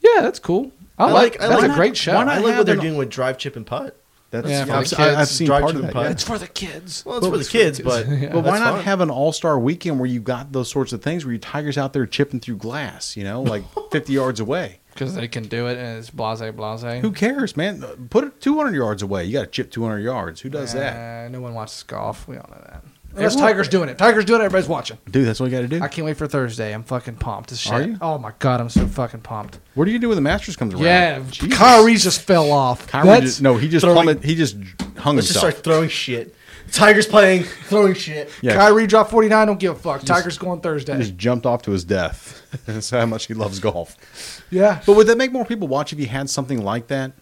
[SPEAKER 2] Yeah, that's cool. I, like.
[SPEAKER 6] I
[SPEAKER 2] Oh, that's
[SPEAKER 6] like-
[SPEAKER 2] a great show.
[SPEAKER 1] why not
[SPEAKER 6] I like what they're
[SPEAKER 1] having-
[SPEAKER 6] doing with drive, chip, and putt.
[SPEAKER 1] That's
[SPEAKER 2] Yeah, for
[SPEAKER 1] I've,
[SPEAKER 2] the
[SPEAKER 1] I- I've
[SPEAKER 6] kids,
[SPEAKER 1] seen
[SPEAKER 6] drive
[SPEAKER 1] part
[SPEAKER 6] to
[SPEAKER 1] of
[SPEAKER 6] the
[SPEAKER 1] that.
[SPEAKER 6] putt.
[SPEAKER 1] yeah.
[SPEAKER 2] It's for the kids.
[SPEAKER 6] Well, it's for the kids, but
[SPEAKER 2] Yeah.
[SPEAKER 1] But why
[SPEAKER 6] that's
[SPEAKER 1] not
[SPEAKER 6] fine.
[SPEAKER 1] have an All Star Weekend where you've got those sorts of things where your Tiger's out there chipping through glass, you know, like fifty yards away.
[SPEAKER 2] Because they can do it, and it's blase blase.
[SPEAKER 1] Who cares, man? Put it two hundred yards away. You got to chip two hundred yards. Who does that,
[SPEAKER 2] Uh, no one watches golf. We all know that. Unless Tiger's doing it. Tiger's doing it. Everybody's watching.
[SPEAKER 1] dude? That's what you got to do.
[SPEAKER 2] I can't wait for Thursday. I'm fucking pumped as shit.
[SPEAKER 1] Are you?
[SPEAKER 2] Oh my god, I'm so fucking pumped.
[SPEAKER 1] What do you do when the Masters comes around?
[SPEAKER 2] Yeah,
[SPEAKER 1] Jesus.
[SPEAKER 2] Kyrie just fell off.
[SPEAKER 1] Kyrie
[SPEAKER 2] That's-
[SPEAKER 1] just, no, he just
[SPEAKER 6] throwing-
[SPEAKER 1] plummeted. He just hung
[SPEAKER 6] Let's just
[SPEAKER 1] himself.
[SPEAKER 6] start throwing shit. Tiger's playing, throwing shit.
[SPEAKER 1] yeah, Mm.
[SPEAKER 2] Kyrie dropped 49. Don't give a fuck. Tiger's going Thursday.
[SPEAKER 1] just jumped off to his death. That's how much he loves golf.
[SPEAKER 2] yeah.
[SPEAKER 1] But would that make more people watch if you had something like that?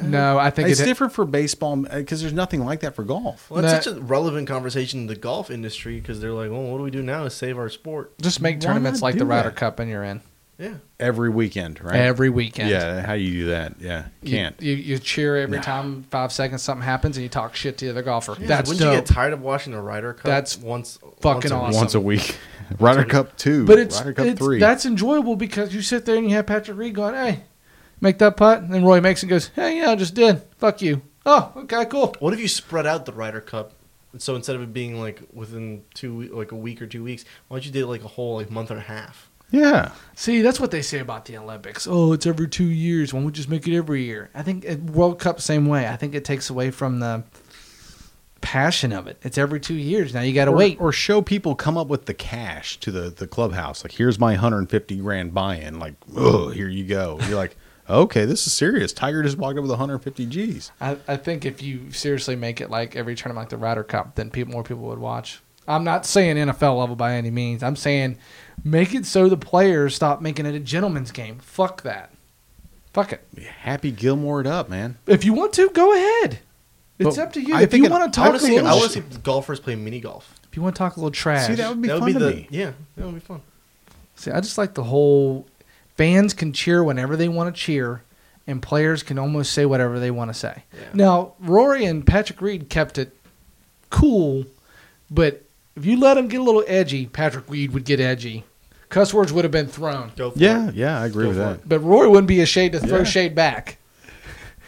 [SPEAKER 2] No, I think
[SPEAKER 1] It's
[SPEAKER 2] it,
[SPEAKER 1] different for baseball because there's nothing like that for golf.
[SPEAKER 6] Well, that's
[SPEAKER 2] That-
[SPEAKER 6] such a relevant conversation in the golf industry because they're like, well, what do we do now to save our sport?
[SPEAKER 2] Just make
[SPEAKER 1] Why
[SPEAKER 2] tournaments
[SPEAKER 1] not
[SPEAKER 2] like the
[SPEAKER 1] do
[SPEAKER 2] Ryder
[SPEAKER 1] that?
[SPEAKER 2] Cup, and you're in
[SPEAKER 6] Yeah.
[SPEAKER 1] Every weekend, right?
[SPEAKER 2] every weekend.
[SPEAKER 1] Yeah, how you do that? Yeah,
[SPEAKER 2] You-
[SPEAKER 1] can't.
[SPEAKER 2] You, you cheer every time five seconds something happens, and you talk shit to the other golfer.
[SPEAKER 6] Yeah,
[SPEAKER 2] That's
[SPEAKER 6] Wouldn't
[SPEAKER 2] dope.
[SPEAKER 6] you get tired of watching the Ryder Cup?
[SPEAKER 2] That's
[SPEAKER 6] once
[SPEAKER 2] fucking
[SPEAKER 6] once a week?
[SPEAKER 2] awesome.
[SPEAKER 1] Once a week, Ryder Cup two,
[SPEAKER 2] But it's,
[SPEAKER 1] Ryder Cup
[SPEAKER 2] it's-
[SPEAKER 1] three.
[SPEAKER 2] that's enjoyable because you sit there and you have Patrick Reed going, "Hey, make that putt," and then Roy makes it and goes, "Hey, yeah, I just did. Fuck you." Oh, okay, cool.
[SPEAKER 6] What if you spread out the Ryder Cup? So instead of it being like within two, we- like a week or two weeks, why don't you do it like a whole like month and a half?
[SPEAKER 1] yeah,
[SPEAKER 2] See, that's what they say about the Olympics. Oh, it's every two years. Why don't we just make it every year? I think at World Cup same way. I think it takes away from the passion of it. It's every two years. Now you got to
[SPEAKER 1] or,
[SPEAKER 2] wait.
[SPEAKER 1] or show people come up with the cash to the the clubhouse. Like, here's my hundred and fifty grand buy-in. Like, oh, here you go. You're like, okay, this is serious. Tiger just walked up with one hundred fifty G's.
[SPEAKER 2] I, I think if you seriously make it like every tournament like the Ryder Cup, then people more people would watch. I'm not saying NFL level by any means. I'm saying make it so the players stop making it a gentleman's game. Fuck that. Fuck it.
[SPEAKER 1] Happy Gilmore it up, man.
[SPEAKER 2] If you want to, go ahead. It's
[SPEAKER 1] But
[SPEAKER 2] up to you.
[SPEAKER 1] I
[SPEAKER 2] if
[SPEAKER 1] think
[SPEAKER 2] you
[SPEAKER 1] it-
[SPEAKER 2] want to
[SPEAKER 1] I
[SPEAKER 6] I
[SPEAKER 2] talk
[SPEAKER 6] want
[SPEAKER 2] a
[SPEAKER 6] to see, I
[SPEAKER 2] little,
[SPEAKER 6] want to see golfers play mini golf.
[SPEAKER 2] if you want to talk a little trash.
[SPEAKER 1] See, that would be
[SPEAKER 6] That
[SPEAKER 1] fun
[SPEAKER 6] would
[SPEAKER 1] to
[SPEAKER 6] be the
[SPEAKER 1] me.
[SPEAKER 6] yeah, that would be fun.
[SPEAKER 2] See, I just like the whole fans can cheer whenever they want to cheer, and players can almost say whatever they want to say.
[SPEAKER 6] Yeah.
[SPEAKER 2] Now, Rory and Patrick Reed kept it cool, but if you let them get a little edgy, Patrick Reed would get edgy. Cuss words would have been thrown,
[SPEAKER 6] Go for
[SPEAKER 1] Yeah,
[SPEAKER 6] it.
[SPEAKER 1] yeah, I agree
[SPEAKER 6] Go
[SPEAKER 1] with
[SPEAKER 6] for
[SPEAKER 1] that.
[SPEAKER 6] it.
[SPEAKER 2] but Rory wouldn't be ashamed to throw
[SPEAKER 1] Yeah.
[SPEAKER 2] shade back.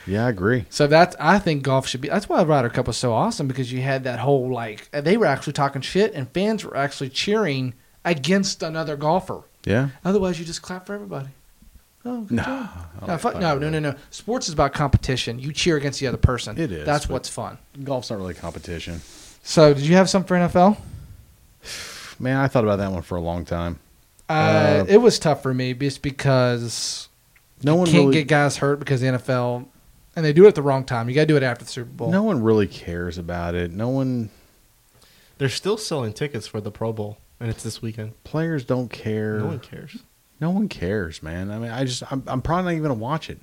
[SPEAKER 1] Yeah, I agree.
[SPEAKER 2] So that's I think golf should be. That's why Ryder Cup was so awesome because you had that whole like they were actually talking shit and fans were actually cheering against another golfer.
[SPEAKER 1] Yeah,
[SPEAKER 2] Otherwise, you just clap for everybody. Oh, good
[SPEAKER 1] No,
[SPEAKER 2] job.
[SPEAKER 1] I don't
[SPEAKER 2] No,
[SPEAKER 1] like
[SPEAKER 2] fuck, no,
[SPEAKER 1] clapping.
[SPEAKER 2] no, no, no. Sports is about competition. You cheer against the other person.
[SPEAKER 1] It is,
[SPEAKER 2] That's
[SPEAKER 1] but-
[SPEAKER 2] what's fun.
[SPEAKER 1] golf's not really a competition.
[SPEAKER 2] So, did you have some for NFL?
[SPEAKER 1] Man, I thought about that one for a long time.
[SPEAKER 2] Uh,
[SPEAKER 1] Uh,
[SPEAKER 2] it was tough for me just because
[SPEAKER 1] No one
[SPEAKER 2] can't
[SPEAKER 1] really,
[SPEAKER 2] get guys hurt because the NFL, and they do it at the wrong time. You got to do it after the Super Bowl.
[SPEAKER 1] no one really cares about it. No one
[SPEAKER 6] They're still selling tickets for the Pro Bowl, and it's this weekend.
[SPEAKER 1] players don't care.
[SPEAKER 6] No one cares.
[SPEAKER 1] No one cares, man. I mean, I just, I'm, I'm probably not even gonna watch it.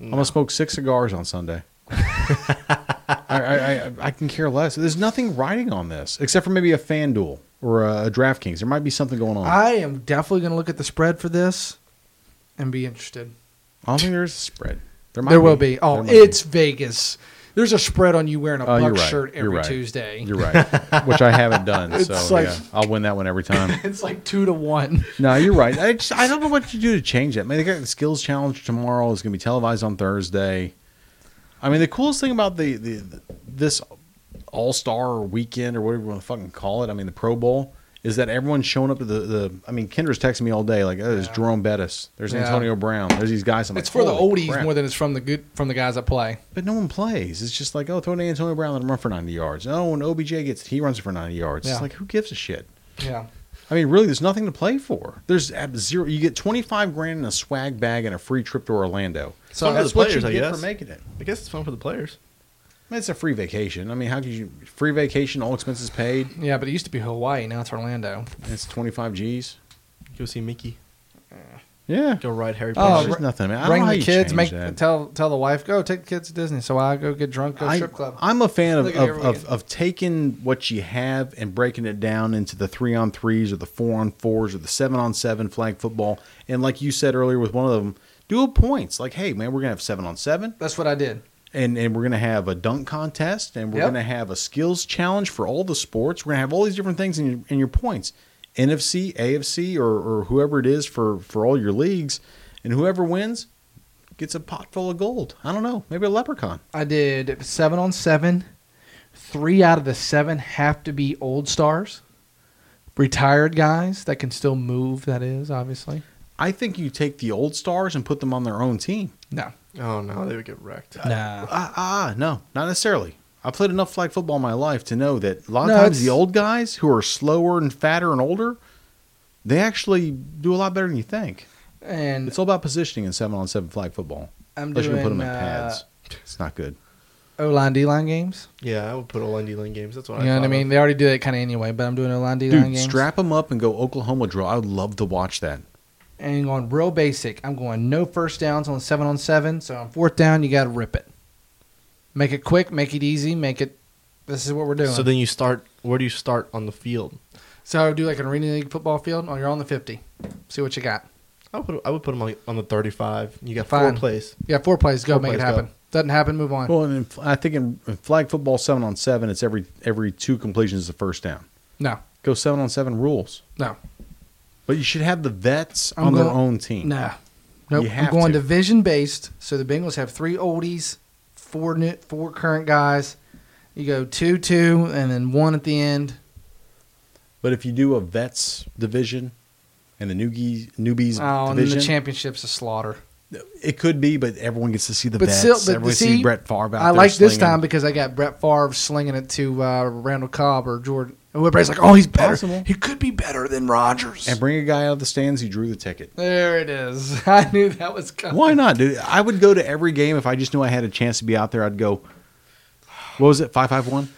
[SPEAKER 1] I'm gonna smoke six cigars on Sunday. I, I, I, I can care less. There's nothing riding on this except for maybe a FanDuel or a, a DraftKings. There might be something going on. I,
[SPEAKER 2] I am definitely going to look at the spread for this and be interested.
[SPEAKER 1] don't think there's a spread. There, might
[SPEAKER 2] There will be. Oh,
[SPEAKER 1] There might
[SPEAKER 2] it's Vegas. There's a spread on you wearing a
[SPEAKER 1] Oh, you're
[SPEAKER 2] buck
[SPEAKER 1] right.
[SPEAKER 2] shirt
[SPEAKER 1] You're
[SPEAKER 2] every
[SPEAKER 1] right.
[SPEAKER 2] Tuesday.
[SPEAKER 1] You're right, which I haven't done. So
[SPEAKER 2] It's like-
[SPEAKER 1] yeah, I'll win that one every time.
[SPEAKER 2] it's like two to one.
[SPEAKER 1] No, you're right. I just I don't know what to do to change that. I mean, they got the skills challenge tomorrow. It's going to be televised on Thursday. I mean, the coolest thing about the, the this All Star Weekend or whatever you want to fucking call it. I mean, the Pro Bowl is that everyone's showing up to the. the I mean, Kendra's texting me all day like, "Oh, there's Jerome Bettis, there's
[SPEAKER 2] Yeah.
[SPEAKER 1] Antonio Brown, there's these guys." I'm
[SPEAKER 2] It's
[SPEAKER 1] like,
[SPEAKER 2] for the
[SPEAKER 1] "Holy
[SPEAKER 2] oldies
[SPEAKER 1] crap."
[SPEAKER 2] more than it's from the good from the guys that play.
[SPEAKER 1] But no one plays. It's just like, oh, throw it to Antonio Brown and run for 90 yards. Oh, when OBJ gets it, he runs for 90 yards.
[SPEAKER 2] Yeah.
[SPEAKER 1] It's like, who gives a shit?
[SPEAKER 2] Yeah.
[SPEAKER 1] I mean, really, there's nothing to play for. There's ab- zero. You get 25 grand in a swag bag and a free trip to Orlando.
[SPEAKER 6] So
[SPEAKER 1] that's
[SPEAKER 6] that's
[SPEAKER 1] what
[SPEAKER 6] players,
[SPEAKER 1] you
[SPEAKER 6] I
[SPEAKER 1] get
[SPEAKER 6] guess.
[SPEAKER 1] for making it.
[SPEAKER 6] I guess it's fun for the players.
[SPEAKER 1] I mean, it's a free vacation. I mean, how could you free vacation, all expenses paid,
[SPEAKER 2] Yeah, but it used to be Hawaii, now it's Orlando.
[SPEAKER 1] and it's 25 G's?
[SPEAKER 6] Go see Mickey.
[SPEAKER 1] Yeah.
[SPEAKER 6] Go ride Harry
[SPEAKER 1] Oh,
[SPEAKER 6] Potter.
[SPEAKER 1] there's nothing. Man. I don't know
[SPEAKER 2] Bring
[SPEAKER 1] how
[SPEAKER 2] the
[SPEAKER 1] you
[SPEAKER 2] kids,
[SPEAKER 1] change
[SPEAKER 2] make
[SPEAKER 1] that.
[SPEAKER 2] tell tell the wife, go take the kids to Disney. So I go get drunk, go
[SPEAKER 1] I,
[SPEAKER 2] strip club.
[SPEAKER 1] I'm a fan of,
[SPEAKER 2] Look at
[SPEAKER 1] of,
[SPEAKER 2] every
[SPEAKER 1] of,
[SPEAKER 2] weekend.
[SPEAKER 1] of taking what you have and breaking it down into the three on threes or the four on fours or the seven on seven flag football. And like you said earlier with one of them, dual points. Like, hey, man, we're going to have seven on seven
[SPEAKER 2] That's what I did.
[SPEAKER 1] and, and we're going to have a dunk contest and we're
[SPEAKER 2] Yep.
[SPEAKER 1] going to have a skills challenge for all the sports. We're going to have all these different things in your, in your points. NFC, AFC, or, or whoever it is for, for all your leagues. And whoever wins gets a pot full of gold. I don't know. Maybe a leprechaun.
[SPEAKER 2] I did seven on seven. Three out of the seven have to be old stars, retired guys that can still move. That is obviously
[SPEAKER 1] I think you take the old stars and put them on their own team.
[SPEAKER 2] no,
[SPEAKER 6] Oh no, they would get wrecked.
[SPEAKER 2] no.
[SPEAKER 1] Ah, ah, no, not necessarily. I played enough flag football in my life to know that a lot of
[SPEAKER 2] No,
[SPEAKER 1] times
[SPEAKER 2] it's-
[SPEAKER 1] the old guys who are slower and fatter and older, they actually do a lot better than you think.
[SPEAKER 2] And
[SPEAKER 1] It's all about positioning in seven on seven flag football.
[SPEAKER 2] I'm
[SPEAKER 1] Unless you
[SPEAKER 2] doing
[SPEAKER 1] can put them in
[SPEAKER 2] pads.
[SPEAKER 1] pads, it's not good.
[SPEAKER 2] O line D line games.
[SPEAKER 6] Yeah, I would put all D lane games. That's
[SPEAKER 1] Oh,
[SPEAKER 6] what
[SPEAKER 2] you know
[SPEAKER 6] I.
[SPEAKER 2] what I
[SPEAKER 6] thought
[SPEAKER 2] mean?
[SPEAKER 6] of.
[SPEAKER 2] They already do that kind of anyway. But I'm doing O line D line
[SPEAKER 1] Dude,
[SPEAKER 2] games.
[SPEAKER 1] strap them up and go Oklahoma drill. I would love to watch that.
[SPEAKER 2] and going real basic. I'm going no first downs on seven on seven. So on fourth down, you got to rip it. Make it quick. Make it easy. Make it. This is what we're doing.
[SPEAKER 6] So
[SPEAKER 2] So,
[SPEAKER 6] then you start. Where do you start on the field?
[SPEAKER 2] do like an arena league football field. Oh, you're on the fifty. See what you got.
[SPEAKER 6] I would. I would put them on, on the thirty-five. You got
[SPEAKER 2] Fine.
[SPEAKER 6] four plays.
[SPEAKER 2] You got four plays. Go
[SPEAKER 6] Four
[SPEAKER 2] make it
[SPEAKER 6] plays,
[SPEAKER 2] happen.
[SPEAKER 6] go.
[SPEAKER 2] Doesn't happen. Move on.
[SPEAKER 1] Well, and in, I think in, in flag football seven on seven, it's every every two completions is a first down.
[SPEAKER 2] No.
[SPEAKER 1] Go seven on seven rules.
[SPEAKER 2] No.
[SPEAKER 1] But you should have the vets
[SPEAKER 2] I'm
[SPEAKER 1] on their
[SPEAKER 2] going-
[SPEAKER 1] own team.
[SPEAKER 2] No. Nope.
[SPEAKER 1] You
[SPEAKER 2] I'm
[SPEAKER 1] have
[SPEAKER 2] going
[SPEAKER 1] to.
[SPEAKER 2] division based. So the Bengals have three oldies, four new, four current guys. You go two two, and then one at the end.
[SPEAKER 1] But if you do a vets division and the newbies, newbies
[SPEAKER 2] Oh, and then
[SPEAKER 1] division,
[SPEAKER 2] the championship's a slaughter.
[SPEAKER 1] it could be, but everyone gets to see the
[SPEAKER 2] But
[SPEAKER 1] vets.
[SPEAKER 2] still- but
[SPEAKER 1] everyone
[SPEAKER 2] see,
[SPEAKER 1] sees Brett Favre. Out
[SPEAKER 2] I
[SPEAKER 1] there
[SPEAKER 2] like this
[SPEAKER 1] slinging.
[SPEAKER 2] time because I got Brett Favre slinging it to uh, Randall Cobb or Jordan. Everybody's like, "Oh, he's better.
[SPEAKER 1] Possible.
[SPEAKER 2] He could be better than Rodgers."
[SPEAKER 1] and bring a guy out of the stands who drew the ticket.
[SPEAKER 2] there it is. I knew that was coming.
[SPEAKER 1] Why not, dude? I would go to every game if I just knew I had a chance to be out there. I'd go. What was it? Five five one.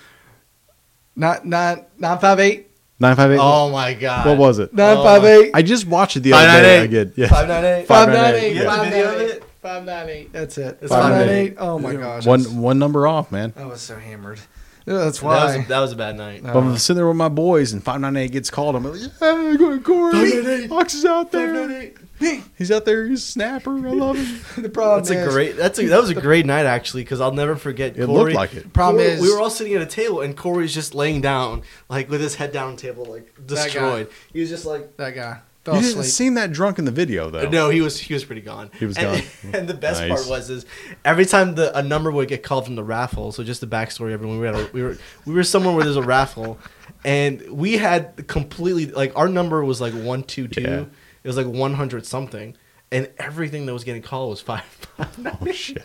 [SPEAKER 2] Not not not five eight.
[SPEAKER 1] Nine five eight.
[SPEAKER 6] Oh my god.
[SPEAKER 1] What was it?
[SPEAKER 2] Nine five eight.
[SPEAKER 1] Oh, I just watched it the other day. I did. Yeah.
[SPEAKER 6] Five nine eight.
[SPEAKER 2] Five nine eight.
[SPEAKER 1] yeah.
[SPEAKER 2] Five
[SPEAKER 6] Video
[SPEAKER 2] nine
[SPEAKER 6] of
[SPEAKER 2] eight. Five nine eight. That's it.
[SPEAKER 6] It's
[SPEAKER 2] five nine
[SPEAKER 6] 598.
[SPEAKER 2] eight. Oh my gosh.
[SPEAKER 1] One
[SPEAKER 2] I was-
[SPEAKER 1] one number off, man.
[SPEAKER 2] I was so hammered. That's
[SPEAKER 6] That was,
[SPEAKER 2] why.
[SPEAKER 6] that was a bad night.
[SPEAKER 1] But I'm sitting there with my boys, and five nine eight gets called. I'm like, yeah, going Corey.
[SPEAKER 6] 598.
[SPEAKER 1] Fox is out there.
[SPEAKER 6] 598.
[SPEAKER 1] He's out there. He's a snapper. I love him.
[SPEAKER 2] the problem
[SPEAKER 6] That's
[SPEAKER 2] is
[SPEAKER 6] a great. That's a, that was a great night actually because I'll never forget.
[SPEAKER 1] It
[SPEAKER 6] Corey,
[SPEAKER 1] looked like it.
[SPEAKER 2] Problem
[SPEAKER 6] Corey-
[SPEAKER 2] is-
[SPEAKER 6] we were all sitting at a table and Corey's just laying down, like with his head down on the table, like destroyed. He was just like,
[SPEAKER 2] that guy fell
[SPEAKER 1] You didn't
[SPEAKER 2] asleep.
[SPEAKER 1] seem that drunk in the video, though.
[SPEAKER 6] no, he was he was pretty gone.
[SPEAKER 1] Oh. He was
[SPEAKER 6] and,
[SPEAKER 1] gone.
[SPEAKER 6] And the best
[SPEAKER 1] Nice.
[SPEAKER 6] part was is every time the a number would get called from the raffle. So just the backstory, everyone we were at a, we were we were somewhere where there's a raffle, and we had completely like our number was like one two two.
[SPEAKER 1] Yeah.
[SPEAKER 6] It was like one hundred something. And everything that was getting called was five.
[SPEAKER 1] Oh, shit.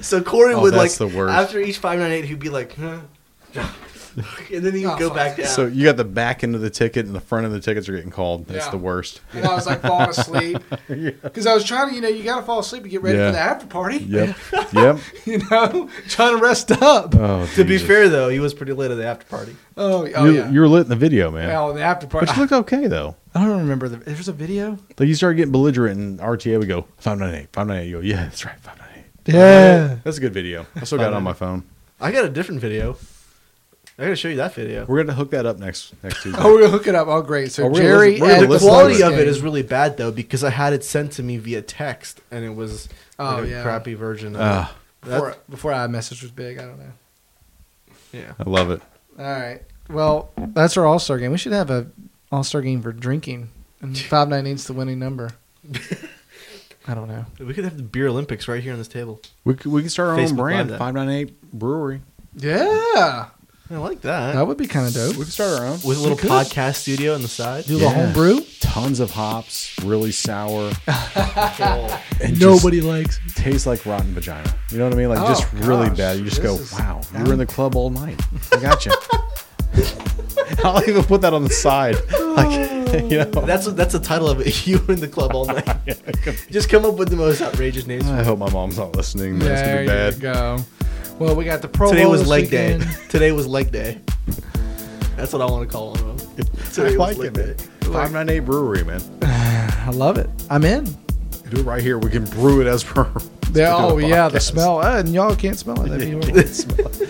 [SPEAKER 6] So Corey
[SPEAKER 1] Oh,
[SPEAKER 6] would like
[SPEAKER 1] that's the worst.
[SPEAKER 6] after each five nine eight, he'd be like, huh? and then he'd
[SPEAKER 2] Oh,
[SPEAKER 6] go
[SPEAKER 2] fuck.
[SPEAKER 6] back down.
[SPEAKER 1] So you got the back end of the ticket, and the front of the tickets are getting called. That's
[SPEAKER 2] Yeah.
[SPEAKER 1] the worst.
[SPEAKER 2] and I was like falling asleep because I was trying to, you know, you got to fall asleep to get ready
[SPEAKER 1] Yeah.
[SPEAKER 2] for the after party.
[SPEAKER 1] Yep. yep.
[SPEAKER 2] you know, trying to rest up.
[SPEAKER 1] Oh,
[SPEAKER 6] to be fair though, he was pretty late at the after party.
[SPEAKER 2] Oh, oh
[SPEAKER 1] you,
[SPEAKER 2] yeah.
[SPEAKER 1] you were lit in the video, man.
[SPEAKER 2] Well, the after party.
[SPEAKER 1] But you looked okay though.
[SPEAKER 2] I don't remember the. There's a video.
[SPEAKER 1] Like you started getting belligerent, and RTA would go five nine eight, five nine eight. You go, yeah, that's right, five nine eight.
[SPEAKER 2] Yeah.
[SPEAKER 1] That's a good video. I still got it on my phone.
[SPEAKER 6] I got a different video. I gotta show you that video.
[SPEAKER 1] We're gonna hook that up next next Tuesday.
[SPEAKER 2] Oh, we're gonna hook it up. Oh, great. So
[SPEAKER 1] Oh, we're
[SPEAKER 2] Jerry,
[SPEAKER 1] gonna listen- we're gonna
[SPEAKER 2] at
[SPEAKER 6] the
[SPEAKER 1] listen
[SPEAKER 6] quality
[SPEAKER 1] to
[SPEAKER 6] of it is really bad though because I had it sent to me via text and it was like,
[SPEAKER 2] Oh,
[SPEAKER 6] a
[SPEAKER 2] yeah.
[SPEAKER 6] crappy version. Of
[SPEAKER 1] Ah,
[SPEAKER 6] it. That-
[SPEAKER 2] before before iMessage was big. I don't know.
[SPEAKER 6] yeah.
[SPEAKER 1] I love it.
[SPEAKER 2] All right. Well, that's our All Star game. We should have a All Star game for drinking, and five nine eight's the winning number. I don't know.
[SPEAKER 6] We could have the beer Olympics right here on this table.
[SPEAKER 1] We c- we can start our
[SPEAKER 6] Facebook
[SPEAKER 1] own brand,
[SPEAKER 6] Live that.
[SPEAKER 1] five nine eight brewery.
[SPEAKER 2] Yeah.
[SPEAKER 6] I like that.
[SPEAKER 2] That would be kind of dope.
[SPEAKER 1] We can start our own.
[SPEAKER 6] With a little
[SPEAKER 2] We could.
[SPEAKER 6] podcast studio on the side.
[SPEAKER 2] Do
[SPEAKER 1] Yeah.
[SPEAKER 2] the homebrew.
[SPEAKER 1] Tons of hops, really sour, and just
[SPEAKER 2] Nobody likes.
[SPEAKER 1] tastes like rotten vagina. You know what I mean? Like
[SPEAKER 2] Oh,
[SPEAKER 1] just really
[SPEAKER 2] gosh.
[SPEAKER 1] bad. You just
[SPEAKER 2] This
[SPEAKER 1] go,
[SPEAKER 2] is-
[SPEAKER 1] wow, you were in the club all night. I got you. I'll even put that on the side. Like, you know,
[SPEAKER 6] That's that's the title of it. You were in the club all night. Just come up with the most outrageous names.
[SPEAKER 1] I hope my mom's not listening. That's gonna
[SPEAKER 2] There
[SPEAKER 1] be
[SPEAKER 2] you
[SPEAKER 1] bad.
[SPEAKER 2] go. Well, we got the Pro
[SPEAKER 6] Today
[SPEAKER 2] Bowl
[SPEAKER 6] was
[SPEAKER 2] this
[SPEAKER 6] leg day.
[SPEAKER 2] weekend.
[SPEAKER 6] Today was leg day. That's what I want to call one of them. Today
[SPEAKER 1] I
[SPEAKER 6] was
[SPEAKER 1] like
[SPEAKER 6] leg
[SPEAKER 1] it, man. 598 Brewery, man.
[SPEAKER 2] I love it. I'm in.
[SPEAKER 1] Do it right here. We can brew it as per.
[SPEAKER 2] Yeah,
[SPEAKER 1] do a
[SPEAKER 2] oh yeah, the
[SPEAKER 1] podcast.
[SPEAKER 2] smell. Uh, and y'all can't smell it. That'd be horrible.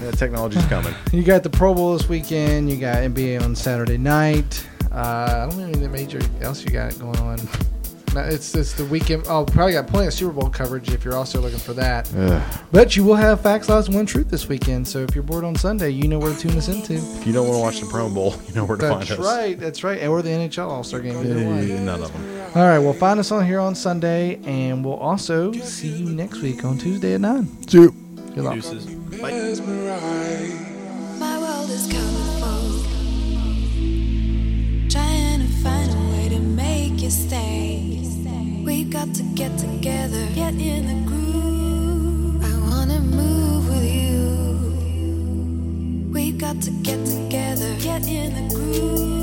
[SPEAKER 1] Yeah, technology's coming.
[SPEAKER 2] You got the Pro Bowl this weekend. You got NBA on Saturday night. Uh, I don't know anything major else you got going on. No, it's it's the weekend. Oh, probably got plenty of Super Bowl coverage if you're also looking for that.
[SPEAKER 1] Ugh.
[SPEAKER 2] But you will have Facts, Lies, and One Truth this weekend. So if you're bored on Sunday, you know where to tune us into.
[SPEAKER 1] If you don't want to watch the Pro Bowl, you know where to
[SPEAKER 2] That's
[SPEAKER 1] find us.
[SPEAKER 2] right. That's right. Or the NHL All Star Game. Either one.
[SPEAKER 1] None of them.
[SPEAKER 2] All right. Well, find us on here on Sunday, and we'll also see you next week on Tuesday at nine. Good luck.
[SPEAKER 6] Deuces.
[SPEAKER 10] My world is colorful. Trying to find a way to make you stay. We got to get together, get in the groove. I wanna move with you. We got to get together, get in the groove.